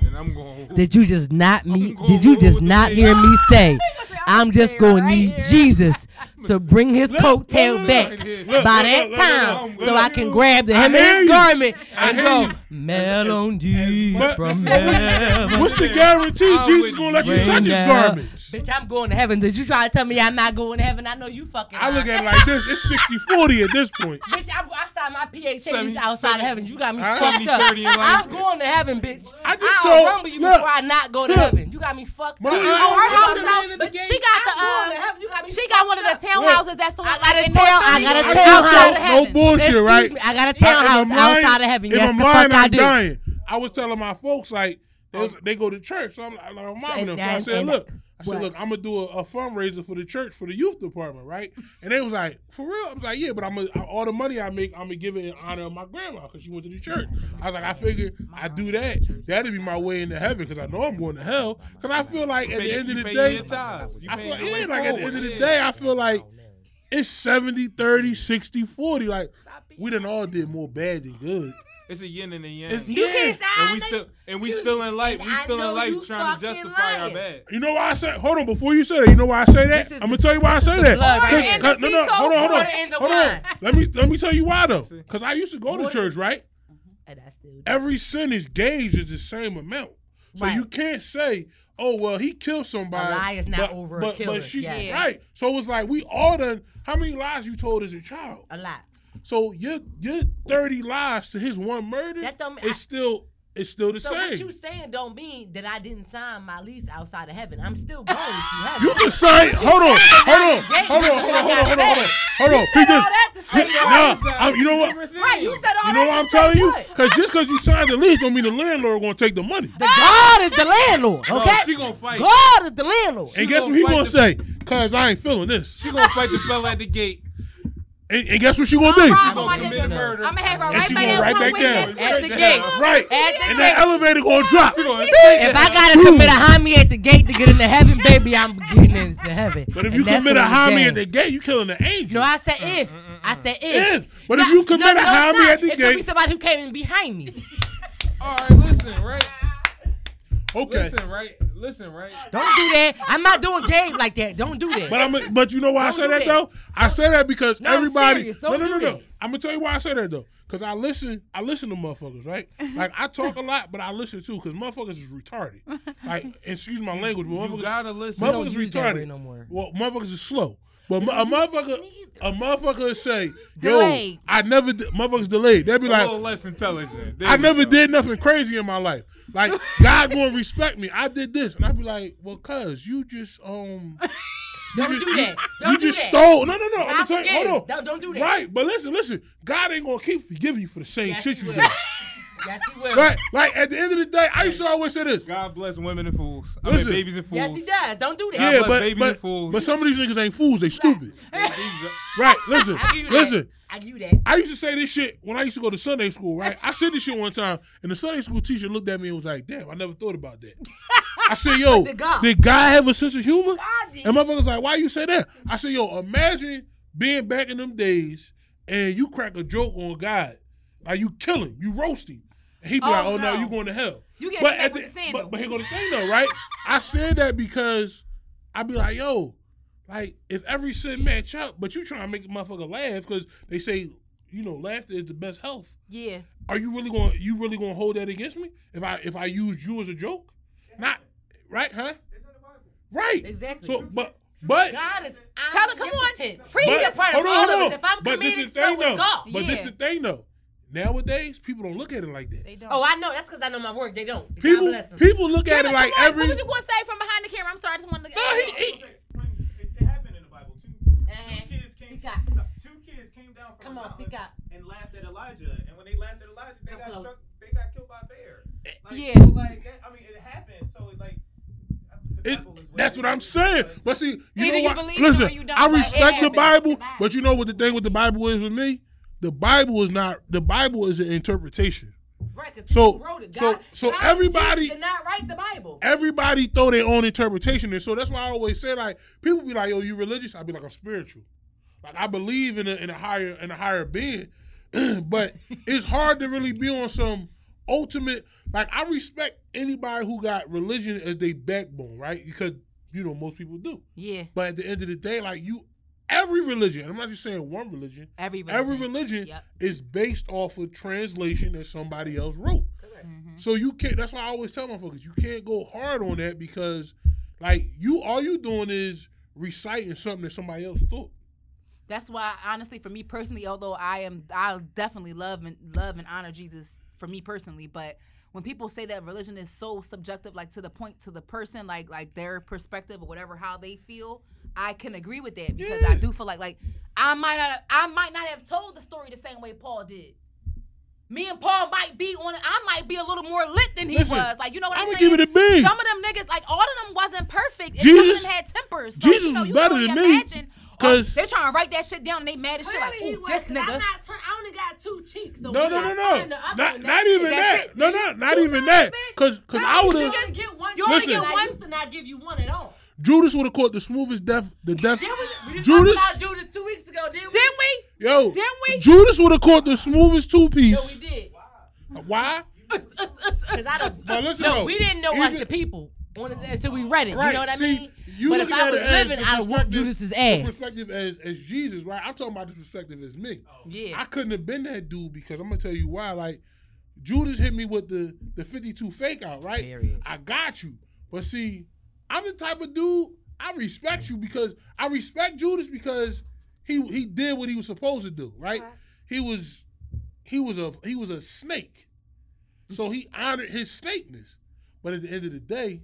and I'm going. to
Did you just not me?
I'm gonna
Did you
roll
just
with the
not
big-
hear me say? I'm just
Stay
gonna
right
need
here.
Jesus to bring his coattail back by that time, so I can grab the hem of
hear
his
you.
garment
I
and
hear
go
you.
melodies
But-
from heaven.
What's the guarantee
I
Jesus
would
gonna let you
rain
touch his
down.
garments?
Bitch, I'm going to heaven. Did you try to tell me I'm not going to heaven? I know you fucking.
I look
lying.
at it like this. It's 60 40 at this point.
Bitch, I'm, I signed my
Seventy-
PhD outside
seventy-
of heaven. You got me
I-
fucked
seventy,
up.
thirty and like-
I'm going to heaven, bitch.
I just
I'll
told-
rumble you
look,
before I not go to
look.
heaven. You got me fucked
My
up.
aunt- Oh,
her house is out-
But
she got the,
I'm going
uh,
to heaven. You um, got me
She got one of the townhouses that's on like in North
town- I
Philly.
got a
I
townhouse.
just
Outside
told, no bullshit,
Excuse
right?
me, I got a
I- if
townhouse
I'm lying-
outside of heaven.
If
Yes,
I'm
the
lying,
fuck I
I'm
do.
dying. I was telling my folks like they, was- they go to church, so I'm, like- like, I'm
and
momming them. So I
that-
said,
and-
look, I said,
what?
look, I'm gonna do a, a fundraiser for the church for the youth department, right? And they was like, for real? I was like, yeah, but I'm gonna all the money I make, I'm gonna give it in honor of my grandma because she went to the church. I was like, I figure I do that. That'd be my way into heaven because I know I'm going to hell. Because I feel like at the end of the day, I feel like, yeah, like at the end of the day, I feel like it's 70, 30, 60, 40. Like, we done all did more bad than good.
it's a yin and a yang.
It's,
You
yeah.
can't say
and
I
we
think-
still and we
Excuse
still in life.
me,
We
I
still
know
in life
you
trying to
fucking
justify our
lying.
bad.
You know why I said? Hold on, before you say that, you know why I say that?
This is
I'm gonna tell you why I say that.
blood right
'Cause-
here.
'cause- no, no,
Tito,
hold on, hold on,
water in the
hold on.
wine.
Let me let me tell you why though,
See.
because I used to go to
Water-
church, right?
And I still do.
Every sin is gauged as the same amount, so
Right.
you can't say, "Oh well, he killed somebody."
A lie is not
but,
over a
but,
killer.
But she,
Yeah.
right? So it's like we all done. How many lies you told as a child?
A lot.
So your your thirty lies to his one murder
That don't-
is still it's still the
So
same.
what you saying don't mean that I didn't sign my lease outside of heaven. I'm still going to heaven.
You can sign. Hold on. Hold on.
gave
Hold on.
me
Hold
what
on.
I
Hold on. Hold on.
said.
Hold on. He
all
just.
that to
he-
say
Nah. I'm- You know what? You
Right, you said all
know
that
what
to
I'm
say
telling you?
what?
Because just because you signed the lease don't mean the landlord gonna take the money.
The God is the landlord,
No,
okay?
she gonna fight.
God is the landlord.
And guess
gonna
what he
fight
gonna
the-
say? Cause I ain't feeling this.
She gonna fight the fella at the gate.
And, and guess what she gonna be?
She
Oh, my
gonna commit
nigga.
murder.
I'm gonna have her
And
right
she
back
going
down
right
to my
back down.
witness.
At the
Right
gate.
down.
Right.
At the
And
gate.
that elevator gonna drop.
She gonna
If I gotta commit a homie at the gate to get into heaven, baby, I'm getting into heaven.
But if
And
you
that's
commit a
what I'm
homie at
saying.
the gate, you killing an angel.
No, I said if. I said if.
If. But if you commit a
it's
homie
not.
at the
It could be
gate-
somebody who came in behind me.
All right, listen, right?
Okay.
Listen, right? Listen, right?
Don't do that. I'm not doing Gabe like that. Don't do that.
But I'm. a- But you know why I
Don't
say
do
that,
that.
though? I say that because
No, I'm
everybody.
serious. Don't
no, no, no,
do
no.
that.
I'm gonna tell you why I say that though. Cause I listen. I listen to motherfuckers, right?
Uh-huh.
Like I talk a lot, but I listen too. Cause motherfuckers is retarded. Like, excuse my language, but
You
motherfuckers,
gotta listen.
We don't
motherfuckers
use that
retarded.
word no more.
well, motherfuckers is slow. But mo- a motherfucker, a motherfucker say, "Yo,
Delayed.
I never." Did, motherfuckers delayed. They'd be
a
like,
little less intelligent. There
I
we
never
go.
did nothing crazy in my life. Like God gonna respect me. I did this, and I'd be like, "Well, cuz you just um,
Don't
you,
do
you-
that.
You,
Don't do
just
that.
stole. No, no, no.
God
I'm gonna tell you, hold on.
forgives. Don't- don't do that.
Right, but listen, listen. God ain't gonna keep forgiving you for the same
Yes,
shit
he
you
will.
did.
Yes, he will.
Right, like at the end of the day, I used to always say this.
God bless women and fools. I
Listen.
mean, babies and fools.
Yes, he does. Don't do that.
Yeah,
bless
but
babies
but,
and fools.
but some of these niggas ain't fools. They stupid.
does.
right. Listen,
I give you that.
listen.
I give you that.
I used to say this shit when I used to go to Sunday school, right? I said this shit one time, and the Sunday school teacher looked at me and was like, damn, I never thought about that. I said, yo,
Did God?
did God have a sense of humor?
God did.
And motherfuckers like, why you say that? I said, yo, imagine being back in them days and you crack a joke on God. Like, you kill him, you roast him. And he be
Oh,
like, oh, no.
no.
you going to hell.
You get
But,
smacked
at
with
the-
the sandal.
but, but here go the thing, though, right? I said that because i be like, yo, like if every sin match up, but you trying to make a motherfucker laugh because they say you know laughter is the best health.
yeah.
Are you really going? to You really going to hold that against me if I if I use you as a joke? Not right, huh? Right.
Exactly.
So, but but.
God is
Tell her, come on, preach
But,
it.
part
hold
of
on,
all
hold
of us.
on.
If I'm
but this
committed,
is the thing,
so is
though.
God.
But this
Yeah.
the thing, though. Nowadays, people don't look at it like that.
They don't.
Oh, I know. That's because I know my work. They don't. God
People,
bless them.
people look at
Give
it
it-
like
come on,
every.
What you gonna say from behind the camera? I'm sorry, I just want to look.
No, he-
at
he-
It happened in the Bible. Two,
Uh-huh.
two kids came.
Speak up.
Two kids came down from
Come
a
on,
mountain
speak up.
and laughed at Elijah. And when they laughed at Elijah, they
Come
got
close.
struck. They got killed by a bear.
Eh,
Like,
Yeah.
So like that, I mean, it happened. So like. the
It,
Bible is
that's
it
what I'm
is.
saying.
But-
But see, you
Either
know
you
what?
believe it or
Listen,
you don't,
I
but it
respect the
happens.
Bible,
The Bible.
but you know what the thing with the Bible is with me? The Bible is not. The Bible is an interpretation.
Right, 'cause
So-
people wrote it.
so-
God,
so
God
everybody-
and Jesus did not write the Bible.
Everybody throw their own interpretation, and so that's why I always say like people be like, "Yo, you religious?" I be like, "I'm spiritual. Like I believe in a, in a higher in a higher being." but it's hard to really be on some ultimate. Like I respect anybody who got religion as their backbone, right? Because you know most people do.
Yeah.
But at the end of the day, like you, every religion, I'm not just saying one religion,
Every religion.
every religion
Yep.
is based off a translation that somebody else wrote.
Mm-hmm.
Mhm.
So you can't. That's why I always tell my folks, you can't go hard on that because, like, you all you doing is reciting something that somebody else thought.
That's why, honestly, for me personally, although I am, I definitely love and love and honor Jesus for me personally. But when people say that religion is so subjective, like to the point to the person, like like their perspective or whatever how they feel, I can agree with that because I
Yeah.
do feel like like I might not I might not have told the story the same way Paul did. Me and Paul might be on. I might be a little more lit than he
Listen,
was. Like you know what I'm,
I'm gonna
saying?
give it a big.
Some of them niggas, like all of them, wasn't perfect. and
Jesus-
some of them had tempers. So,
Jesus
you know,
was
you can
better
only
than me,
imagine, uh,
'cause-
they trying to write that shit down. and They mad as shit. Like,
Clearly he
"Ooh, this
was. 'cause I'm
nigga.
not turn- I only got two cheeks. So
No,
when
no,
I
no,
turn
no,
the other
not
one,
not
that's
even
it.
that. No, no, not even that. Cause, cause
Now
I
you
would
niggas
have.
get one
You only
cheek,
get
and I
one-
used to not give you one at all.
Judas would have caught the smoothest death. The death.
Then we, we just
Judas?
talked about Judas two weeks ago, didn't we?
Didn't we?
Yo,
Didn't we?
Judas would have caught the smoothest two
No,
piece.
we did.
Why?
Because I don't.
But listen,
no,
though,
we didn't know us
even-
the people on it until we read it.
Right.
You know what I
See,
mean?
you
but if
looking
I
at
was
it as
living,
the
I'd have whooped
perspective-
Judas's
the
ass.
Perspective as as Jesus, right? I'm talking about this perspective as me.
Yeah.
I couldn't have been that dude because I'm gonna tell you why. Like Judas hit me with the the 52 fake out, right?
Period.
I got you, but see, I'm the type of dude I respect you because I respect Judas because he he did what he was supposed to do, right? He was he was a he was a snake, so he honored his snakeness. But at the end of the day,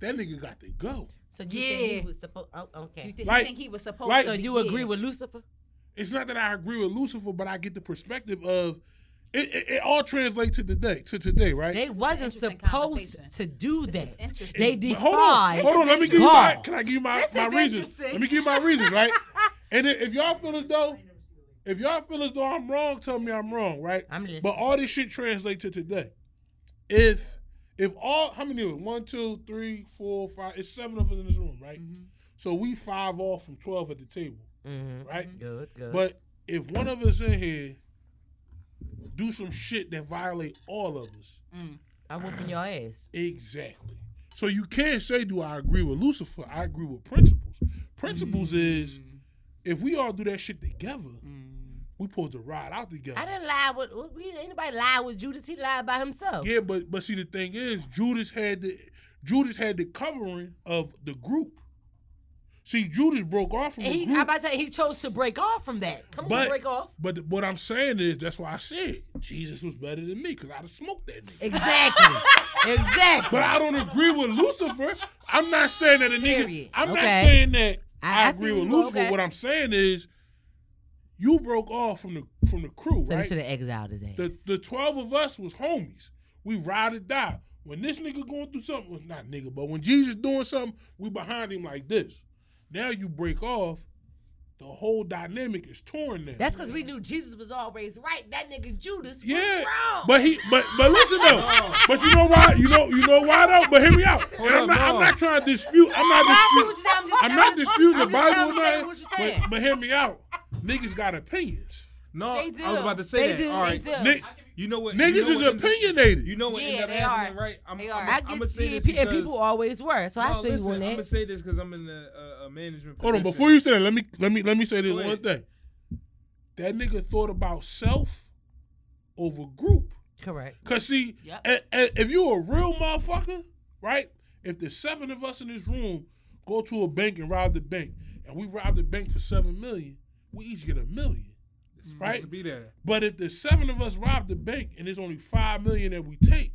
that nigga got to go.
So you think
Yeah.
he was supposed? Oh,
You
okay.
think,
Like-
you think he was supposed
like-
to?
So
be-
you agree
yeah.
with Lucifer?
it's not that I agree with Lucifer, but I get the perspective of it. It, it all translates to today, to today, right?
They wasn't
interesting
supposed
conversation.
to do that.
interesting.
They
But hold on,
defied.
hold on. Let me give you
God.
my. Can I give you my,
This
my
is
reasons?
interesting.
Let me give you my reasons, right? and if if y'all feel as though, if y'all feel as though I'm wrong, tell me I'm wrong, right?
I'm listening.
But all this shit translates to today. If if all how many of us? One, two, three, four, five. It's seven of us in this room, right? So we five off from twelve at the table,
Mm-hmm.
right?
Good, good.
But if one of us in here do some shit that violate all of us,
I'm whooping your ass.
exactly. So you can't say, "Do I agree with Lucifer?" I agree with principles. Principles
Mm-hmm.
is if we all do that shit together, we supposed to ride out together.
I didn't lie with what- we. Anybody lie with Judas? He lied by himself.
yeah, but but see, the thing is, Judas had the Judas had the covering of the group. See, Judas broke off from
And
the
he,
group.
I'm about to say he chose to break off from that. Come on,
But-
break off.
but what I'm saying is, that's why I said Jesus was better than me because I'd have smoked that nigga.
Exactly. exactly.
But I don't agree with Lucifer. I'm not saying that a nigga.
Period.
I'm not
Okay.
saying that
I-
I,
I see
agree
where
with
you go,
Lucifer.
okay.
What I'm saying is, you broke off from the from the crew,
So they
right?
should have exiled his ass.
The the twelve of us was homies. We ride or die. When this nigga going through something, well, not nigga, but when Jesus doing something, we behind him like this. Now you break off. The whole dynamic is torn now.
That's because we knew Jesus was always right. That nigga Judas
Yeah,
was wrong.
but he, but but listen though. but you know why? You know, you know why though. But hear me out. And I'm
on,
not, I'm
no.
not trying to dispute. I'm not
I see what
disputing.
you're saying. I'm just
I'm
I'm
not
just-
disputing the
I'm just
Bible
saying
tonight.
what you're saying.
But, but hear me out. Niggas got opinions.
No,
They do.
I was about to say
they
that.
Do,
All right,
They do.
Ni-
you know what?
niggas
you know
is
what end up-
opinionated.
You know what?
Yeah,
ended up
they
happening,
are.
right? I'm,
They
I'm,
are. I
I'm gonna say
yeah,
this
pe- and
because-
people always were, so I
no,
feel you on
I'm
that.
gonna say this because I'm in a, a, a management.
Hold on.
position.
Before you say that, let me let me let me say this
Go
one
ahead.
thing. That nigga thought about self over group.
Correct.
Cause see,
Yep.
a- a- if you a real motherfucker, right? If the seven of us in this room go to a bank and rob the bank, and we rob the bank for seven million, we each get a million,
It's supposed
right?
to be there.
But if the seven of us rob the bank and it's only five million that we take,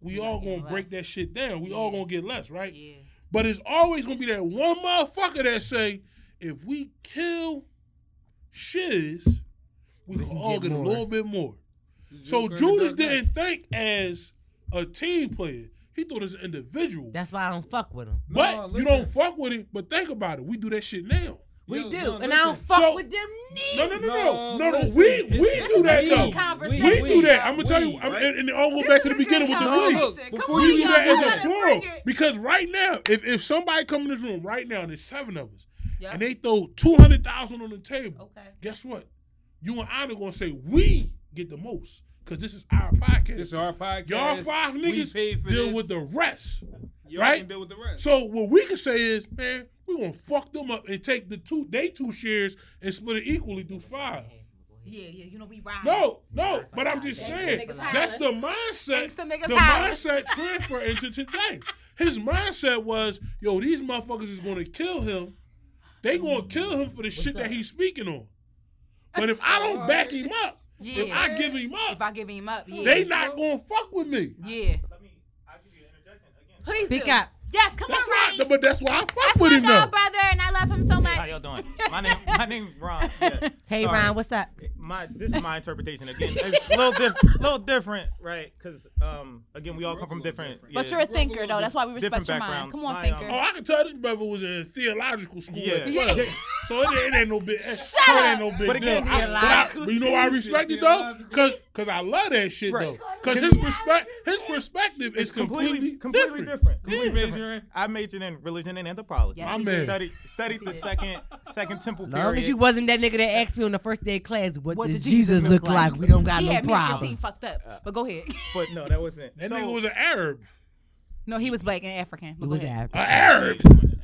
we
We gotta
all
get
gonna break
less.
that shit down. We all
Yeah.
gonna get less, right?
Yeah.
But it's always gonna be that one motherfucker that say, if we kill shiz, we,
We
can
can
all
get
get
more.
a little bit more.
Did you go
So
to
Judas
Dark Knight?
didn't think as a team player. He thought as an individual.
That's why I don't fuck with him.
but
No,
you
listen.
don't fuck with it. But think about it. We do that shit now.
We
Yo,
do,
no,
and I don't
listen.
fuck
So-
with them
No,
niggas.
no, no, no, no, no.
listen.
we we
This
do
is
that
a
though.
big
conversation.
We do that. I'm gonna
We,
tell you, I'm,
right?
and, and it all go back to the
is a good
beginning with the
No,
conversation.
weed.
Come
look, before
on,
We
you
do
y'all.
that
Y'all
as a
gotta
plural
bring it.
because right now, if, if somebody come in this room right now and there's seven of us,
Yep.
and they throw two hundred thousand on the table,
Okay.
guess what? You and I are gonna say we get the most because this is our podcast.
This is our podcast.
Y'all five
We
niggas
paid for
deal
this.
with the rest.
Y'all can
right?
Deal with the rest.
So what we can say is, man, We gonna fuck them up and take the two they two shares and split it equally through five.
Yeah, yeah, you know we ride.
No, no, but I'm just saying
Niggas
that's the mindset.
Thanks to niggas
The
hollering.
mindset transfer into today. His mindset was, yo, these motherfuckers is gonna kill him. They gonna kill him for the shit that he's speaking on. But if I don't back him up, if
Yeah.
I give him
If
up,
I give him up, yeah,
they not gonna fuck with me.
yeah.
Let me. I'll give you an interjection again.
Please
Speak
do.
up.
Yes, come
That's
on,
why,
Ronnie.
but that's why I fuck
That's
with
my
him though.
god brother, and I love him so
How
much.
y'all doing? My name, my name, Ron. Yeah.
Hey,
Sorry.
Ron, what's up?
My this is my interpretation again. It's a little, diff- little different, right? Because um, again, we all come from different.
But
yeah.
you're a thinker, though. That's why we respect
Different
your mind.
background.
Come on,
My, um,
thinker.
Oh, I can tell this brother was in theological school
Yeah.
at 12.
Yeah.
So it, it ain't no big Shut
up.
it ain't no big
But again,
deal. I- but I-
theological
but you know why I
school,
respect it though?
theological-
Cause, Cause I love that shit
Right.
though. Cause his respect his perspective is
It's
completely,
completely, completely
different.
different.
Who you
Completely different.
measuring?
I majored in religion and anthropology.
Yes,
My
he
man.
did.
Studied, studied the second second temple
As long
period.
as you wasn't that nigga that asked me on the first day of class, what,
What
does
did
Jesus, look like? We don't got
He
no
had me and Christine
problem.
fucked up. But go ahead.
but no, that wasn't.
That
so,
nigga was an Arab.
No, he was black and African.
It
But go
was
ahead.
average.
An Arab.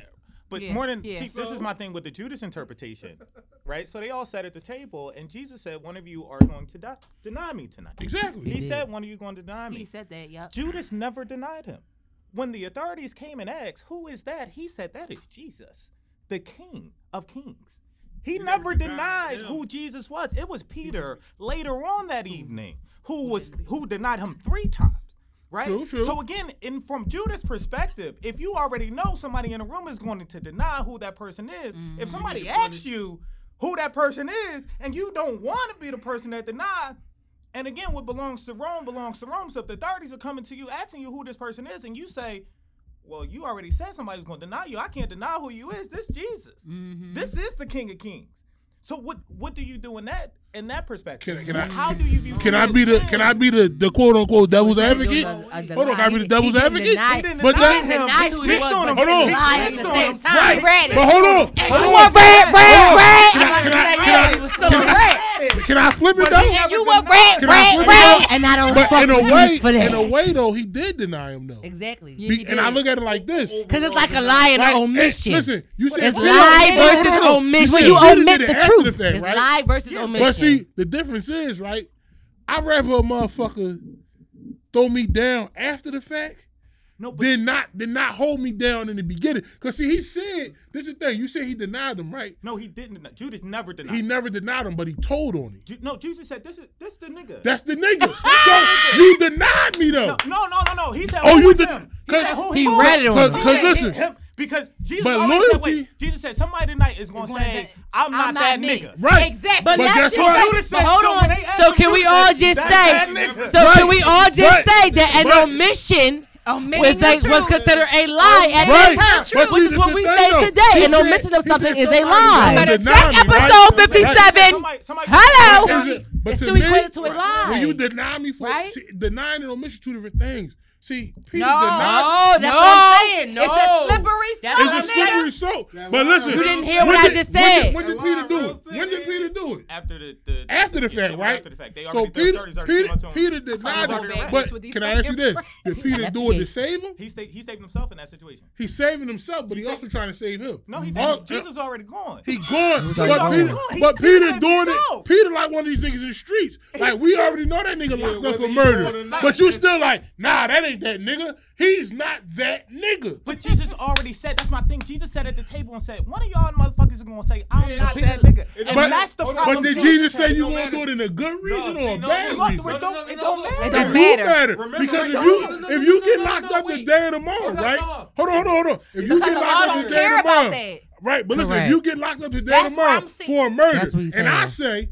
But
Yeah,
more than
yeah.
see, this is my thing with the Judas interpretation, right? So they all sat at the table, and Jesus said, "One of you are going to die, deny me tonight."
Exactly.
He said, "One of you going to deny
He
me."
said that. Yep.
Judas never denied him. When the authorities came and asked, "Who is that?" He said, "That is Jesus, the King of Kings." He never denied who Jesus was. It was Peter later on that evening who was who denied him three times. Right?
True, true.
So again, in from Judas' perspective, if you already know somebody in the room is going to deny who that person is, if somebody asks you who that person is and you don't want to be the person that denied, and again, what belongs to Rome belongs to Rome. So if the authorities are coming to you asking you who this person is, and you say, "Well, you already said somebody's going to deny you. I can't deny who you is. This Jesus.
Mm-hmm.
This is the King of Kings." So what what do you do in that in that perspective?
Can I- can I-
How do you view?
Can I
Jesus
be the
then?
can I be the, the quote unquote devil's advocate?
He was a- a
Hold on, can I be the
denied-
devil's
he didn't
advocate?
deny-
didn't
But
deny
that-
him.
deny
He
who he
snitched
was,
on
but
him.
Hold on.
He
lied
snitched
at the
on
same
him.
time.
Right.
Ready.
But hold on. Hold
you
on.
were red, red,
Hold on.
red. I'm
Can I- can
gonna say,
I- can I-
yeah, he was still
can I-
red.
Can I flip it
But he
though?
never
You were
denied-
red,
Can I-
red,
Can
red, and I don't
But
fuck
in a
with
way,
you for that.
in a way though, he did deny him though.
exactly.
Yeah,
Be-
he
and I
did.
look at it like this.
Because it's like a lie and
Right?
an
Hey,
omission.
Listen, you said
It's
we don't-
lie
no, no, no,
versus
no, no.
omission.
said
You
we did
omit
it
the
after
truth.
fact,
It's
right?
lie versus omission.
But see, the difference is right. I rather a motherfucker throw me down after the fact
No, but
than not than not hold me down in the beginning. Cause see, he said this is the thing. You said he denied him, right?
no, he didn't. deny- Judas never denied.
He
him.
never denied him, but he told on him.
Ju- no, Jesus said, "This is this the nigga."
That's the nigga. so you denied me though.
no, no, no, no, no. He said,
Oh,
"Who
you
was
did-
him?" He
cause-
said, "Who
he
was?"
read it on
Cause,
him.
cause
Yeah,
listen,
him- because Jesus
But
already said,
loyalty-
wait, Jesus said somebody tonight is gonna
gonna
say,
say,
I'm not
I'm not
that
me."
nigga.
right?
Exactly.
But
But
let's
guess
just
what?
say,
Judas
but
said,
hold
"Yo, when
on.
they asked
So
him,
can
you
we
said,
all just
"That's that
say?
nigga."
So can
Right.
we all just
Right.
say that an
Right.
omission
Omitting
was,
the
a, was
truth.
considered a lie at that
Right. But
time,
see,
which is
this
what
the
we
thing,
say
though. He
today. An
said-
omission of
he said
something is a
somebody
lie.
was
Better check
gonna deny me, right?
episode
Right.
fifty-seven.
Somebody- somebody-
Hello.
Is it- but
It's
to
still
me-
equated to a lie.
When you deny me for
Right?
see, denying and omission, two different things. See, Peter
No,
denied.
that's what I'm saying. No,
It's a slippery slope,
It's a
nigga.
slippery slope.
That
But
lie
listen,
real You didn't
hear what
when
I
did-
just
when did-
said.
When did
That
Peter
lie
do
real
it?
thick,
When did
ain't
Peter
it?
do it?
After the, the
After the
yeah,
fact,
it was
right?
After the fact, they
So
already
Peter,
the authorities already
Peter,
came up to him.
Peter denied
Fucking
it.
rat.
But
with these
can I ask you
fucking
this? Did Peter do it to save him?
He saved he saved himself in that situation.
He's saving himself, but
He
he
said-
also trying to save him.
No, he
All-
didn't. Jesus was already gone.
He gone,
was
but
already
Peter,
gone.
He-
but
he
Peter
saved
doing it.
himself.
Peter like one of these niggas in the streets. Like we already know that nigga locked up
whether
for
he did it
murder,
or not,
but you
it's-
still like, nah, that ain't that nigga. He's not that nigga.
But Jesus already said, that's my thing. Jesus said at the table and said, one of y'all motherfuckers is going to say, I'm
Yeah,
not
Peter-
that nigga.
But-
And that's the
hold on,
problem.
But did
Jesus
Jesus
said
say
it
you
don't
want to do it
matter.
in a good reason
see,
or a
no,
bad
no, no,
Look,
reason?
no,
it
no,
don't,
no,
it
no,
don't
no, no,
matter.
It
don't
do
matter.
matter.
Remember,
because
it
if
don't-
you
no, no, no,
if
no,
you
no,
get
no,
locked
no,
up
wait.
today or tomorrow,
Hold on,
right?
no.
Hold on, hold on, hold on. If you
Because
get
the
locked
law
up
don't
today
care
or
about
tomorrow,
that.
right? But listen,
Correct.
if you get locked up today or
That's what
tomorrow
I'm saying.
for a murder,
That's what he's
and I say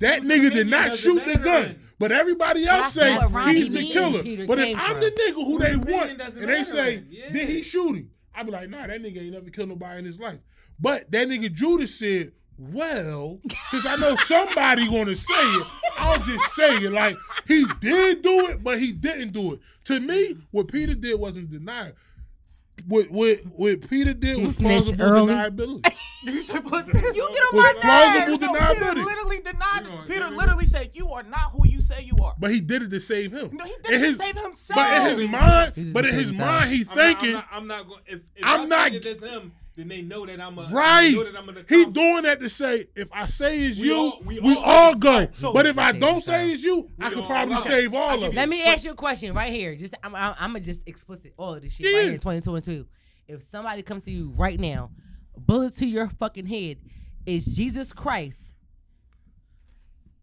that nigga did
opinion
not
doesn't
shoot the
matter
gun,
then.
but everybody
That's
else say
what Ronnie
he's the
means.
killer.
Peter
But if
came
I'm
from.
the nigga who they
Whose opinion
want,
doesn't
and they
matter
say
then, yeah.
did he shoot him, I be like, nah, that nigga ain't never killed nobody in his life. But that nigga Judas said. Well, since I know somebody gonna say it, I'll just say it. Like he did do it, but he didn't do it. To me, what Peter did wasn't denial. What what what Peter did was
snitched
plausible
early.
deniability.
You said, but you get on
Was
my nerves.
plausible
No, Peter
deniability.
literally denied
You know,
it. Peter
you-
literally said, you are not who you say you are.
But he did it to save him.
No, he
In
didn't
his-
save
But in
himself.
his mind,
did
but
it
in
to
his
save
mind, he
I'm not- I'm
thinking.
not, I'm not going. If, if
I'm
I
not-
think that that's him, then they know that I'm a
Right.
They know that I'm an
He doing that to say if I say it's
We
you,
all- we
we,
all-
all go.
So-
but if I don't say it's you, I could
all-
probably
okay.
save
I
all
give
of
Let
them.
me ask you a question right here. Just I'm I'm, I'm gonna just explicit all of this shit right
Yeah.
here. 2022. If somebody comes to you right now, bullet to your fucking head, is Jesus Christ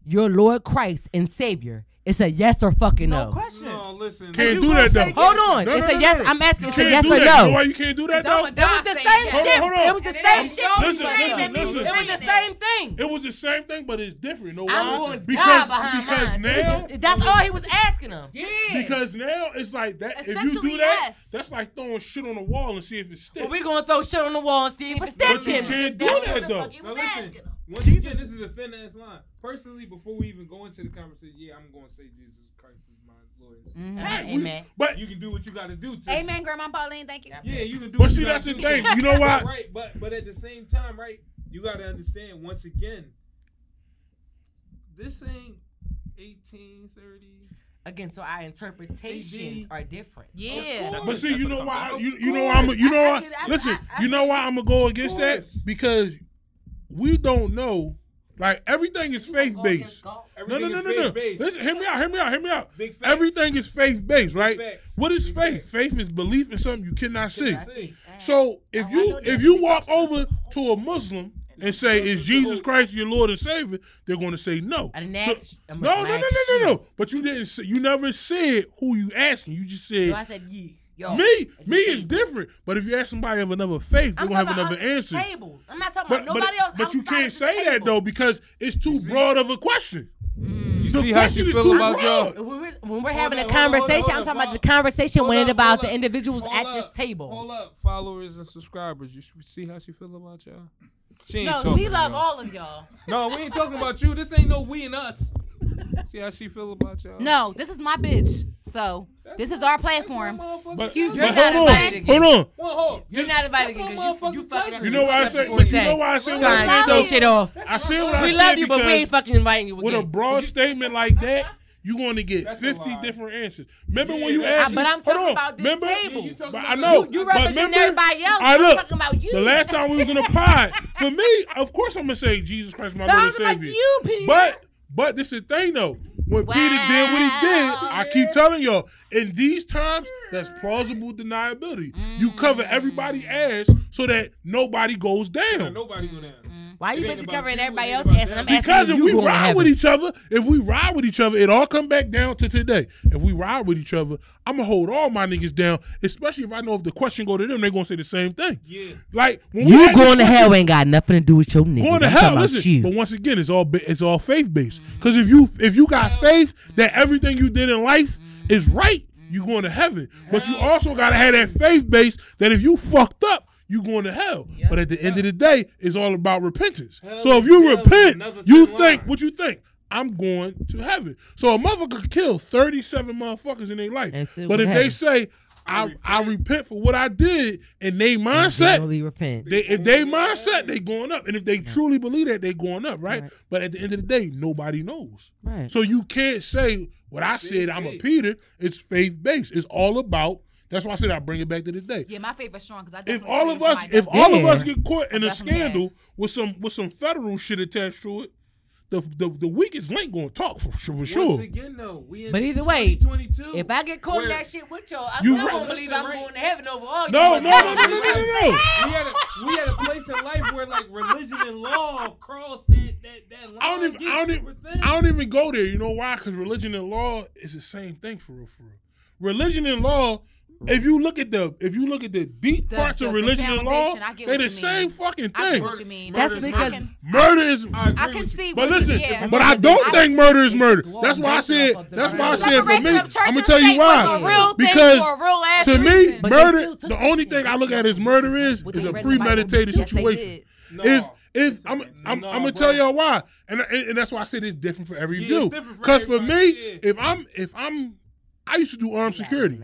your Lord Christ and Savior? It's a yes or fucking no.
No question.
No, listen.
Can't
You
do
gonna
that
say
though.
Hold on.
No,
it's
no,
a
no,
yes.
no.
I'm asking.
You
It's a
can't
yes
do
or
that. You know why
no.
you can't do that
I'ma
though?
die
It was the
saying
same
yes.
Hold on,
shit.
hold on.
It was the
And it
same
ain't
shit.
no
Listen,
shame
listen,
in me saying
listen. It
It was the
that.
same thing.
It was the same thing, but it's different. You know
I'm
why?
gonna die
because
behind
because
mine.
now
That's all he was asking him.
Yeah.
because now it's like that. If you do
Essentially,
that,
yes.
that's like throwing shit on the wall and see if it sticks.
Well, we gonna throw shit on the wall and see if it
but
sticks.
you
in.
can't do that
Now
though.
listen, once again, this is a thin ass line. Personally, before we even go into the conversation, yeah, I'm going to say Jesus Christ is my Lord. and Savior.
Mhm.
Right, we-
Amen.
But
You can do what you got to do to.
Amen, Grandma Pauline. Thank you.
Yeah, you can do.
Mm. But
what
see,
you gotta
that's the
do.
thing. You know what?
Right, but but at the same time, right, you got to understand once again. This ain't 1830.
Again, so our interpretations
AD.
are different.
Yeah.
But see, you know why? You, you
Of
know I'm. You know
I- I
why?
get it. I-
Listen,
I- I
you know why I'm gonna go against that
course.
because we don't know. Like everything is faith based. No, no,
Everything
no,
is
no, no.
faith-based.
Listen, hear me out. Hear me out. Hear me out.
Big facts.
Everything is faith based, right?
facts.
What is
Big
faith?
facts.
Faith is belief in something you cannot see.
That's it.
So if you
like
if
that.
you walk over to a Muslim and say is Jesus Christ your Lord and Savior, they're going to say no.
I didn't
So-
ask- I'm
no, no,
gonna
no,
ask
no, no,
you.
no. But you didn't. Say, you never said who you asking. You just said
So I said, yeah. Yo.
me, me is different. But if you ask somebody of another faith, they're
I'm
gonna
talking
have
about
another
under the
answer.
Table. I'm not talking
But,
about
but,
nobody else.
but you
outside
can't
of the
say that
table.
though because it's too broad of a question.
You
The
see how she
question is
feel
too
about y'all?
broad.
When we're, when we're having
Hold
a
up, hold up,
conversation,
hold up,
I'm talking
hold
about the conversation
Hold
when
up,
it about
hold
the
up,
individuals
hold
at
up,
this table.
Hold up, followers and subscribers. You should see how she feel about y'all. She ain't
No,
talking.
we love
y'all.
all of y'all.
No, we ain't talking about you. This ain't no we and us. See how she feel about y'all.
No, this is my bitch. So this is our platform. Excuse
But
You're not
hold
invited
on,
again.
hold on.
One hold.
You're not invited
That's
because
what
you, you
motherfucking
fucking
said.
You know why I say?
Before
You know
Jay.
why I say what I
Trying
said
to
though.
throw shit off.
I said what I
We
said
love you, but we
because-
ain't fucking inviting you
with
again.
a broad statement like that, you're going to get
That's a
50
lie.
different answers. Remember
Yeah,
when you
that's-
asked?
I- but
me-
I'm
hold
talking
on,
about this
remember?
table.
Yeah, you talking
But
about
I know.
you-
you
but
represent
remember-
everybody else.
I
I'm
look.
talking about you.
The last time we was in a pod, for me, of course, I'm gonna say Jesus Christ, my Lord and
Talking about
Savior.
you, Peter.
But but this is the thing though. When Peter did what he did, I keep telling y'all, in these times, that's plausible deniability. You cover everybody
Mm.
ass so that nobody goes down.
Nobody go down.
Why you
It ain't
busy
about
covering
you, it
everybody
ain't
else
about
ass and I'm
them.
asking
Because
you,
if we
you going to
ride
heaven?
with each other, if we ride with each other, it all come back down to today. If we ride with each other, I'm gonna hold all my niggas down, especially if I know if the question go to them, they gonna say the same thing.
Yeah.
Like when we
You
ask
going
the
to
question-
hell ain't got nothing to do with your niggas.
Going to
I'm
hell,
talking about
listen.
you.
But once again, it's all ba- it's all faith based. Because if you if you got faith that everything you did in life is right, you going to heaven. But you also gotta have that faith base that if you fucked up, you going to hell. But at the end of the day, it's all about repentance.
Hell
so if
is-
you
hell is
repent,
another
you
thin
think
line.
what you think. I'm going to heaven. So a motherfucker could kill 37 motherfuckers in their life.
And still
But
go
if
to
they
heaven.
say I, I repent for what I did and they mindset,
Genuinely repent.
they, if they mindset, they going up, and if they truly believe that, they going up, right?
Right.
But at the end of the day, nobody knows.
Right.
So you can't say what I said. I'm a
Faith-based.
Peter. It's faith based. It's all about. That's why I said I bring it back to the day.
Yeah, my favorite strong because I
If
definitely
all
agree
of
with
us,
somebody
if
that-
all of
Yeah.
us get caught in
I definitely
a
have.
scandal with some with some federal shit attached to it, the the, the weakest link going to talk for, sure- for
Once
sure.
again, though, we in
But either way,
2022.
If I get caught
Where-
in that shit with y'all, I'm
You
still
right.
gonna believe I'm
Listen, right.
going to heaven over all you.
No, no, no, no,
motherfuckers.
no, no, no, no.
we had a we had a place in life where like religion and law crossed that that that line.
I don't even,
Get
I don't even,
different things.
I don't even go there. You know why? Because religion and law is the same thing for real, for real. Religion and law. If you look at the, if you look at the deep
The-
parts
the-
of
the
religion and law,
foundation, I get
they
what
the
you
same
mean.
fucking
I get
thing.
what you mean.
That's
Murder is
because-
murder.
Murder
I,
is.
agree
I can
with you.
see.
But
what-
listen,
yeah.
but I don't think murder is murder.
It's
That's why I
law
said.
based off of
That's
the
why I
Bible.
said for
Separation
me.
of church
I'm gonna
and
tell you
state was a real
why.
thing for a
Because
real ass
to me,
reason.
But they
murder.
still took
The
the
only
shit.
thing I look at as murder is
What
is
they
a
read in the Bible.
premeditated
Yes, they
situation.
did.
No,
if if I'm
listen,
I'm,
no,
I'm
bro.
gonna tell y'all why, and, and and that's why I said it's different for every
Yeah,
view.
it's different for
Because for
everybody,
me,
yeah.
if I'm if I'm, I used to do armed security.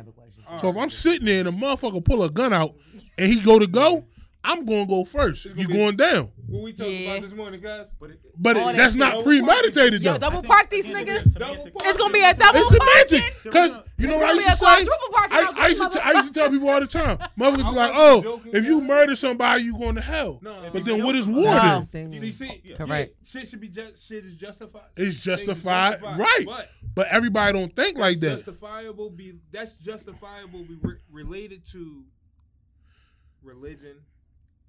All
So if
right.
I'm sitting there and a motherfucker pull a gun out and he go to go, I'm going to go first.
It's
You
gonna be-
going down.
What we talking about this morning, guys? But, it,
But it- that's not premeditated,
Yo,
though.
double
park these niggas. It's gonna be a double
It's
parking.
semantic. Because you know what I
gonna
used to
be a
say?
quadruple parking
I,
lot,
I, used to
mother-
t- I used to tell people all the time. Motherfuckers be like, oh, if you murder somebody, you going to hell. but then what is war then?
See, see, yeah,
Correct.
shit should be just shit is justified.
It's
Things is
justified. Right.
But
But, everybody don't think like that.
justifiable be that's justifiable be re- related to religion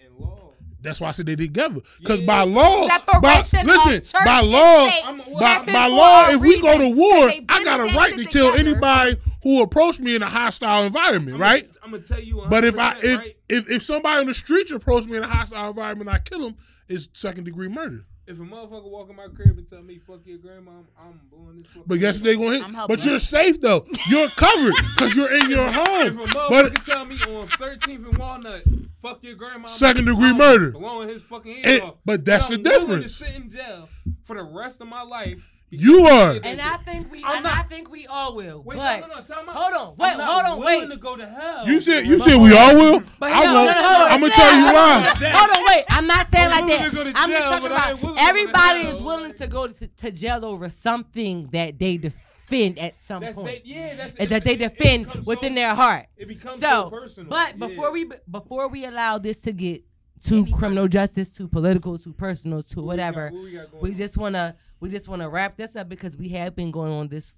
and law.
That's why I said they together. Because
Yeah.
by law, by,
Separation of
listen,
church
by
and
law,
state
by,
happened
by
for
law,
a
if we go to war,
they
I got a
blended that
right to
shit
kill
together.
anybody who approached me in a hostile environment, right?
I'm gonna tell you.
But if I
100%,
if,
right?
if if somebody on the street approached me in a hostile environment, I kill him. It's second degree murder.
if a motherfucker walk in my crib and tell me fuck your grandma, I'm, I'm blowing this.
But guess what they gonna
I'm
hit?
helping.
But you're safe though. You're covered because you're in your
If a
home.
motherfucker
But
tell me on 13th and Walnut, fuck your grandma,
Second
I'm
degree murder.
blowing his fucking head
And-
off.
but that's
And
the
I'm willing
difference.
To sit in jail for the rest of my life.
you are.
And I think we,
I'm
and
not-
I think we all will.
Wait,
but
no, no, no, time out.
hold on,
I'm
wait,
not
hold on,
willing
wait.
To go to hell.
You said you said we all will.
But
I
no,
won't.
no, no, hold on.
I'm gonna tell you why.
Hold on, wait.
I'm not saying like that.
go to
I'm
jail,
just talking
but I
about
ain't willing to go to
everybody
hell.
is willing to go to, to jail over something that they defend at some
That's
point.
that. Yeah, that's
and that they
it- it
defend
becomes
within
so-
their heart.
It becomes so,
So,
personal.
but
yeah.
before we before we allow this to get to criminal justice, to political, to personal, to whatever,
what we
we,
got going on?
just wanna we just wanna wrap this up because we have been going on this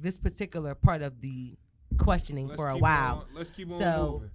this particular part of the questioning
Let's
for a
keep
while.
on- let's keep on
so,
moving.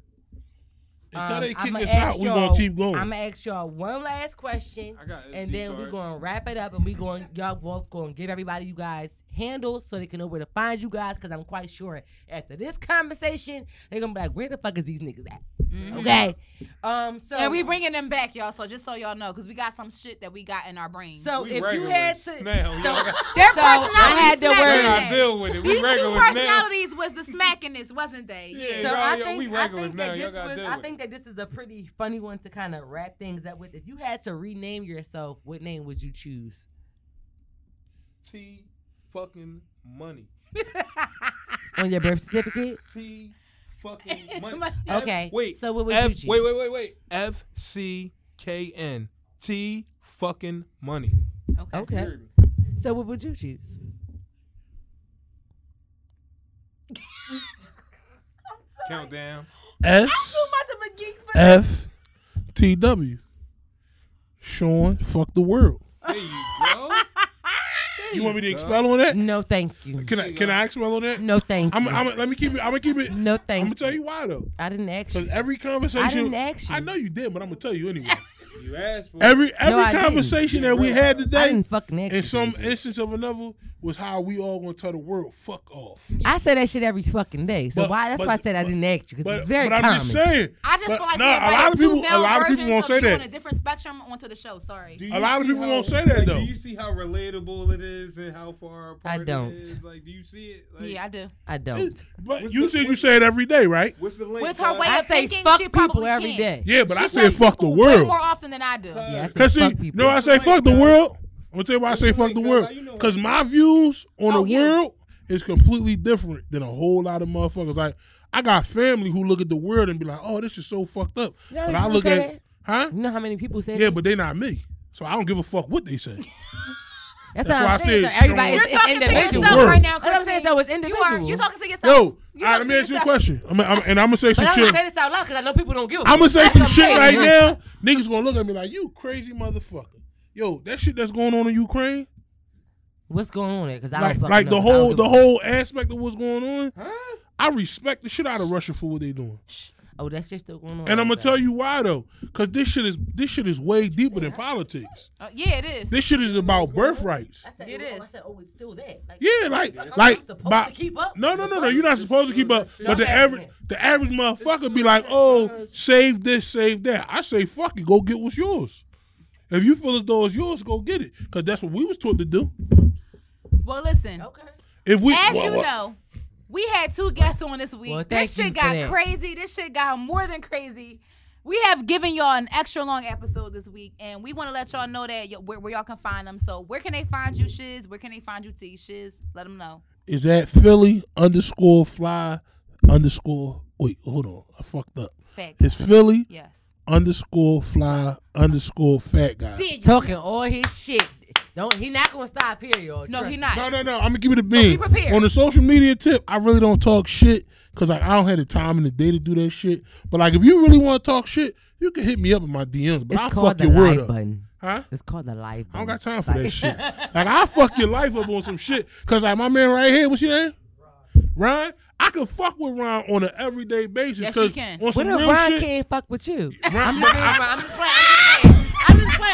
Um,
Until they kick us out, we're gonna keep going.
I'm gonna ask y'all one last question,
I got
and
SD
then we're
cards.
gonna wrap it up, and we going y'all both gonna give everybody you guys handles so they can know where to find you guys, because I'm quite sure after this conversation they're gonna be like, where the fuck is these niggas at?
Mm-hmm.
Mm-hmm.
Okay, um, so
and we bringing them back, y'all. So just so y'all know, because we got some shit that we got in our brains.
so
We
if you
regular
had to,
snail,
so
y'all got-
Their
So,
personalities.
I had the
smacking that.
word. regular.
We gotta deal with it. We
These two
regular now.
personalities was the smackiness, wasn't they?
Yeah,
So
y'all-
I
y'all-
think,
we
I
regulars
think
now.
that
Y'all
this
gotta
was,
deal
I
with
think
it.
that this is a pretty funny one to kind of wrap things up with. If you had to rename yourself, what name would you choose?
T fucking money.
On your birth certificate?
T fucking money. F-
Okay.
wait.
So what would
F,
you choose?
Wait, wait, wait, wait. F C K N. T fucking money.
Okay.
Okay.
Hear me?
So what would you choose?
Countdown.
S F T W. Sean, fuck the world.
There you go.
You want me to expel on that?
No, thank you.
Can I can I expel on that?
No, thank
I'm,
you.
I'm let me keep it. I'm gonna keep it.
no,
I'm
thank
gonna
you.
tell you why though.
I didn't ask
Because
you.
every conversation,
didn't ask you.
I know you did, but I'm gonna tell you anyway.
You asked for
Every
No, I
every
didn't.
conversation that we had
I
today,
didn't fucking ask you.
in some
Deja.
instance of another, was how we all gonna tell the world, fuck off.
I say that shit every fucking day. So
But-
why? That's
but-
why I said I didn't ask you because
But,
it's very
but I'm
common.
just saying.
I just
but
feel like
nah,
we
a lot of
two
people, a lot of people won't say
on a
that.
different spectrum onto the show. Sorry.
Do
A
you
lot of
see
people
how-
won't say that,
like,
though.
Do you see how relatable it is and how far apart it
don't.
is? Like, do you see it? Like,
yeah, I do.
I don't.
But
What's
you
the-
said you
what's-
say it every day, right?
What's the link?
With her
cuz?
way
I
of
say
thinking,
fuck
she
people
probably
every
can't.
day.
Yeah, but I
She
said
says
fuck the
Way
world.
more often than I do.
Yeah, I
Cuz-
say
Cause see,
fuck
you
people.
know I say
What's the
fuck the
link,
world. I'm gonna tell you why I say
the
fuck
link,
the
cuz?
world.
How you know
Cause
it?
my views on
Oh,
the
yeah.
world is completely different than a whole lot of motherfuckers. Like I got family who look at the world and be like, "Oh, this is so fucked up,"
You know
but
how
I
many
look
people
at,
say
huh?
You know how many people say
Yeah,
that?
but they not me, so I don't give a fuck what they say.
that's,
that's
what
why I
I'm saying. So
said
everybody,
Sean-
it's, it's
Talking to
individual.
yourself
world.
right now,
That's what I'm saying.
Christine.
So it's
You are.
individual.
You talking to yourself?
Yo, all
You
right,
talking
let
to
me ask you a
yourself.
question, I'm, I'm, and I'm gonna say some
But I'm
shit.
gonna say this out loud because I know people don't give. a
I'm gonna say
That's
some
what I'm
shit
saying.
right now. Niggas gonna look at me like, "You crazy motherfucker." Yo, that shit that's going on in Ukraine,
What's going on there? Because I
like,
don't fucking
like
know.
the
so I don't
whole
give
the
a-
whole aspect of what's going on,
Huh?
I respect the shit out of Russia for what they doing.
Oh, that's just still going on.
And I'm gonna
Okay.
tell you why though, because this shit is this shit is way deeper than politics.
Uh, yeah, it is.
This shit is about birthrights.
I said,
It
it
is.
is. I said, oh, it's still that. Like,
Yeah, like
I'm
like
supposed
by-
to keep up.
No, no, no, no. You're not supposed to keep up. But the
Okay.
average the average motherfucker be like, oh, save this, save that. I say, fuck it, go get what's yours. If you feel as though it's yours, go get it, because that's what we was taught to do.
Well, listen.
Okay.
If we,
As
Wha-
you
wha-
know, we had two guests on this week.
Well, thank
this shit
you for
got
that.
crazy. This shit got more than crazy. We have given y'all an extra long episode this week, and we want to let y'all know that y- where, where y'all can find them. So, where can they find you, Shiz? Where can they find you, T? Shiz, let them know.
is at Philly underscore fly underscore. Wait, hold on, I fucked up.
Fact.
It's Philly
Yes.
underscore fly underscore fat guy.
Did you?
Talking all his shit. Don't he not gonna stop here, y'all.
No,
Trust
he
me.
not.
No, no, no. I'm gonna give it a
be
bean.
prepared.
On the social media tip, I really don't talk shit because like I don't have the time and the day to do that shit. But like, if you really want to talk shit, you can hit me up in my DMs. But
It's
I'll
called
fuck
the
your world
live
up.
button.
Huh?
It's called the live button.
I don't got time for that shit. Like I fuck your life up on some shit. Cause like my man right here, what's your name? Ron. I can fuck with Ron on an everyday basis.
Yes,
'cause
you can.
On some
What if
real
Ron
shit,
can't fuck with you?
Ron-
I'm just playing. I'm just playing. I'm just playing.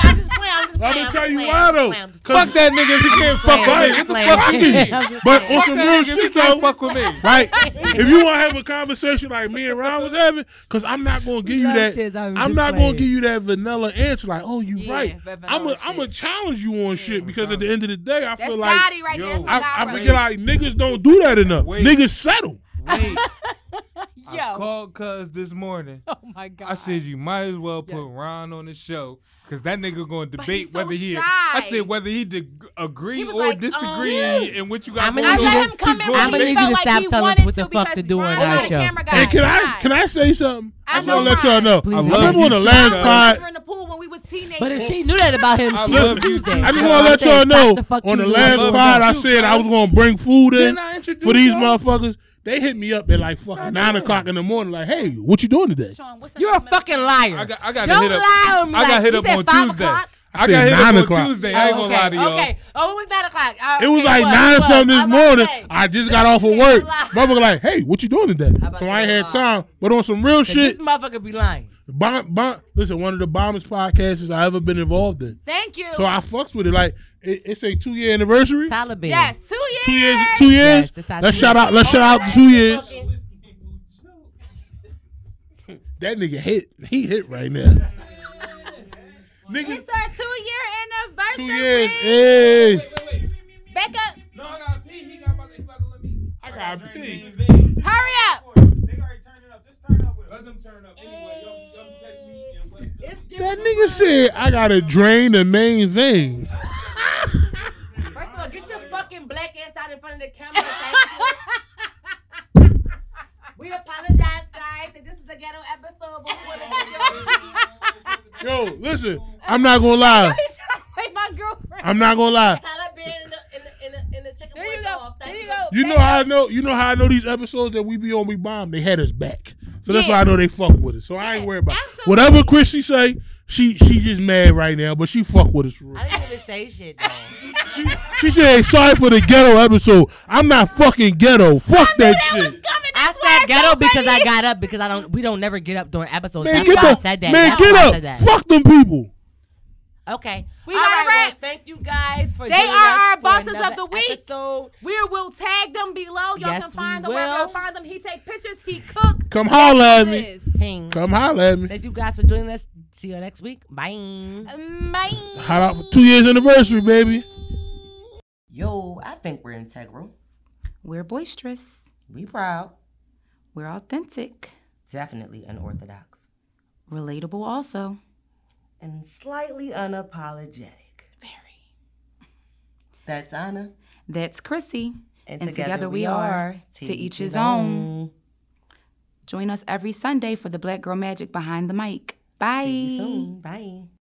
I'm just
I'm gonna tell you why though.
Fuck that nigga if he can't fuck
playing,
with me. What the
I'm
fuck you
playing.
mean?
I'm just
But on some
Fuck that
real
nigga if he
shit
can't
though.
fuck with me.
Right. if you want to have a conversation like me and Ron was having, because I'm not gonna give you
Love
that.
shits, I'm
I'm
just
not
playing.
gonna give you that vanilla answer. Like, oh, you
Yeah,
right.
that vanilla
I'm a, I'm gonna
shit.
challenge you on shit because at the end of the day, I
That's
feel like
Gotti right there. That's
yo,
my
I,
God
I
right
forget like niggas don't do that enough.
Wait.
Niggas settle.
Wait,
there.
I
Yo.
called Cuz this morning.
Oh my God.
I said you might as well put Ron on the show because that nigga going to
But
debate
he's so
whether he.
shy.
I said whether he de- agree
He was
or
like,
disagree
um,
in what you got
I'ma
going
need
on.
you to-
Let him come
He's
in
going
I'm
to
gonna
because he felt
need you
debate-
to
like
stop
he
telling us
wanted
what the
to
fuck to
because
do on
Ron
our
was a
show.
camera guy.
Hey, can I
Ron.
can I say something?
I
I'm
know
gonna let y'all
Ron.
know.
Please
I
don't.
remember on the
you,
last
Cuz.
pod,
in the pool when we was teenagers.
But if she knew that about him,
I
she
love
would
you,
do
Jay.
that.
I just
Yeah,
want to
I'm
let y'all know
the fuck
on the
choosing
last
us.
pod I
Love
said
you,
I was
guys.
gonna bring food in Didn't I
introduce
for these
y'all?
motherfuckers. They hit me up at like fucking nine o'clock in the morning. Like, hey, what you doing today?
Sean, what's the
You're a
name of-
fucking liar.
I got, I got
Don't
hit up.
lie on me.
I
Like,
got hit
you
up
said
on
five
Tuesday.
o'clock?
I
said
got hit up
nine
on
o'clock.
Tuesday. I ain't gonna lie to y'all.
Okay. Oh, it was nine o'clock. Uh,
It was
okay,
like
what?
nine
What?
something this
I'm about to
morning. Ah,
say,
I just got off of
You
work.
lie.
Motherfucker, like, hey, what you doing today?
about
So
to
I ain't
say
had
lie.
time. But on some real
This
shit,
motherfucker be lying.
bomb, bomb, listen, one of the bombest podcasts I ever been involved in.
Thank you.
So I fucks with it. Like, it, it's a two year anniversary.
Taliban.
yes, two
Two
years.
years. Two years.
Yes, it's our
let's
two
shout
years.
out. Let's shout out to two years. That nigga hit. He hit right now. nigga,
It's our two
two
year anniversary.
years. eh? Hey.
Becca,
No, I got pee. He got about to, he about to let me.
I got pee.
hurry up.
They already turned it up. Just turn it up with
Let
them.
them turn up anyway. Y'all, y'all can catch me in West Philly.
That nigga said I gotta drain the main vein.
First of all, get your fucking black ass out in front of the camera. Thank you. We apologize, guys, that this is a ghetto episode. But we wanna give you-
Yo, listen. I'm not gonna lie.
Wait, my girlfriend.
I'm not gonna lie.
Taliban in the in the in the, in the chicken
There you
boys
go.
off. Thank
There you go.
You know how I know. You know how I know these episodes that we be on. We bomb. They had us back. So that's
Yeah.
why I know they fuck with us. So I ain't
Yeah,
worried about
absolutely.
whatever Chrissy say. She she just mad right now, but she fuck with us. For real.
I didn't even say shit though.
She, she said, sorry for the ghetto episode. I'm not fucking ghetto. Fuck that shit.
I said ghetto because I got up because I don't. We don't never get up during episodes.
Man,
That's
get
why I
up.
said that.
Man,
That's why I said
get up.
that.
Fuck them people.
Okay.
We
All
gotta
well,
wrap.
thank you guys for.
They
joining
are
us
our
for
bosses of
another
the week.
episode.
We will tag them below. Y'all
Yes,
can find
we
them wherever
will.
y'all find them. He take pictures. He cook.
Come holler at
That's what
me.
it
Ting.
Come holler at me.
Thank you guys for joining us. See you next week. Bye.
is. Bye.
Hot out for two years anniversary, baby.
Yo, I think we're integral.
We're boisterous.
We proud.
We're authentic.
Definitely unorthodox.
Relatable also.
And slightly unapologetic. Very. That's Anna.
That's Chrissy.
And,
together we are. To each his own. Join us every Sunday for the Black Girl Magic Behind the Mic. Bye.
See you soon. Bye.